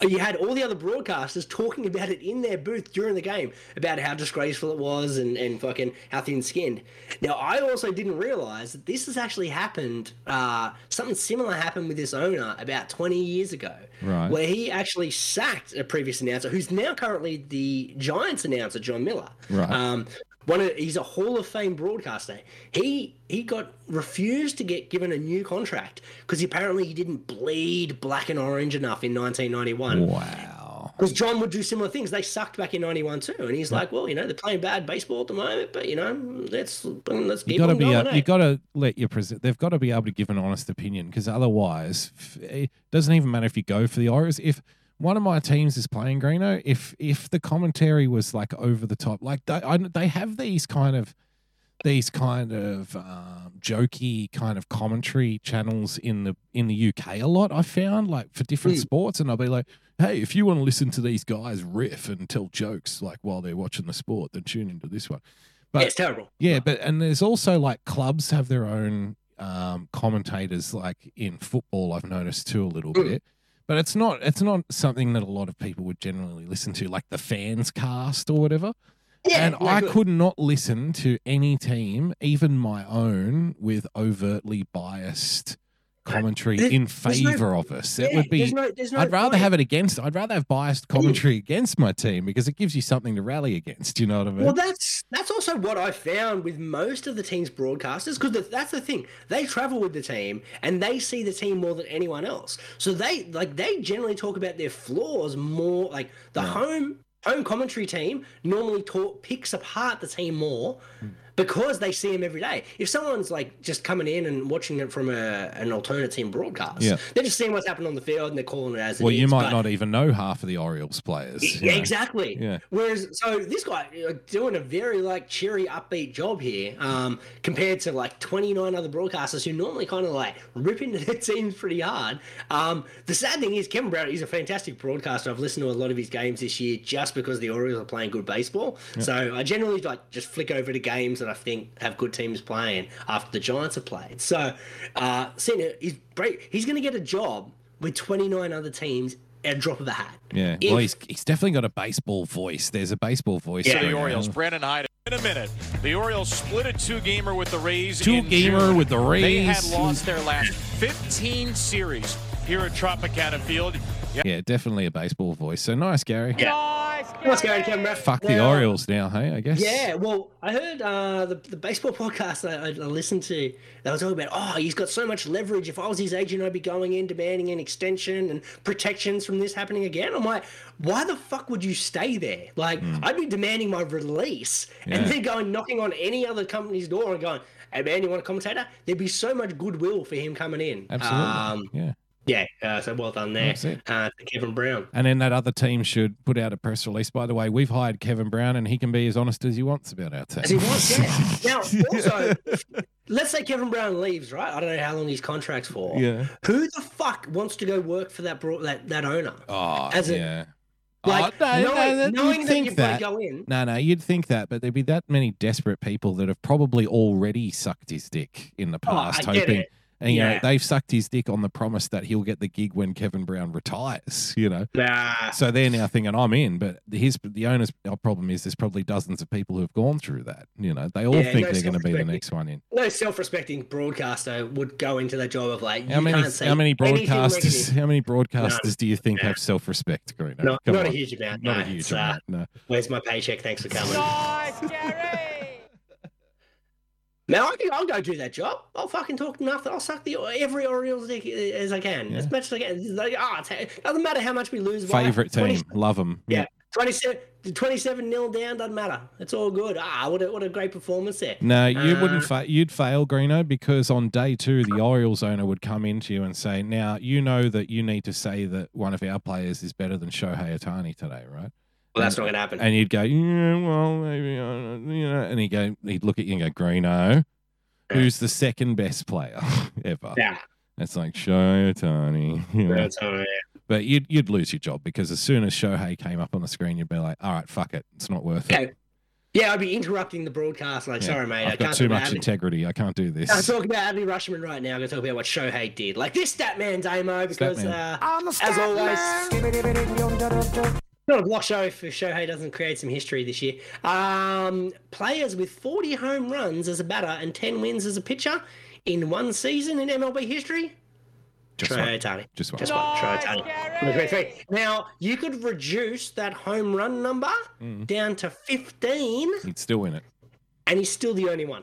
[SPEAKER 2] You had all the other broadcasters talking about it in their booth during the game about how disgraceful it was and, and fucking how thin skinned. Now, I also didn't realize that this has actually happened. Uh, something similar happened with this owner about 20 years ago,
[SPEAKER 3] Right.
[SPEAKER 2] where he actually sacked a previous announcer who's now currently the Giants announcer, John Miller.
[SPEAKER 3] Right.
[SPEAKER 2] Um, one of, he's a Hall of Fame broadcaster. He he got refused to get given a new contract because apparently he didn't bleed black and orange enough in 1991.
[SPEAKER 3] Wow.
[SPEAKER 2] Because John would do similar things. They sucked back in '91 too, and he's like, "Well, you know, they're playing bad baseball at the moment, but you know, let's let's keep
[SPEAKER 3] You got to
[SPEAKER 2] on
[SPEAKER 3] be.
[SPEAKER 2] going."
[SPEAKER 3] A,
[SPEAKER 2] eh?"
[SPEAKER 3] you got to let your present. They've got to be able to give an honest opinion because otherwise, f- it doesn't even matter if you go for the Orioles. If one of my teams is playing Greeno, if if the commentary was like over the top, like they I, they have these kind of these kind of um, jokey kind of commentary channels in the in the UK a lot. I found like for different sports, and I'll be like, "Hey, if you want to listen to these guys riff and tell jokes like while they're watching the sport, then tune into this one."
[SPEAKER 2] Yeah,
[SPEAKER 3] But
[SPEAKER 2] it's terrible.
[SPEAKER 3] yeah, but and there's also like clubs have their own um, commentators, like in football. I've noticed too a little
[SPEAKER 2] Mm.
[SPEAKER 3] bit, but it's not it's not something that a lot of people would generally listen to, like the fans cast or whatever.
[SPEAKER 2] Yeah,
[SPEAKER 3] and
[SPEAKER 2] no
[SPEAKER 3] I
[SPEAKER 2] good.
[SPEAKER 3] could not listen to any team, even my own, with overtly biased commentary
[SPEAKER 2] There-
[SPEAKER 3] in
[SPEAKER 2] there's
[SPEAKER 3] favor
[SPEAKER 2] no-
[SPEAKER 3] of us. It
[SPEAKER 2] yeah,
[SPEAKER 3] would be.
[SPEAKER 2] there's no- there's no
[SPEAKER 3] I'd rather
[SPEAKER 2] point. Mm.
[SPEAKER 3] have it against. I'd rather have biased commentary against my team because it gives you something to rally against. You know what I mean?
[SPEAKER 2] Well, that's that's also what I found with most of the team's broadcasters because that's the thing they travel with the team and they see the team more than anyone else. So they like they generally talk about their flaws more. Like the
[SPEAKER 3] Mm.
[SPEAKER 2] home home commentary team normally talk picks apart the team more
[SPEAKER 3] Mm.
[SPEAKER 2] because they see him every day. If someone's like just coming in and watching it from a, an alternate team broadcast,
[SPEAKER 3] Yeah.
[SPEAKER 2] they're just seeing what's happened on the field and they're calling it as. it
[SPEAKER 3] Well, you
[SPEAKER 2] is,
[SPEAKER 3] might
[SPEAKER 2] but-
[SPEAKER 3] not even know half of the Orioles players. you
[SPEAKER 2] yeah,
[SPEAKER 3] know.
[SPEAKER 2] exactly.
[SPEAKER 3] Yeah.
[SPEAKER 2] Whereas, so this guy like, doing a very like cheery, upbeat job here, um, compared to like 29 other broadcasters who normally kind of like rip into their teams pretty hard. Um, the sad thing is, Kevin Brown is a fantastic broadcaster. I've listened to a lot of his games this year just because the Orioles are playing good baseball. So I generally like just flick over to games that I think have good teams playing after the Giants have played. So, uh, seeing it, he's great. He's going to get a job with 29 other teams. At a drop of a hat.
[SPEAKER 3] Yeah.
[SPEAKER 2] If-
[SPEAKER 3] well, he's, he's definitely got a baseball voice. There's a baseball voice.
[SPEAKER 10] So
[SPEAKER 3] going
[SPEAKER 10] the Orioles,
[SPEAKER 3] on.
[SPEAKER 10] Brandon Hyde. In a minute, the Orioles split a two-gamer with the Rays. in
[SPEAKER 3] Two-gamer
[SPEAKER 10] June.
[SPEAKER 3] with the
[SPEAKER 10] They had
[SPEAKER 3] Rays.
[SPEAKER 10] lost their last 15 series here at Tropicana Field. Yeah.
[SPEAKER 3] Yeah, definitely a baseball voice. So nice, Gary.
[SPEAKER 5] Nice,
[SPEAKER 2] Let's go, Kevin Brown.
[SPEAKER 3] Fuck the
[SPEAKER 2] Now-
[SPEAKER 3] Orioles now, hey? I guess.
[SPEAKER 2] Yeah, well, I heard uh, the the baseball podcast I, I listened to. They were talking about, oh, he's got so much leverage. If I was his agent, I'd be going in demanding an extension and protections from this happening again. I'm like, why the fuck would you stay there? Like, I'd be demanding my release and
[SPEAKER 3] Hmm. Yeah.
[SPEAKER 2] then going knocking on any other company's door and going, hey man, you want a commentator? There'd be so much goodwill for him coming in.
[SPEAKER 3] Absolutely.
[SPEAKER 2] Um,
[SPEAKER 3] yeah.
[SPEAKER 2] yeah. Uh, so well done there,
[SPEAKER 3] That's it.
[SPEAKER 2] uh, to Kevin Brown.
[SPEAKER 3] And then that other team should put out a press release. By the way, we've hired Kevin Brown, and he can be as honest as he wants about our team.
[SPEAKER 2] As he was, yeah. now, also, let's say Kevin Brown leaves, right? I don't know how long his contract's for.
[SPEAKER 3] Yeah.
[SPEAKER 2] Who the fuck wants to go work for that bro- that, that owner?
[SPEAKER 3] Oh,
[SPEAKER 2] As a-
[SPEAKER 3] yeah.
[SPEAKER 2] Like,
[SPEAKER 3] oh, no, no,
[SPEAKER 2] knowing,
[SPEAKER 3] that-
[SPEAKER 2] knowing
[SPEAKER 3] you'd
[SPEAKER 2] that
[SPEAKER 3] think
[SPEAKER 2] you've
[SPEAKER 3] that.
[SPEAKER 2] got to go in.
[SPEAKER 3] No, no, you'd think that, but there'd be that many desperate people that have probably already sucked his dick in the
[SPEAKER 2] Oh, I
[SPEAKER 3] past,
[SPEAKER 2] get
[SPEAKER 3] hoping.
[SPEAKER 2] it.
[SPEAKER 3] And you know,
[SPEAKER 2] Yeah.
[SPEAKER 3] they've sucked his dick on the promise that he'll get the gig when Kevin Brown retires, you know.
[SPEAKER 2] Nah.
[SPEAKER 3] So they're now thinking I'm in, but his the owner's our problem is there's probably dozens of people who've gone through that. You know, they all
[SPEAKER 2] Yeah,
[SPEAKER 3] think
[SPEAKER 2] no
[SPEAKER 3] they're going to be the
[SPEAKER 2] self-respecting.
[SPEAKER 3] next one in.
[SPEAKER 2] No self-respecting broadcaster would go into that job of like, you
[SPEAKER 3] How many
[SPEAKER 2] can't say
[SPEAKER 3] how many
[SPEAKER 2] anything
[SPEAKER 3] broadcasters
[SPEAKER 2] negative.
[SPEAKER 3] how many broadcasters do you think
[SPEAKER 2] Yeah.
[SPEAKER 3] have self respect, Greeno?
[SPEAKER 2] Not,
[SPEAKER 3] Come
[SPEAKER 2] not a
[SPEAKER 3] on.
[SPEAKER 2] huge amount.
[SPEAKER 3] Not
[SPEAKER 2] no,
[SPEAKER 3] a huge
[SPEAKER 2] it's, uh,
[SPEAKER 3] amount. No.
[SPEAKER 2] Where's my paycheck? Thanks for coming.
[SPEAKER 5] Nice, Gary.
[SPEAKER 2] Now I can, I'll go do that job. I'll fucking talk nothing. I'll suck the every Orioles dick as I can,
[SPEAKER 3] Yeah.
[SPEAKER 2] as much as I can. It's Like, ah, it's- it doesn't matter how much we lose. by.
[SPEAKER 3] Favorite
[SPEAKER 2] 20
[SPEAKER 3] team. Love them.
[SPEAKER 2] yeah, 27, 27 nil down doesn't matter. It's all good. Ah, what a, what a great performance there.
[SPEAKER 3] No, you wouldn't.
[SPEAKER 2] Uh,
[SPEAKER 3] Fa- you'd fail, Greeno, because on day two, the Orioles owner would come into you and say, "Now you know that you need to say that one of our players is better than Shohei Otani today, right?"
[SPEAKER 2] well, that's not going to happen.
[SPEAKER 3] And you'd go, "Yeah, well, maybe I don't, you know." And he go, he'd look at you and go, "Greeno, who's the second best player ever?"
[SPEAKER 2] yeah,
[SPEAKER 3] It's like Shohei Otani. you know.
[SPEAKER 2] that's all right.
[SPEAKER 3] But you'd you'd lose your job because as soon as Shohei came up on the screen, you'd be like, "All right, fuck it, it's not worth
[SPEAKER 2] Okay,
[SPEAKER 3] it."
[SPEAKER 2] Yeah, I'd be interrupting the broadcast. Like,
[SPEAKER 3] Yeah,
[SPEAKER 2] sorry, mate,
[SPEAKER 3] I've
[SPEAKER 2] I
[SPEAKER 3] got
[SPEAKER 2] can't
[SPEAKER 3] too
[SPEAKER 2] talk
[SPEAKER 3] much
[SPEAKER 2] about Adley-
[SPEAKER 3] integrity. I can't do this.
[SPEAKER 2] I'm talking about Adley Rushman right now. I'm going to talk about what Shohei did. Like this stat man, Damo, because
[SPEAKER 3] man.
[SPEAKER 2] uh, as always, not a block show if Shohei doesn't create some history this year. Um, players with 40 home runs as a batter and 10 wins as a pitcher in one season in MLB history.
[SPEAKER 3] Just one.
[SPEAKER 2] Shohei Otani.
[SPEAKER 3] Just one.
[SPEAKER 2] Just one. Shohei
[SPEAKER 5] Nice,
[SPEAKER 2] Otani.
[SPEAKER 5] Gary.
[SPEAKER 2] Three, three, three. Now you could reduce that home run number
[SPEAKER 3] Mm.
[SPEAKER 2] down to 15,
[SPEAKER 3] He'd still win it.
[SPEAKER 2] and he's still the only one.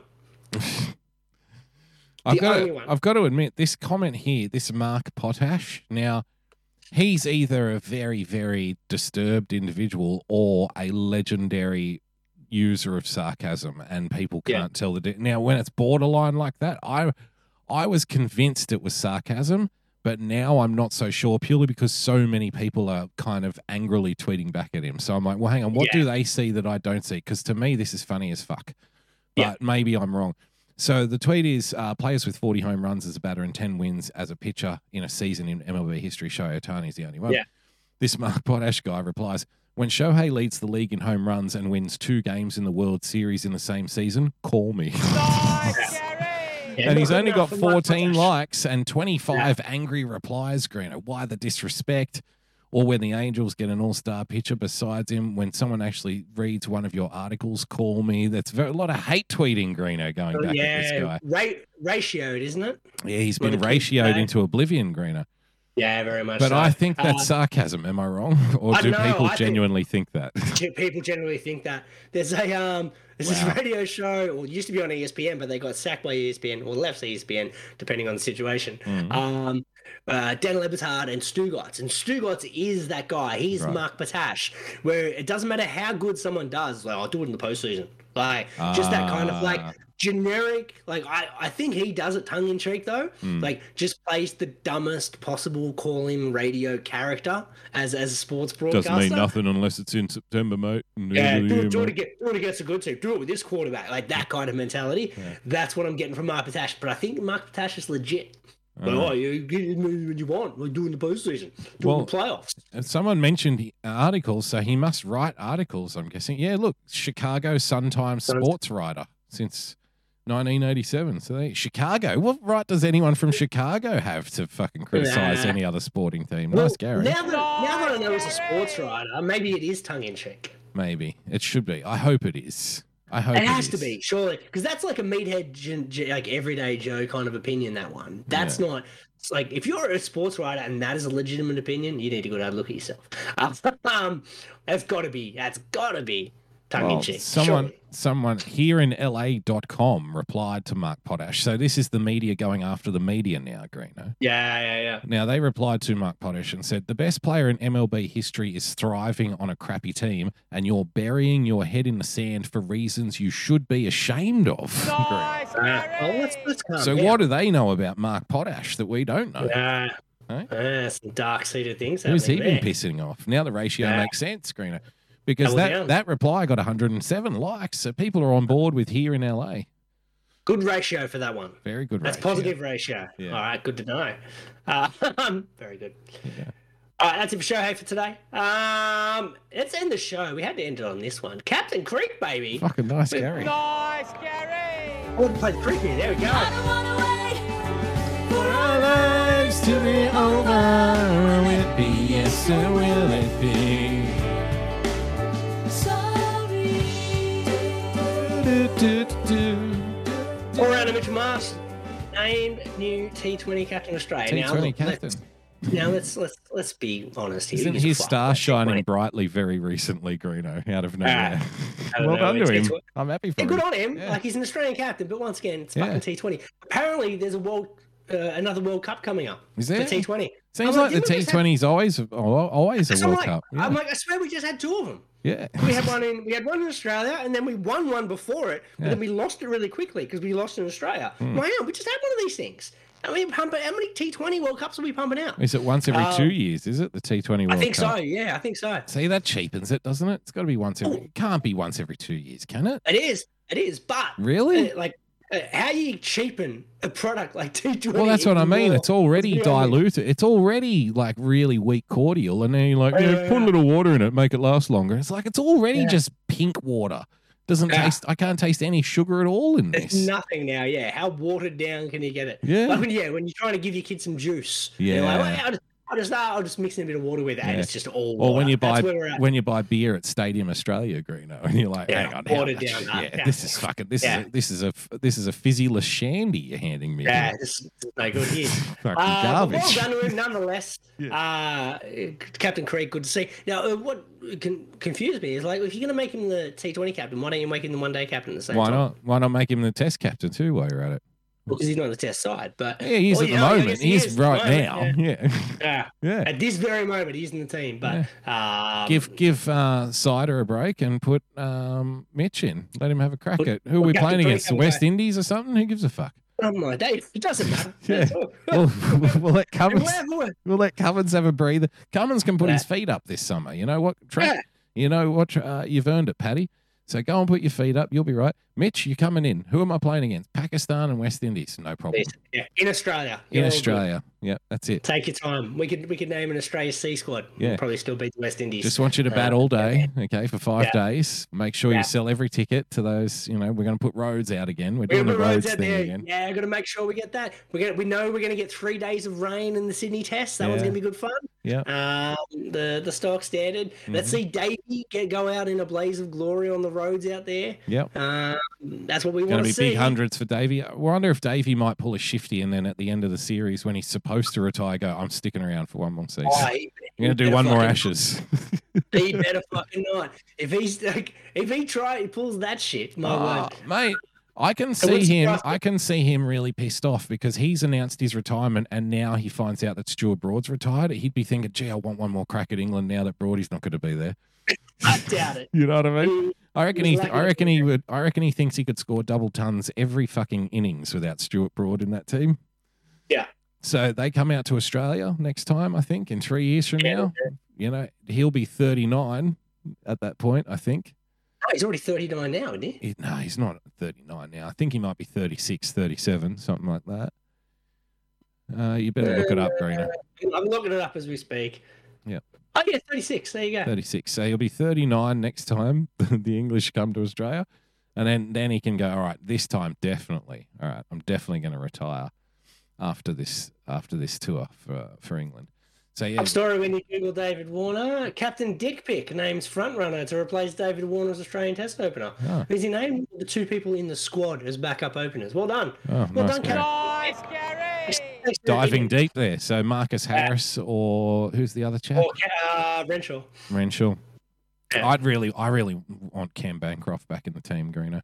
[SPEAKER 3] I've
[SPEAKER 2] The
[SPEAKER 3] got,
[SPEAKER 2] only
[SPEAKER 3] to,
[SPEAKER 2] one.
[SPEAKER 3] I've got to admit, this comment here, this Mark Potash, now he's either a very, very disturbed individual or a legendary user of sarcasm, and people
[SPEAKER 2] Yeah.
[SPEAKER 3] can't tell the difference. Now, when it's borderline like that, I, I was convinced it was sarcasm, but now I'm not so sure purely because so many people are kind of angrily tweeting back at him. So I'm like, well, hang on, what
[SPEAKER 2] Yeah.
[SPEAKER 3] do they see that I don't see? Because to me, this is funny as fuck but
[SPEAKER 2] Yeah.
[SPEAKER 3] maybe I'm wrong. So the tweet is uh, players with 40 home runs as a batter and 10 wins as a pitcher in a season in MLB history. Shohei Otani is the only one.
[SPEAKER 2] Yeah.
[SPEAKER 3] This Mark Potash guy replies When Shohei leads the league in home runs and wins two games in the World Series in the same season, call me.
[SPEAKER 5] Nice, Gary.
[SPEAKER 2] Yeah,
[SPEAKER 3] and he's
[SPEAKER 2] not good
[SPEAKER 3] only got
[SPEAKER 2] enough for Mark
[SPEAKER 3] 14
[SPEAKER 2] Potash.
[SPEAKER 3] likes and 25 angry replies, Greener. Why the disrespect? or when the Angels get an all star pitcher besides him, when someone actually reads one of your articles, call me. That's very, a lot of hate tweeting, Greeno, going back at this
[SPEAKER 2] Oh, yeah,
[SPEAKER 3] guy.
[SPEAKER 2] ra- ratioed, isn't it?
[SPEAKER 3] Yeah, he's
[SPEAKER 2] Wanna
[SPEAKER 3] been
[SPEAKER 2] keep
[SPEAKER 3] ratioed
[SPEAKER 2] that?
[SPEAKER 3] into oblivion, Greener.
[SPEAKER 2] Yeah, very much.
[SPEAKER 3] But
[SPEAKER 2] so.
[SPEAKER 3] I think
[SPEAKER 2] Uh,
[SPEAKER 3] that's sarcasm. Am I wrong? Or
[SPEAKER 2] I
[SPEAKER 3] do
[SPEAKER 2] know,
[SPEAKER 3] people
[SPEAKER 2] I think-
[SPEAKER 3] genuinely think, that?
[SPEAKER 2] Ge- people generally think that there's a um there's
[SPEAKER 3] Wow.
[SPEAKER 2] this radio show well it used to be on E espn but they got sacked by E espn or left espn depending on the situation
[SPEAKER 3] Mhm.
[SPEAKER 2] um uh, Dan Lebertard and Stugatz. And Stugatz is that guy. He's
[SPEAKER 3] Right.
[SPEAKER 2] Mark Patash, where it doesn't matter how good someone does. Like, I'll do it in the postseason. Like, just that kind of like
[SPEAKER 3] Ah.
[SPEAKER 2] generic. Like, I, I think he does it tongue in cheek, though.
[SPEAKER 3] Mm.
[SPEAKER 2] Like, just plays the dumbest possible call in radio character as, as a sports broadcaster.
[SPEAKER 3] Doesn't mean nothing unless it's in September, mate.
[SPEAKER 2] Yeah, do, it- do it again. Do it against a good team. Do it with this quarterback. Like that kind of mentality. That's what I'm getting from Mark Patash. But I think Mark Patash is legit. Like,
[SPEAKER 3] Alright.
[SPEAKER 2] oh, you get it when you want. Like doing the postseason, doing
[SPEAKER 3] Well-
[SPEAKER 2] the playoffs.
[SPEAKER 3] And someone mentioned the articles, so he must write articles, I'm guessing. Yeah, look, Chicago Sun-Times
[SPEAKER 2] Sun-
[SPEAKER 3] sports writer since 1987. So they, Chicago, what right does anyone from Chicago have to fucking criticize
[SPEAKER 2] Nah.
[SPEAKER 3] any other sporting team?
[SPEAKER 2] Well,
[SPEAKER 3] nice, Gary.
[SPEAKER 2] Now that, now that I know he's a sports writer, maybe it is tongue in cheek.
[SPEAKER 3] Maybe it should be. I hope it is. I hope
[SPEAKER 2] It has to
[SPEAKER 3] is.
[SPEAKER 2] be surely because that's like a meathead, gen- gen- like everyday Joe kind of opinion. That one. That's not. It's like if you're a sports writer and that is a legitimate opinion, you need to go down and look at yourself. Um, that's got to be. That's got to be tongue in
[SPEAKER 3] Well,
[SPEAKER 2] cheek.
[SPEAKER 3] Oh, someone,
[SPEAKER 2] surely.
[SPEAKER 3] someone here in LA.com replied to Mark Potash. So this is the media going after the media now, Greeno.
[SPEAKER 2] Yeah, yeah, yeah.
[SPEAKER 3] Now, they replied to Mark Potash and said, The best player in MLB history is thriving on a crappy team, and you're burying your head in the sand for reasons you should be ashamed of. Graham.
[SPEAKER 5] Nice
[SPEAKER 2] Uh, well,
[SPEAKER 5] Gary.
[SPEAKER 2] let's let's calm
[SPEAKER 3] so,
[SPEAKER 2] down.
[SPEAKER 3] what do they know about Mark Potash that we don't know?
[SPEAKER 2] Uh,
[SPEAKER 3] Huh?
[SPEAKER 2] uh, some dark seated things.
[SPEAKER 3] Who's he
[SPEAKER 2] happening
[SPEAKER 3] been
[SPEAKER 2] there.
[SPEAKER 3] pissing off? Now the ratio
[SPEAKER 2] Yeah.
[SPEAKER 3] makes sense, Greener, because
[SPEAKER 2] Double
[SPEAKER 3] that,
[SPEAKER 2] down.
[SPEAKER 3] that reply got 107 likes. So, people are on board with here in LA.
[SPEAKER 2] Good ratio for that one.
[SPEAKER 3] Very good
[SPEAKER 2] That's
[SPEAKER 3] ratio.
[SPEAKER 2] positive ratio.
[SPEAKER 3] Yeah.
[SPEAKER 2] All right, good to know. Uh, very good.
[SPEAKER 3] Yeah.
[SPEAKER 2] All right, that's it for show hey for today. Um, let's end the show. We had to end it on this one. Captain Creek, baby.
[SPEAKER 3] Fucking nice, Gary.
[SPEAKER 5] Nice Gary.
[SPEAKER 2] I would play the Creek here. There we go.
[SPEAKER 3] For our lives to be over, will it be? Yes, sir, will it be? Sorry.
[SPEAKER 2] All around Mitchell Mars, named new T20 captain Australia. now,
[SPEAKER 3] T20
[SPEAKER 2] look,
[SPEAKER 3] captain.
[SPEAKER 2] Let's, now let's let's let's be honest here.
[SPEAKER 3] Isn't
[SPEAKER 2] He's
[SPEAKER 3] his
[SPEAKER 2] fucked
[SPEAKER 3] star
[SPEAKER 2] up,
[SPEAKER 3] shining
[SPEAKER 2] T20.
[SPEAKER 3] brightly very recently, Greeno, out of nowhere?
[SPEAKER 2] Ah, I don't
[SPEAKER 3] well
[SPEAKER 2] know,
[SPEAKER 3] done
[SPEAKER 2] it's-
[SPEAKER 3] to him.
[SPEAKER 2] it's-
[SPEAKER 3] I'm happy for
[SPEAKER 2] Yeah,
[SPEAKER 3] him.
[SPEAKER 2] good on him.
[SPEAKER 3] Yeah.
[SPEAKER 2] Like he's an Australian captain, but once again, it's
[SPEAKER 3] Yeah.
[SPEAKER 2] fucking T20. Apparently, there's a world, uh, another World Cup coming up.
[SPEAKER 3] Is there?
[SPEAKER 2] For T20.
[SPEAKER 3] Seems
[SPEAKER 2] I'm
[SPEAKER 3] like the
[SPEAKER 2] didn't we just have-
[SPEAKER 3] T20's always al- always a
[SPEAKER 2] So I'm
[SPEAKER 3] World
[SPEAKER 2] like-
[SPEAKER 3] Cup. Yeah.
[SPEAKER 2] I'm like, I swear we just had two of them.
[SPEAKER 3] yeah.
[SPEAKER 2] We had one in we had one in Australia, and then we won one before it, but
[SPEAKER 3] Yeah. Hmm.
[SPEAKER 2] then we lost it really quickly because we lost in Australia. Wow, we just had one of these things. How many pump, How many T20 World Cups are we pumping out?
[SPEAKER 3] Is it once every two
[SPEAKER 2] Um,
[SPEAKER 3] years? Is it the T20 World
[SPEAKER 2] I think
[SPEAKER 3] Cup?
[SPEAKER 2] so. Yeah, I think so.
[SPEAKER 3] See, that cheapens it, doesn't it? It's got to be once every. It can't be once every two years, can it?
[SPEAKER 2] It is. It is. But
[SPEAKER 3] Really?
[SPEAKER 2] uh, like, uh, how you cheapen a product like T20?
[SPEAKER 3] Well, that's what I
[SPEAKER 2] even
[SPEAKER 3] mean.
[SPEAKER 2] more?
[SPEAKER 3] It's already
[SPEAKER 2] Let's be honest.
[SPEAKER 3] diluted. It's already like really weak cordial, and then you're like,
[SPEAKER 2] Yeah,
[SPEAKER 3] yeah,
[SPEAKER 2] yeah,
[SPEAKER 3] put a
[SPEAKER 2] yeah.
[SPEAKER 3] little water in it, make it last longer. It's like it's already
[SPEAKER 2] Yeah.
[SPEAKER 3] just pink water. Doesn't
[SPEAKER 2] Yeah.
[SPEAKER 3] taste. I can't taste any sugar at all in
[SPEAKER 2] It's
[SPEAKER 3] this.
[SPEAKER 2] nothing now, yeah. How watered down can you get it?
[SPEAKER 3] Yeah.
[SPEAKER 2] Like when, yeah, when you're trying to give your kids some juice. they're Like,
[SPEAKER 3] Yeah.
[SPEAKER 2] well, I'll, just, I'll, just, uh, I'll just mix in a bit of water with it,
[SPEAKER 3] Yeah.
[SPEAKER 2] and it's just all water.
[SPEAKER 3] Or when you buy
[SPEAKER 2] That's where we're at.
[SPEAKER 3] when you buy beer at Stadium Australia, Greeno, and you're like,
[SPEAKER 2] Yeah,
[SPEAKER 3] hang on, how
[SPEAKER 2] watered
[SPEAKER 3] much-
[SPEAKER 2] down,
[SPEAKER 3] yeah,
[SPEAKER 2] uh, yeah.
[SPEAKER 3] this is fucking this
[SPEAKER 2] Yeah.
[SPEAKER 3] is a, this is a this is a fizzyless shandy you're handing me.
[SPEAKER 2] Yeah, this is no good here.
[SPEAKER 3] Fucking
[SPEAKER 2] Uh, but well
[SPEAKER 3] garbage.
[SPEAKER 2] done to him, nonetheless. uh, captain Creek, good to see. Now, uh, what can confused me is like, if you're going to make him the T20 captain, why don't you make him the one day captain at the same
[SPEAKER 3] Why
[SPEAKER 2] time?
[SPEAKER 3] not? Why not make him the test captain too? While you're at it,
[SPEAKER 2] Because he's not on the test side, but
[SPEAKER 3] yeah, he is
[SPEAKER 2] Well,
[SPEAKER 3] at the
[SPEAKER 2] yeah, I
[SPEAKER 3] moment.
[SPEAKER 2] guess
[SPEAKER 3] He is
[SPEAKER 2] at the
[SPEAKER 3] right
[SPEAKER 2] moment,
[SPEAKER 3] now. yeah.
[SPEAKER 2] Yeah. Uh,
[SPEAKER 3] yeah.
[SPEAKER 2] At this very moment, he's in the team, but um,
[SPEAKER 3] give give uh, Cider a break and put um, Mitch in. Let him have a crack
[SPEAKER 2] Put-
[SPEAKER 3] at who are we
[SPEAKER 2] put
[SPEAKER 3] playing
[SPEAKER 2] Captain
[SPEAKER 3] against? The
[SPEAKER 2] Creek on
[SPEAKER 3] West Indies or something? Who gives a fuck?
[SPEAKER 2] I'm like, "Hey, it doesn't matter.
[SPEAKER 3] Yeah. We'll, we'll let Cummins
[SPEAKER 2] Whatever.
[SPEAKER 3] we'll let Cummins have a breather. Cummins can put
[SPEAKER 2] Yeah.
[SPEAKER 3] his feet up this summer. You know what, Trent?
[SPEAKER 2] Yeah.
[SPEAKER 3] You know what? Uh, you've earned it, Paddy. So go and put your feet up. You'll be right. Mitch, you're coming in. Who am I playing against? Pakistan and West Indies. No problem.
[SPEAKER 2] Yeah, in Australia.
[SPEAKER 3] In
[SPEAKER 2] You're all good.
[SPEAKER 3] Australia. Yeah, that's it.
[SPEAKER 2] Take your time. We could we could name an Australia C squad.
[SPEAKER 3] Yeah.
[SPEAKER 2] Probably still beat the West Indies.
[SPEAKER 3] Just want you to
[SPEAKER 2] Uh,
[SPEAKER 3] bat all day, okay, for five
[SPEAKER 2] Yeah.
[SPEAKER 3] days. Make sure
[SPEAKER 2] Yeah.
[SPEAKER 3] you sell every ticket to those. You know, we're going to put roads out again. We're
[SPEAKER 2] We're
[SPEAKER 3] doing
[SPEAKER 2] gonna
[SPEAKER 3] the
[SPEAKER 2] put roads
[SPEAKER 3] roads
[SPEAKER 2] out
[SPEAKER 3] thing
[SPEAKER 2] there.
[SPEAKER 3] again.
[SPEAKER 2] Yeah, gotta make sure we get that. We're gonna we know we're gonna get three days of rain in the Sydney test. That one's
[SPEAKER 3] Yeah.
[SPEAKER 2] gonna be good fun.
[SPEAKER 3] Yeah.
[SPEAKER 2] Um, the the stock standard. Let's
[SPEAKER 3] Mm-hmm.
[SPEAKER 2] see Davey get go out in a blaze of glory on the roads out there.
[SPEAKER 3] Yep.
[SPEAKER 2] Um, that's what we
[SPEAKER 3] Going
[SPEAKER 2] want
[SPEAKER 3] to be
[SPEAKER 2] to see.
[SPEAKER 3] big hundreds for Davey. I wonder if Davey might pull a shifty and then at the end of the series, when he's supposed to retire, go, I'm sticking around for one more season.
[SPEAKER 2] Oh, he-
[SPEAKER 3] I'm going to do
[SPEAKER 2] better
[SPEAKER 3] one more
[SPEAKER 2] fucking-
[SPEAKER 3] Ashes.
[SPEAKER 2] He better fucking not. If he's like, if he try, he pulls that shit. My
[SPEAKER 3] Oh,
[SPEAKER 2] word.
[SPEAKER 3] mate, I can see
[SPEAKER 2] wouldn't
[SPEAKER 3] him.
[SPEAKER 2] surprise me.
[SPEAKER 3] I can see him really pissed off because he's announced his retirement, and now he finds out that Stuart Broad's retired. He'd be thinking, "Gee, I want one more crack at England now that Broadie's not going to be there."
[SPEAKER 2] I doubt it.
[SPEAKER 3] You know what I mean?
[SPEAKER 2] He-
[SPEAKER 3] I reckon
[SPEAKER 2] he's
[SPEAKER 3] he.
[SPEAKER 2] lacking
[SPEAKER 3] I
[SPEAKER 2] a
[SPEAKER 3] reckon he would. I reckon he thinks he could score double tons every fucking innings without Stuart Broad in that team.
[SPEAKER 2] Yeah.
[SPEAKER 3] So they come out to Australia next time, I think, in three years from now. You know, he'll be thirty nine at that point. I think.
[SPEAKER 2] Oh, he's already thirty nine now, isn't he?
[SPEAKER 3] He- no, he's not 39 now. I think he might be 36, 37, something like that. Uh, you better look it up, Greener.
[SPEAKER 2] I'm looking it up as we speak.
[SPEAKER 3] Yeah.
[SPEAKER 2] Oh yeah, thirty six. There you go.
[SPEAKER 3] 36. So he'll be 39 next time the English come to Australia. And then, then he can go, all right, this time definitely. All right, I'm definitely going to retire after this after this tour for, for England. So, yeah,
[SPEAKER 2] I'm sorry when you Google David Warner. Captain Dick Pick names front runner to replace David Warner as Australian Test opener.
[SPEAKER 3] Oh.
[SPEAKER 2] Who's he named the two people in the squad as backup openers? Well done.
[SPEAKER 3] Oh,
[SPEAKER 2] well
[SPEAKER 3] nice
[SPEAKER 2] done,
[SPEAKER 3] guy.
[SPEAKER 2] Captain.
[SPEAKER 5] Nice, Gary.
[SPEAKER 2] Thanks for
[SPEAKER 3] diving
[SPEAKER 2] reading.
[SPEAKER 3] deep there. So Marcus Harris or who's the other chap?
[SPEAKER 2] Or uh, Renshaw.
[SPEAKER 3] Renshaw.
[SPEAKER 2] Yeah.
[SPEAKER 3] I'd really, I really want Cam Bancroft back in the team, Greener.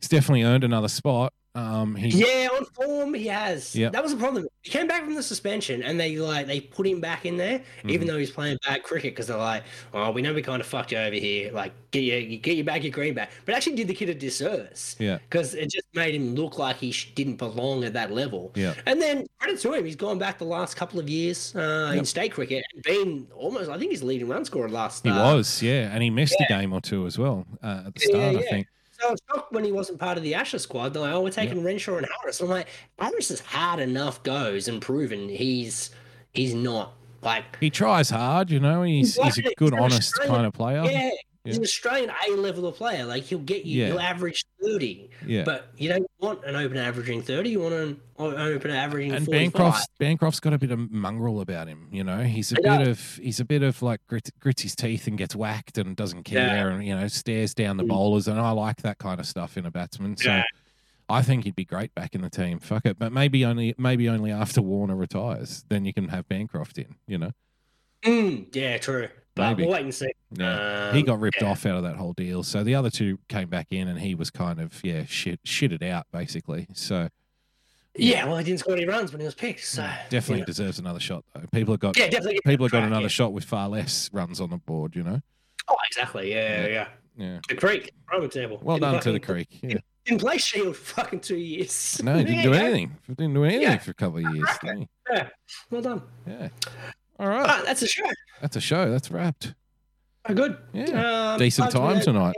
[SPEAKER 3] He's definitely earned another spot. Um, he,
[SPEAKER 2] Yeah, on form he has.
[SPEAKER 3] Yep.
[SPEAKER 2] That was a problem. He came back from the suspension and they like they put him back in there,
[SPEAKER 3] Mm-hmm.
[SPEAKER 2] even though he's playing bad cricket because they're like, oh, we know we kind of fucked you over here. Like, get you get you back your green back. But actually, did the kid a disservice.
[SPEAKER 3] Yeah.
[SPEAKER 2] Because it just made him look like he sh- didn't belong at that level.
[SPEAKER 3] Yeah.
[SPEAKER 2] And then credit to him, he's gone back the last couple of years uh, in state cricket and been almost. I think he's leading run scorer last.
[SPEAKER 3] he
[SPEAKER 2] uh,
[SPEAKER 3] was, yeah, and he missed a game or two as well uh, at the
[SPEAKER 2] Yeah,
[SPEAKER 3] start. I
[SPEAKER 2] yeah.
[SPEAKER 3] think
[SPEAKER 2] So I was shocked when he wasn't part of the Asher squad. They're like, oh, we're taking Renshaw and Harris. I'm like, Harris has had enough goes and proven he's he's not like
[SPEAKER 3] he tries hard. You know, he's he's a
[SPEAKER 2] lucky
[SPEAKER 3] good,
[SPEAKER 2] he's an
[SPEAKER 3] honest
[SPEAKER 2] Australian.
[SPEAKER 3] kind of player.
[SPEAKER 2] yeah. He's
[SPEAKER 3] Yeah.
[SPEAKER 2] an Australian A level player. Like he'll get you,
[SPEAKER 3] Yeah.
[SPEAKER 2] he'll average thirty.
[SPEAKER 3] Yeah.
[SPEAKER 2] But you don't want an opener averaging thirty. You want an o- opener averaging
[SPEAKER 3] and
[SPEAKER 2] forty-five.
[SPEAKER 3] Bancroft's Bancroft's got a bit of mongrel about him. You know, he's a
[SPEAKER 2] He
[SPEAKER 3] bit
[SPEAKER 2] does.
[SPEAKER 3] of he's a bit of like grit, grits his teeth and gets whacked and doesn't care
[SPEAKER 2] Yeah.
[SPEAKER 3] and you know stares down the
[SPEAKER 2] Mm.
[SPEAKER 3] bowlers. And I like that kind of stuff in a batsman. So
[SPEAKER 2] Yeah.
[SPEAKER 3] I think he'd be great back in the team. Fuck it, but maybe only maybe only after Warner retires, then you can have Bancroft in. You know,
[SPEAKER 2] Mm, yeah, true. But
[SPEAKER 3] Maybe.
[SPEAKER 2] we'll wait and see.
[SPEAKER 3] Yeah. he
[SPEAKER 2] Um,
[SPEAKER 3] got ripped
[SPEAKER 2] yeah.
[SPEAKER 3] off out of that whole deal. So the other two came back in, and he was kind of yeah shit shitted out basically. So
[SPEAKER 2] Yeah, well, he didn't score any runs when he was picked. So
[SPEAKER 3] definitely
[SPEAKER 2] you know.
[SPEAKER 3] deserves another shot though. People have got
[SPEAKER 2] Yeah, definitely.
[SPEAKER 3] people have got
[SPEAKER 2] Crack,
[SPEAKER 3] another
[SPEAKER 2] yeah.
[SPEAKER 3] shot with far less runs on the board. You know.
[SPEAKER 2] Oh, exactly. Yeah,
[SPEAKER 3] Yeah.
[SPEAKER 2] yeah. yeah.
[SPEAKER 3] Yeah.
[SPEAKER 2] The Creek, prime example.
[SPEAKER 3] Well
[SPEAKER 2] Didn't
[SPEAKER 3] done to the
[SPEAKER 2] fucking-
[SPEAKER 3] Creek. Yeah.
[SPEAKER 2] Didn't play Shield for fucking two years.
[SPEAKER 3] No, he
[SPEAKER 2] There
[SPEAKER 3] didn't
[SPEAKER 2] you
[SPEAKER 3] do
[SPEAKER 2] go.
[SPEAKER 3] anything. He Didn't do anything
[SPEAKER 2] Yeah. Ah.
[SPEAKER 3] for a couple of years. Didn't he?
[SPEAKER 2] Yeah. Well done.
[SPEAKER 3] Yeah. All right.
[SPEAKER 2] Ah, that's a show.
[SPEAKER 3] That's a show. That's wrapped.
[SPEAKER 2] Oh, good.
[SPEAKER 3] Yeah.
[SPEAKER 2] Um,
[SPEAKER 3] Decent
[SPEAKER 2] hopefully
[SPEAKER 3] time
[SPEAKER 2] they-
[SPEAKER 3] tonight.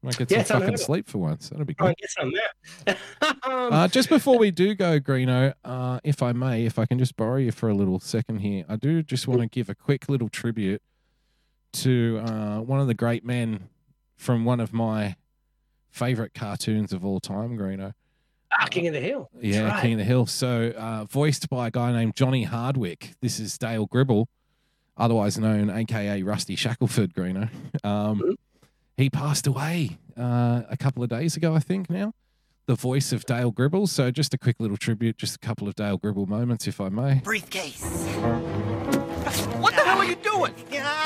[SPEAKER 3] Might get
[SPEAKER 2] Yeah,
[SPEAKER 3] some
[SPEAKER 2] it's unheard
[SPEAKER 3] fucking
[SPEAKER 2] of.
[SPEAKER 3] sleep for once. That'll be
[SPEAKER 2] Try
[SPEAKER 3] good.
[SPEAKER 2] and get some there. um,
[SPEAKER 3] Uh, just before we do go, Greeno, uh, if I may, if I can just borrow you for a little second here, I do just want to give a quick little tribute to uh, one of the great men from one of my favorite cartoons of all time, Greeno.
[SPEAKER 2] ah, King of the Hill. That's
[SPEAKER 3] Yeah,
[SPEAKER 2] right.
[SPEAKER 3] King of the Hill. So, uh, voiced by a guy named Johnny Hardwick. This is Dale Gribble, otherwise known, aka Rusty Shackleford Greeno. Um, he passed away uh, a couple of days ago, I think. Now, the voice of Dale Gribble. So, just a quick little tribute, just a couple of Dale Gribble moments, if I may.
[SPEAKER 11] briefcase.
[SPEAKER 12] What the hell are you doing?
[SPEAKER 11] Give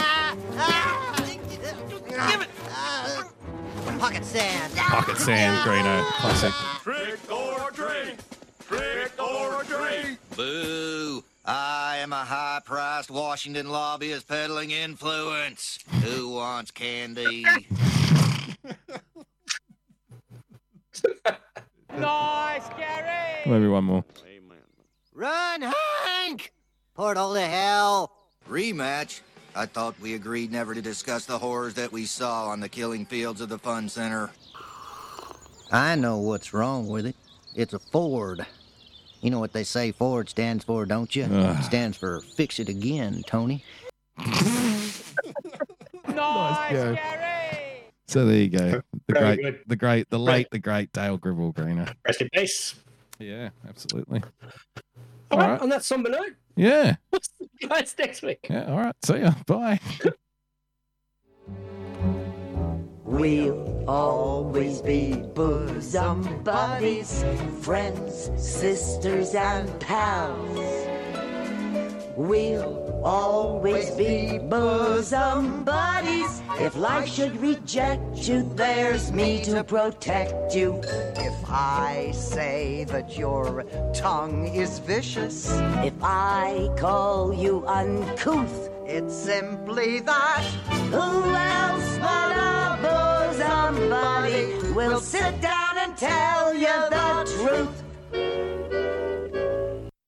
[SPEAKER 11] it. Pocket sand.
[SPEAKER 3] Pocket Sand Greeno, classic.
[SPEAKER 4] Trick or treat! Trick or treat!
[SPEAKER 11] Boo. I am a high-priced Washington lobbyist peddling influence. Who wants candy?
[SPEAKER 5] Nice, Gary.
[SPEAKER 3] Maybe one more.
[SPEAKER 11] Run, Hank! Portal to hell. Rematch.
[SPEAKER 10] I thought we agreed never to discuss the horrors that we saw on the killing fields of the Fun Center.
[SPEAKER 8] I know what's wrong with it. It's a Ford. You know what they say Ford stands for, don't you? It stands for fix it again, Tony.
[SPEAKER 13] Nice,
[SPEAKER 3] guy.
[SPEAKER 13] Gary.
[SPEAKER 3] So there you go. The
[SPEAKER 2] Oh, Very
[SPEAKER 3] great,
[SPEAKER 2] good.
[SPEAKER 3] the great, the
[SPEAKER 2] Right.
[SPEAKER 3] late, the great Dale Gribble Greener.
[SPEAKER 2] Rest in peace.
[SPEAKER 3] Yeah, absolutely.
[SPEAKER 2] All
[SPEAKER 3] All
[SPEAKER 2] right.
[SPEAKER 3] right.
[SPEAKER 2] On that somber note,
[SPEAKER 3] Yeah,
[SPEAKER 2] we'll see you guys next week.
[SPEAKER 3] yeah. All right. See ya. Bye.
[SPEAKER 5] We'll always be bosom buddies, friends, sisters, and pals. We'll always be bosom buddies. If life should reject you, there's me to protect you.
[SPEAKER 14] If I say that your tongue is vicious,
[SPEAKER 5] If I call you uncouth,
[SPEAKER 14] it's simply that.
[SPEAKER 5] Who else but a bosom buddy will sit down and tell you the